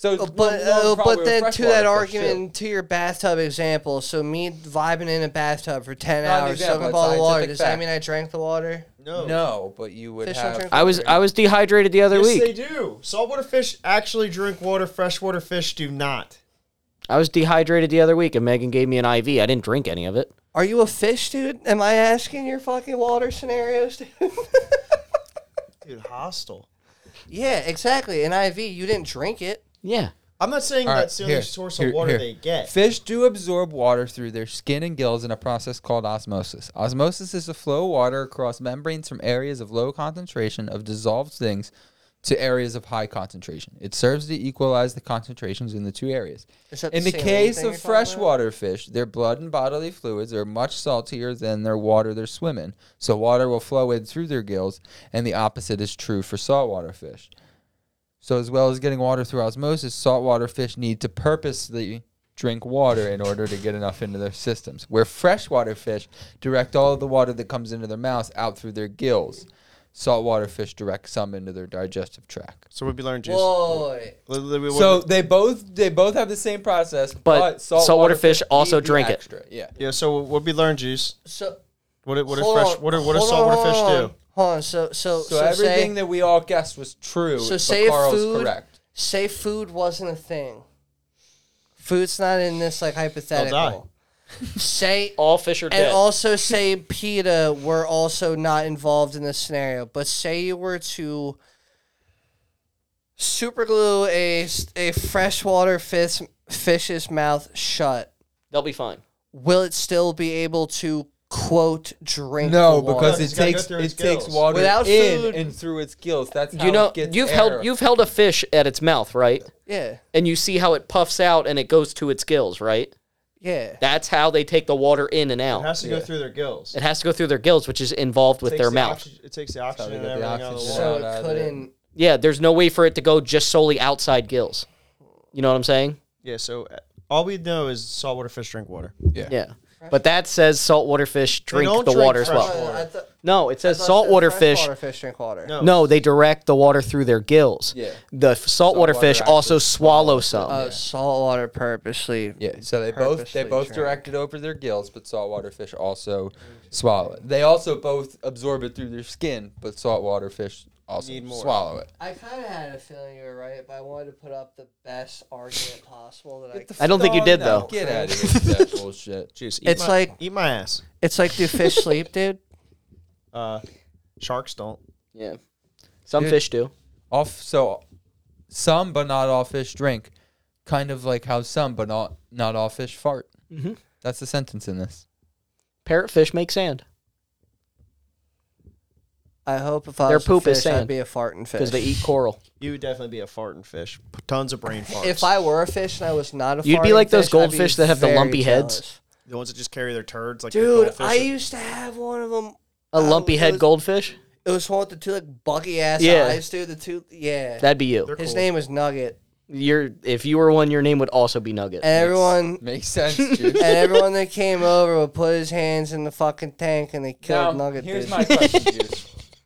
Speaker 7: So,
Speaker 4: Uh, But
Speaker 7: well,
Speaker 4: uh,
Speaker 7: probably
Speaker 4: but
Speaker 7: with
Speaker 4: then to
Speaker 7: freshwater
Speaker 4: that
Speaker 7: fish, too.
Speaker 4: argument, to your bathtub example, so me vibing in a bathtub for ten
Speaker 7: Not an
Speaker 4: hours,
Speaker 7: example,
Speaker 4: soaking up
Speaker 7: it's
Speaker 4: all the water,
Speaker 7: scientific
Speaker 4: does
Speaker 7: fact.
Speaker 4: that mean I drank the water?
Speaker 2: No.
Speaker 7: No, but you would
Speaker 4: Fish don't
Speaker 7: have.
Speaker 4: drink
Speaker 6: I was I was dehydrated the other
Speaker 2: Yes,
Speaker 6: week.
Speaker 2: they do. Saltwater fish actually drink water. Freshwater fish do not.
Speaker 6: I was dehydrated the other week, and Megan gave me an IV. I didn't drink any of it.
Speaker 4: Are you a fish, dude? Am I asking your fucking water scenarios, dude?
Speaker 2: Dude, hostile.
Speaker 4: yeah, exactly. An IV, you didn't drink it.
Speaker 6: Yeah,
Speaker 2: I'm not saying
Speaker 7: All right,
Speaker 2: that's the only
Speaker 7: here,
Speaker 2: source
Speaker 7: here,
Speaker 2: of water
Speaker 7: here.
Speaker 2: they get.
Speaker 7: Fish do absorb water through their skin and gills in a process called osmosis. Osmosis is the flow of water across membranes from areas of low concentration of dissolved things to areas of high concentration. It serves to equalize the concentrations in the two areas.
Speaker 4: Is that
Speaker 7: In the
Speaker 4: saline
Speaker 7: case
Speaker 4: thing
Speaker 7: of
Speaker 4: you're talking about?
Speaker 7: freshwater fish, their blood and bodily fluids are much saltier than their water they're swimming, so water will flow in through their gills, and the opposite is true for saltwater fish. So, as well as getting water through osmosis, saltwater fish need to purposely drink water in order to get enough into their systems, where freshwater fish direct all of the water that comes into their mouths out through their gills. Saltwater fish direct some into their digestive tract.
Speaker 2: So we'd be learning juice.
Speaker 4: Boy,
Speaker 7: So they both they both have the same process, but, saltwater,
Speaker 6: saltwater fish also
Speaker 7: need the
Speaker 6: drink it.
Speaker 7: extra. it. Yeah.
Speaker 2: yeah. So what be learn juice?
Speaker 4: so
Speaker 2: What do- what do
Speaker 4: hold
Speaker 2: fresh
Speaker 4: on,
Speaker 2: what do, what do
Speaker 4: hold
Speaker 2: saltwater
Speaker 4: on,
Speaker 2: fish
Speaker 4: hold
Speaker 2: do?
Speaker 4: on, Hold on. So so
Speaker 7: So,
Speaker 4: so,
Speaker 7: everything
Speaker 4: say,
Speaker 7: that we all guessed was true.
Speaker 4: so
Speaker 7: but
Speaker 4: say if
Speaker 7: Carl's
Speaker 4: food
Speaker 7: correct.
Speaker 4: say food wasn't a thing. Food's not in this like hypothetical. Say
Speaker 11: All fish are
Speaker 4: And
Speaker 11: dead.
Speaker 4: also say PETA were also not involved in this scenario, but say you were to superglue a, a freshwater fish, fish's mouth shut,
Speaker 11: They'll be fine.
Speaker 4: will it still be able to quote drink.
Speaker 7: No,
Speaker 4: the water.
Speaker 7: because
Speaker 2: It's
Speaker 7: it
Speaker 2: gotta go
Speaker 7: takes
Speaker 2: through
Speaker 7: it
Speaker 2: its
Speaker 7: takes
Speaker 2: gills.
Speaker 7: water
Speaker 4: Without
Speaker 7: in
Speaker 4: food-
Speaker 7: and through its gills. That's how
Speaker 6: You know,
Speaker 7: it gets
Speaker 6: you've
Speaker 7: air.
Speaker 6: held you've held a fish at its mouth, right?
Speaker 4: yeah,
Speaker 6: And you see how it puffs out and it goes to its gills, right?
Speaker 4: yeah.
Speaker 6: That's how they take the water in and
Speaker 2: It
Speaker 6: out.
Speaker 2: has to go through their gills.
Speaker 6: It has to go through their gills, which is involved with
Speaker 2: Takes
Speaker 6: their
Speaker 2: the
Speaker 6: mouth.
Speaker 2: oxy- it takes the oxygen
Speaker 7: they
Speaker 2: and
Speaker 7: get the
Speaker 2: everything out of the
Speaker 7: oxygen
Speaker 2: water.
Speaker 4: So
Speaker 7: out
Speaker 4: it
Speaker 7: of there.
Speaker 4: couldn't.
Speaker 6: Yeah, there's no way for it to go just solely outside gills. You know what I'm saying?
Speaker 2: Yeah, so uh, all we know is saltwater fish drink water.
Speaker 6: Yeah. But that says saltwater fish drink
Speaker 2: don't
Speaker 6: the
Speaker 2: drink
Speaker 6: water as
Speaker 2: fresh
Speaker 6: well.
Speaker 2: water.
Speaker 4: I thought-
Speaker 6: No, it
Speaker 4: I
Speaker 6: says
Speaker 4: thought
Speaker 6: saltwater
Speaker 4: the
Speaker 6: fish.
Speaker 4: freshwater fish drink water.
Speaker 2: No.
Speaker 6: No, they direct the water through their gills.
Speaker 7: Yeah.
Speaker 6: The f- saltwater, fish
Speaker 7: actually
Speaker 6: also swallow some.
Speaker 4: Uh, Saltwater purposely.
Speaker 7: Yeah, so they both
Speaker 4: purposely
Speaker 7: they both
Speaker 4: drank.
Speaker 7: direct it over their gills, but saltwater fish also swallow it. They also both absorb it through their skin, but saltwater fish also
Speaker 2: Need more.
Speaker 7: swallow it.
Speaker 4: I kind of had a feeling you were right, but I wanted to put up the best argument possible that I could.
Speaker 6: I don't think you did,
Speaker 7: No,
Speaker 6: though.
Speaker 7: Get out of here with that bullshit.
Speaker 2: Juice. Eat
Speaker 4: It's
Speaker 2: my-
Speaker 4: like-
Speaker 2: eat my ass.
Speaker 4: It's like do fish sleep, dude?
Speaker 2: Uh, sharks don't.
Speaker 6: yeah. Some
Speaker 7: Dude.
Speaker 6: fish do.
Speaker 7: All f- so some, but not all fish drink. Kind of like how some, but not not all fish fart.
Speaker 6: Mm-hmm.
Speaker 7: That's the sentence in this.
Speaker 6: Parrotfish make sand
Speaker 4: I hope if I
Speaker 6: Their
Speaker 4: was
Speaker 6: poop
Speaker 4: a
Speaker 6: is
Speaker 4: fish, I'd
Speaker 6: sand.
Speaker 4: be a farting fish.
Speaker 6: because they eat coral.
Speaker 2: You would definitely be a farting fish. P- Tons of brain farts.
Speaker 4: If I were a fish and I was not a,
Speaker 6: You'd be
Speaker 4: farting
Speaker 6: like those
Speaker 4: fish, I'd be
Speaker 6: goldfish that have the
Speaker 4: very
Speaker 6: lumpy heads.
Speaker 4: jealous.
Speaker 2: the ones that just carry their turds like the
Speaker 4: Dude,
Speaker 2: goldfish
Speaker 4: I
Speaker 2: that-
Speaker 4: used to have one of them.
Speaker 6: A lumpy
Speaker 4: it was-
Speaker 6: head goldfish?
Speaker 4: It was one with the two like buggy ass
Speaker 6: Yeah.
Speaker 4: eyes, dude. The two, yeah.
Speaker 6: That'd be you.
Speaker 2: They're
Speaker 4: His
Speaker 2: cool.
Speaker 4: name was Nugget,
Speaker 6: Your if you were one, your name would also be Nugget.
Speaker 4: and everyone
Speaker 7: Makes sense, dude.
Speaker 4: and everyone that came over would put his hands in the fucking tank and they
Speaker 7: Now,
Speaker 4: killed Nugget.
Speaker 7: here's
Speaker 4: dude.
Speaker 7: my question, dude.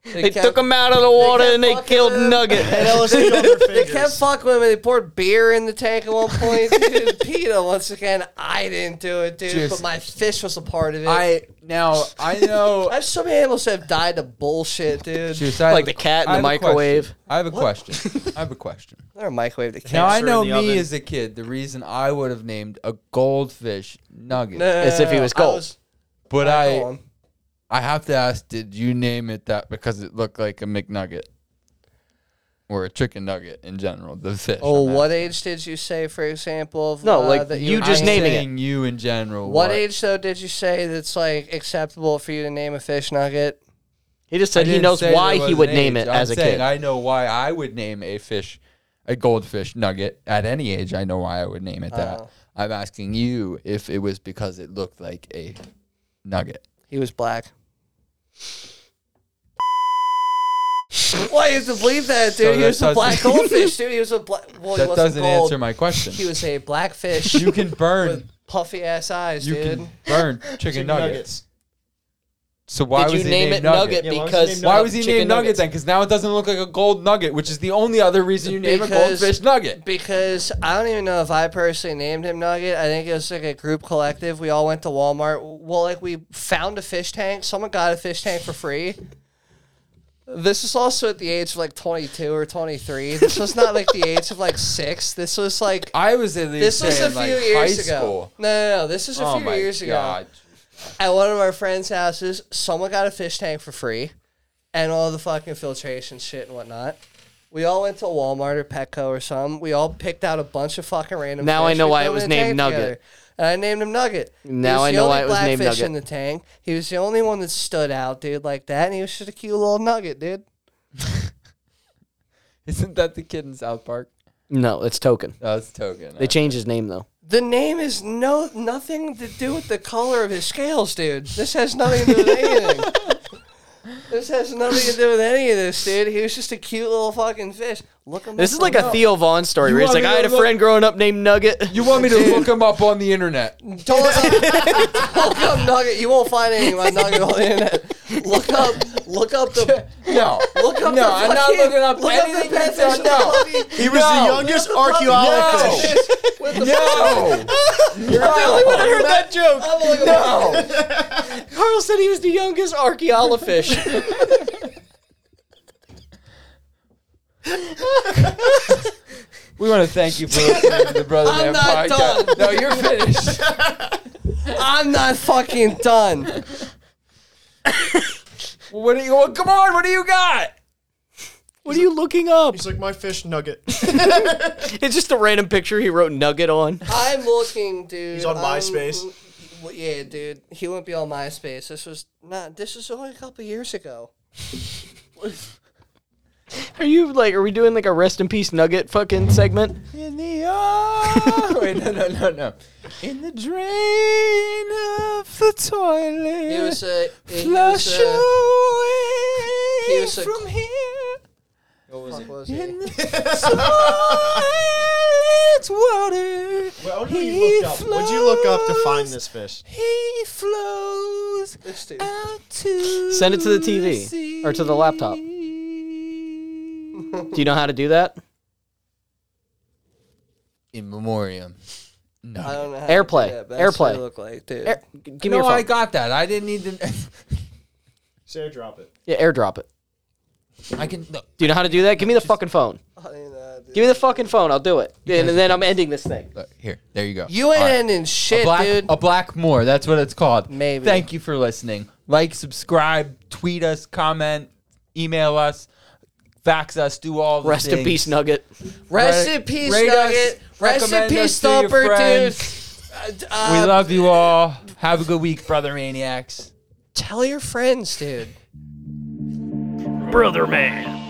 Speaker 6: They took him out of the water and they
Speaker 4: fucking
Speaker 6: killed
Speaker 4: him.
Speaker 2: And
Speaker 6: Nugget.
Speaker 2: I was like, on their
Speaker 4: They kept
Speaker 2: fingers.
Speaker 4: fucking with me. They poured beer in the tank at one point. dude, Peter, once again, I didn't do it, dude.
Speaker 7: Just-
Speaker 4: but my fish was a part of it. I,
Speaker 7: I now I know
Speaker 4: have so many animals that have died to bullshit, dude.
Speaker 7: Juice, I
Speaker 6: Like
Speaker 7: have-
Speaker 6: the cat in
Speaker 7: I
Speaker 6: the
Speaker 7: have a
Speaker 6: microwave.
Speaker 7: question. I have a question. I have a question.
Speaker 4: They're microwave the cat.
Speaker 7: Now I
Speaker 2: in
Speaker 7: know me
Speaker 2: the oven.
Speaker 7: as a kid. The reason I would have named a goldfish nugget,
Speaker 6: As if he was gold.
Speaker 7: but
Speaker 4: I,
Speaker 7: I I have to ask: Did you name it that because it looked like a McNugget or a chicken nugget in general? The fish.
Speaker 4: oh,
Speaker 7: I'm
Speaker 4: what
Speaker 7: asking.
Speaker 4: age did you say, for example? Of,
Speaker 6: No,
Speaker 4: uh,
Speaker 6: like,
Speaker 4: that
Speaker 6: you
Speaker 4: would
Speaker 6: just
Speaker 4: name-
Speaker 7: I'm
Speaker 6: naming it.
Speaker 7: saying you in general.
Speaker 4: What age though did you say that's like acceptable for you to name a fish nugget?
Speaker 6: He just
Speaker 7: I
Speaker 6: said he
Speaker 7: didn't
Speaker 6: knows
Speaker 7: say
Speaker 6: why
Speaker 7: there was
Speaker 6: he
Speaker 7: an
Speaker 6: would name
Speaker 7: age.
Speaker 6: it
Speaker 7: I'm
Speaker 6: as a
Speaker 7: saying
Speaker 6: kid.
Speaker 7: I know why I would name a fish, a goldfish nugget at any age. I know why I would name it that. I'm asking you if it was because it looked like a nugget.
Speaker 4: He was black. Why you have to believe that, dude?
Speaker 7: So
Speaker 4: he
Speaker 7: that
Speaker 4: was a
Speaker 7: doesn't-
Speaker 4: black goldfish, dude. He was a black. Well, he
Speaker 7: That
Speaker 4: wasn't
Speaker 7: doesn't
Speaker 4: gold.
Speaker 7: answer my question.
Speaker 4: He was a blackfish
Speaker 7: you can burn.
Speaker 4: with puffy ass eyes,
Speaker 7: you
Speaker 4: dude.
Speaker 7: can burn chicken, nuggets. So why
Speaker 6: Did
Speaker 7: was
Speaker 6: you
Speaker 7: he
Speaker 6: name
Speaker 7: named
Speaker 6: it Nugget
Speaker 2: Yeah, why was he
Speaker 6: because
Speaker 2: named
Speaker 7: Why
Speaker 2: Nugget?
Speaker 7: was he
Speaker 6: Chicken
Speaker 7: named Nugget
Speaker 6: nuggets.
Speaker 7: then? Because now it doesn't look like a gold nugget, which is the only other reason you name a
Speaker 4: Because-
Speaker 7: goldfish nugget.
Speaker 4: Because I don't even know if I personally named him Nugget. I think it was like a group collective. We all went to Walmart. Well, like we found a fish tank. Someone got a fish tank for free. This is also at the age of like 22 or 23. This was not like the age of like six. This was like
Speaker 7: I was at least
Speaker 4: this was a
Speaker 7: saying,
Speaker 4: few
Speaker 7: like,
Speaker 4: years
Speaker 7: high
Speaker 4: ago.
Speaker 7: school.
Speaker 4: No, no, no. This was a
Speaker 7: oh
Speaker 4: few
Speaker 7: my
Speaker 4: years
Speaker 7: god!
Speaker 4: ago. At one of our friends' houses, someone got a fish tank for free, and all the fucking filtration shit and whatnot. We all went to Walmart or Petco or something. We all picked out a bunch of fucking random.
Speaker 6: Now I
Speaker 4: fish.
Speaker 6: know
Speaker 4: We
Speaker 6: why
Speaker 4: put
Speaker 6: it
Speaker 4: them
Speaker 6: was
Speaker 4: in a tank
Speaker 6: named Nugget.
Speaker 4: together. And I named him Nugget. He
Speaker 6: Now
Speaker 4: was
Speaker 6: I
Speaker 4: the
Speaker 6: know
Speaker 4: only
Speaker 6: why it was named
Speaker 4: blackfish
Speaker 6: Nugget.
Speaker 4: in the tank. He was the only one that stood out, dude, like that. And he was just a cute little nugget, dude.
Speaker 7: Isn't that the kid in South Park?
Speaker 6: No, it's Token.
Speaker 7: No, it's Token.
Speaker 6: They changed his name though.
Speaker 4: The name is no nothing to do with the color of his scales, dude. This has nothing to do with anything. this has nothing to do with any of this, dude. He was just a cute little fucking fish. Look him
Speaker 6: This
Speaker 4: up
Speaker 6: is like
Speaker 4: on
Speaker 6: a Theo Vaughn story
Speaker 7: You
Speaker 6: where he's
Speaker 7: want
Speaker 6: like,
Speaker 7: me
Speaker 6: I
Speaker 7: to
Speaker 6: had a
Speaker 7: look-
Speaker 6: friend growing up named Nugget.
Speaker 7: You want me to look him up on the internet?
Speaker 4: Don't look up, look up Nugget. You won't find anything about Nugget on the internet. Look up, look up the.
Speaker 7: No.
Speaker 4: Look up the
Speaker 7: No, I'm not
Speaker 4: fucking-
Speaker 7: looking up
Speaker 4: look
Speaker 7: anything
Speaker 4: Up
Speaker 7: that's
Speaker 4: the
Speaker 7: on- no.
Speaker 2: He was the youngest archaeologist.
Speaker 4: With the
Speaker 7: No.
Speaker 6: I
Speaker 7: No.
Speaker 6: heard that joke.
Speaker 7: No.
Speaker 6: Carl said he was the youngest archaeolophist.
Speaker 7: We want to thank you for listening to the Brother
Speaker 4: I'm
Speaker 7: Man
Speaker 4: not
Speaker 7: podcast.
Speaker 4: done.
Speaker 7: No, you're finished.
Speaker 4: I'm not fucking done.
Speaker 7: what do you? Well, come on. What do you got?
Speaker 6: what are you looking up?
Speaker 2: He's like my fish nugget.
Speaker 6: It's just a random picture he wrote Nugget on.
Speaker 4: I'm looking, dude.
Speaker 2: He's on
Speaker 4: I'm-
Speaker 2: MySpace.
Speaker 4: Well, yeah, dude, he wouldn't be on MySpace. This was not. This was only a couple years ago.
Speaker 6: Are you like? Are we doing like a rest in peace nugget fucking segment?
Speaker 7: In the oh, wait, no, no, no, no. In the drain of the toilet.
Speaker 4: He was a he
Speaker 7: flush
Speaker 4: was uh, a,
Speaker 7: uh, away
Speaker 4: he was a-
Speaker 7: from here.
Speaker 4: what was, he?
Speaker 7: In the toilet's water.
Speaker 2: Well, what you Oh, looked up? What'd you look up to find
Speaker 7: flows-
Speaker 2: this fish?
Speaker 7: He flows
Speaker 4: This dude.
Speaker 7: out to
Speaker 6: Send it to the TV or to the laptop.
Speaker 7: In
Speaker 6: Do you know how to do that?
Speaker 7: memoriam.
Speaker 4: I don't know. how to
Speaker 6: Airplay.
Speaker 4: do that, but that's what
Speaker 6: Airplay.
Speaker 4: he looked like dude.
Speaker 6: Air, g- give me
Speaker 7: no,
Speaker 6: your phone.
Speaker 7: I got that. I didn't need to.
Speaker 2: Say drop it.
Speaker 6: yeah, airdrop it.
Speaker 7: I can look.
Speaker 6: Do you know how to do that? Give me the fucking phone.
Speaker 4: I don't know, dude.
Speaker 6: Give me the fucking phone. I'll do it. And, and then I'm ending this thing.
Speaker 7: look here, there you go.
Speaker 4: You ain't
Speaker 7: All right.
Speaker 4: ending shit,
Speaker 7: a black,
Speaker 4: dude.
Speaker 7: A black moor. That's what it's called.
Speaker 4: Maybe.
Speaker 7: Thank you for listening. Like, subscribe, tweet us, comment, email us, fax us, do all the
Speaker 6: Rest in
Speaker 7: things.
Speaker 6: peace, Nugget.
Speaker 4: Rest
Speaker 7: Ra-
Speaker 4: in peace,
Speaker 7: rate us,
Speaker 4: Nugget. Rest in
Speaker 7: recommend
Speaker 4: peace,
Speaker 7: us to your
Speaker 4: Stomper,
Speaker 7: friends.
Speaker 4: dude. Uh,
Speaker 7: We love you all. Have a good week, brother maniacs.
Speaker 4: tell your friends, dude.
Speaker 8: Brother man.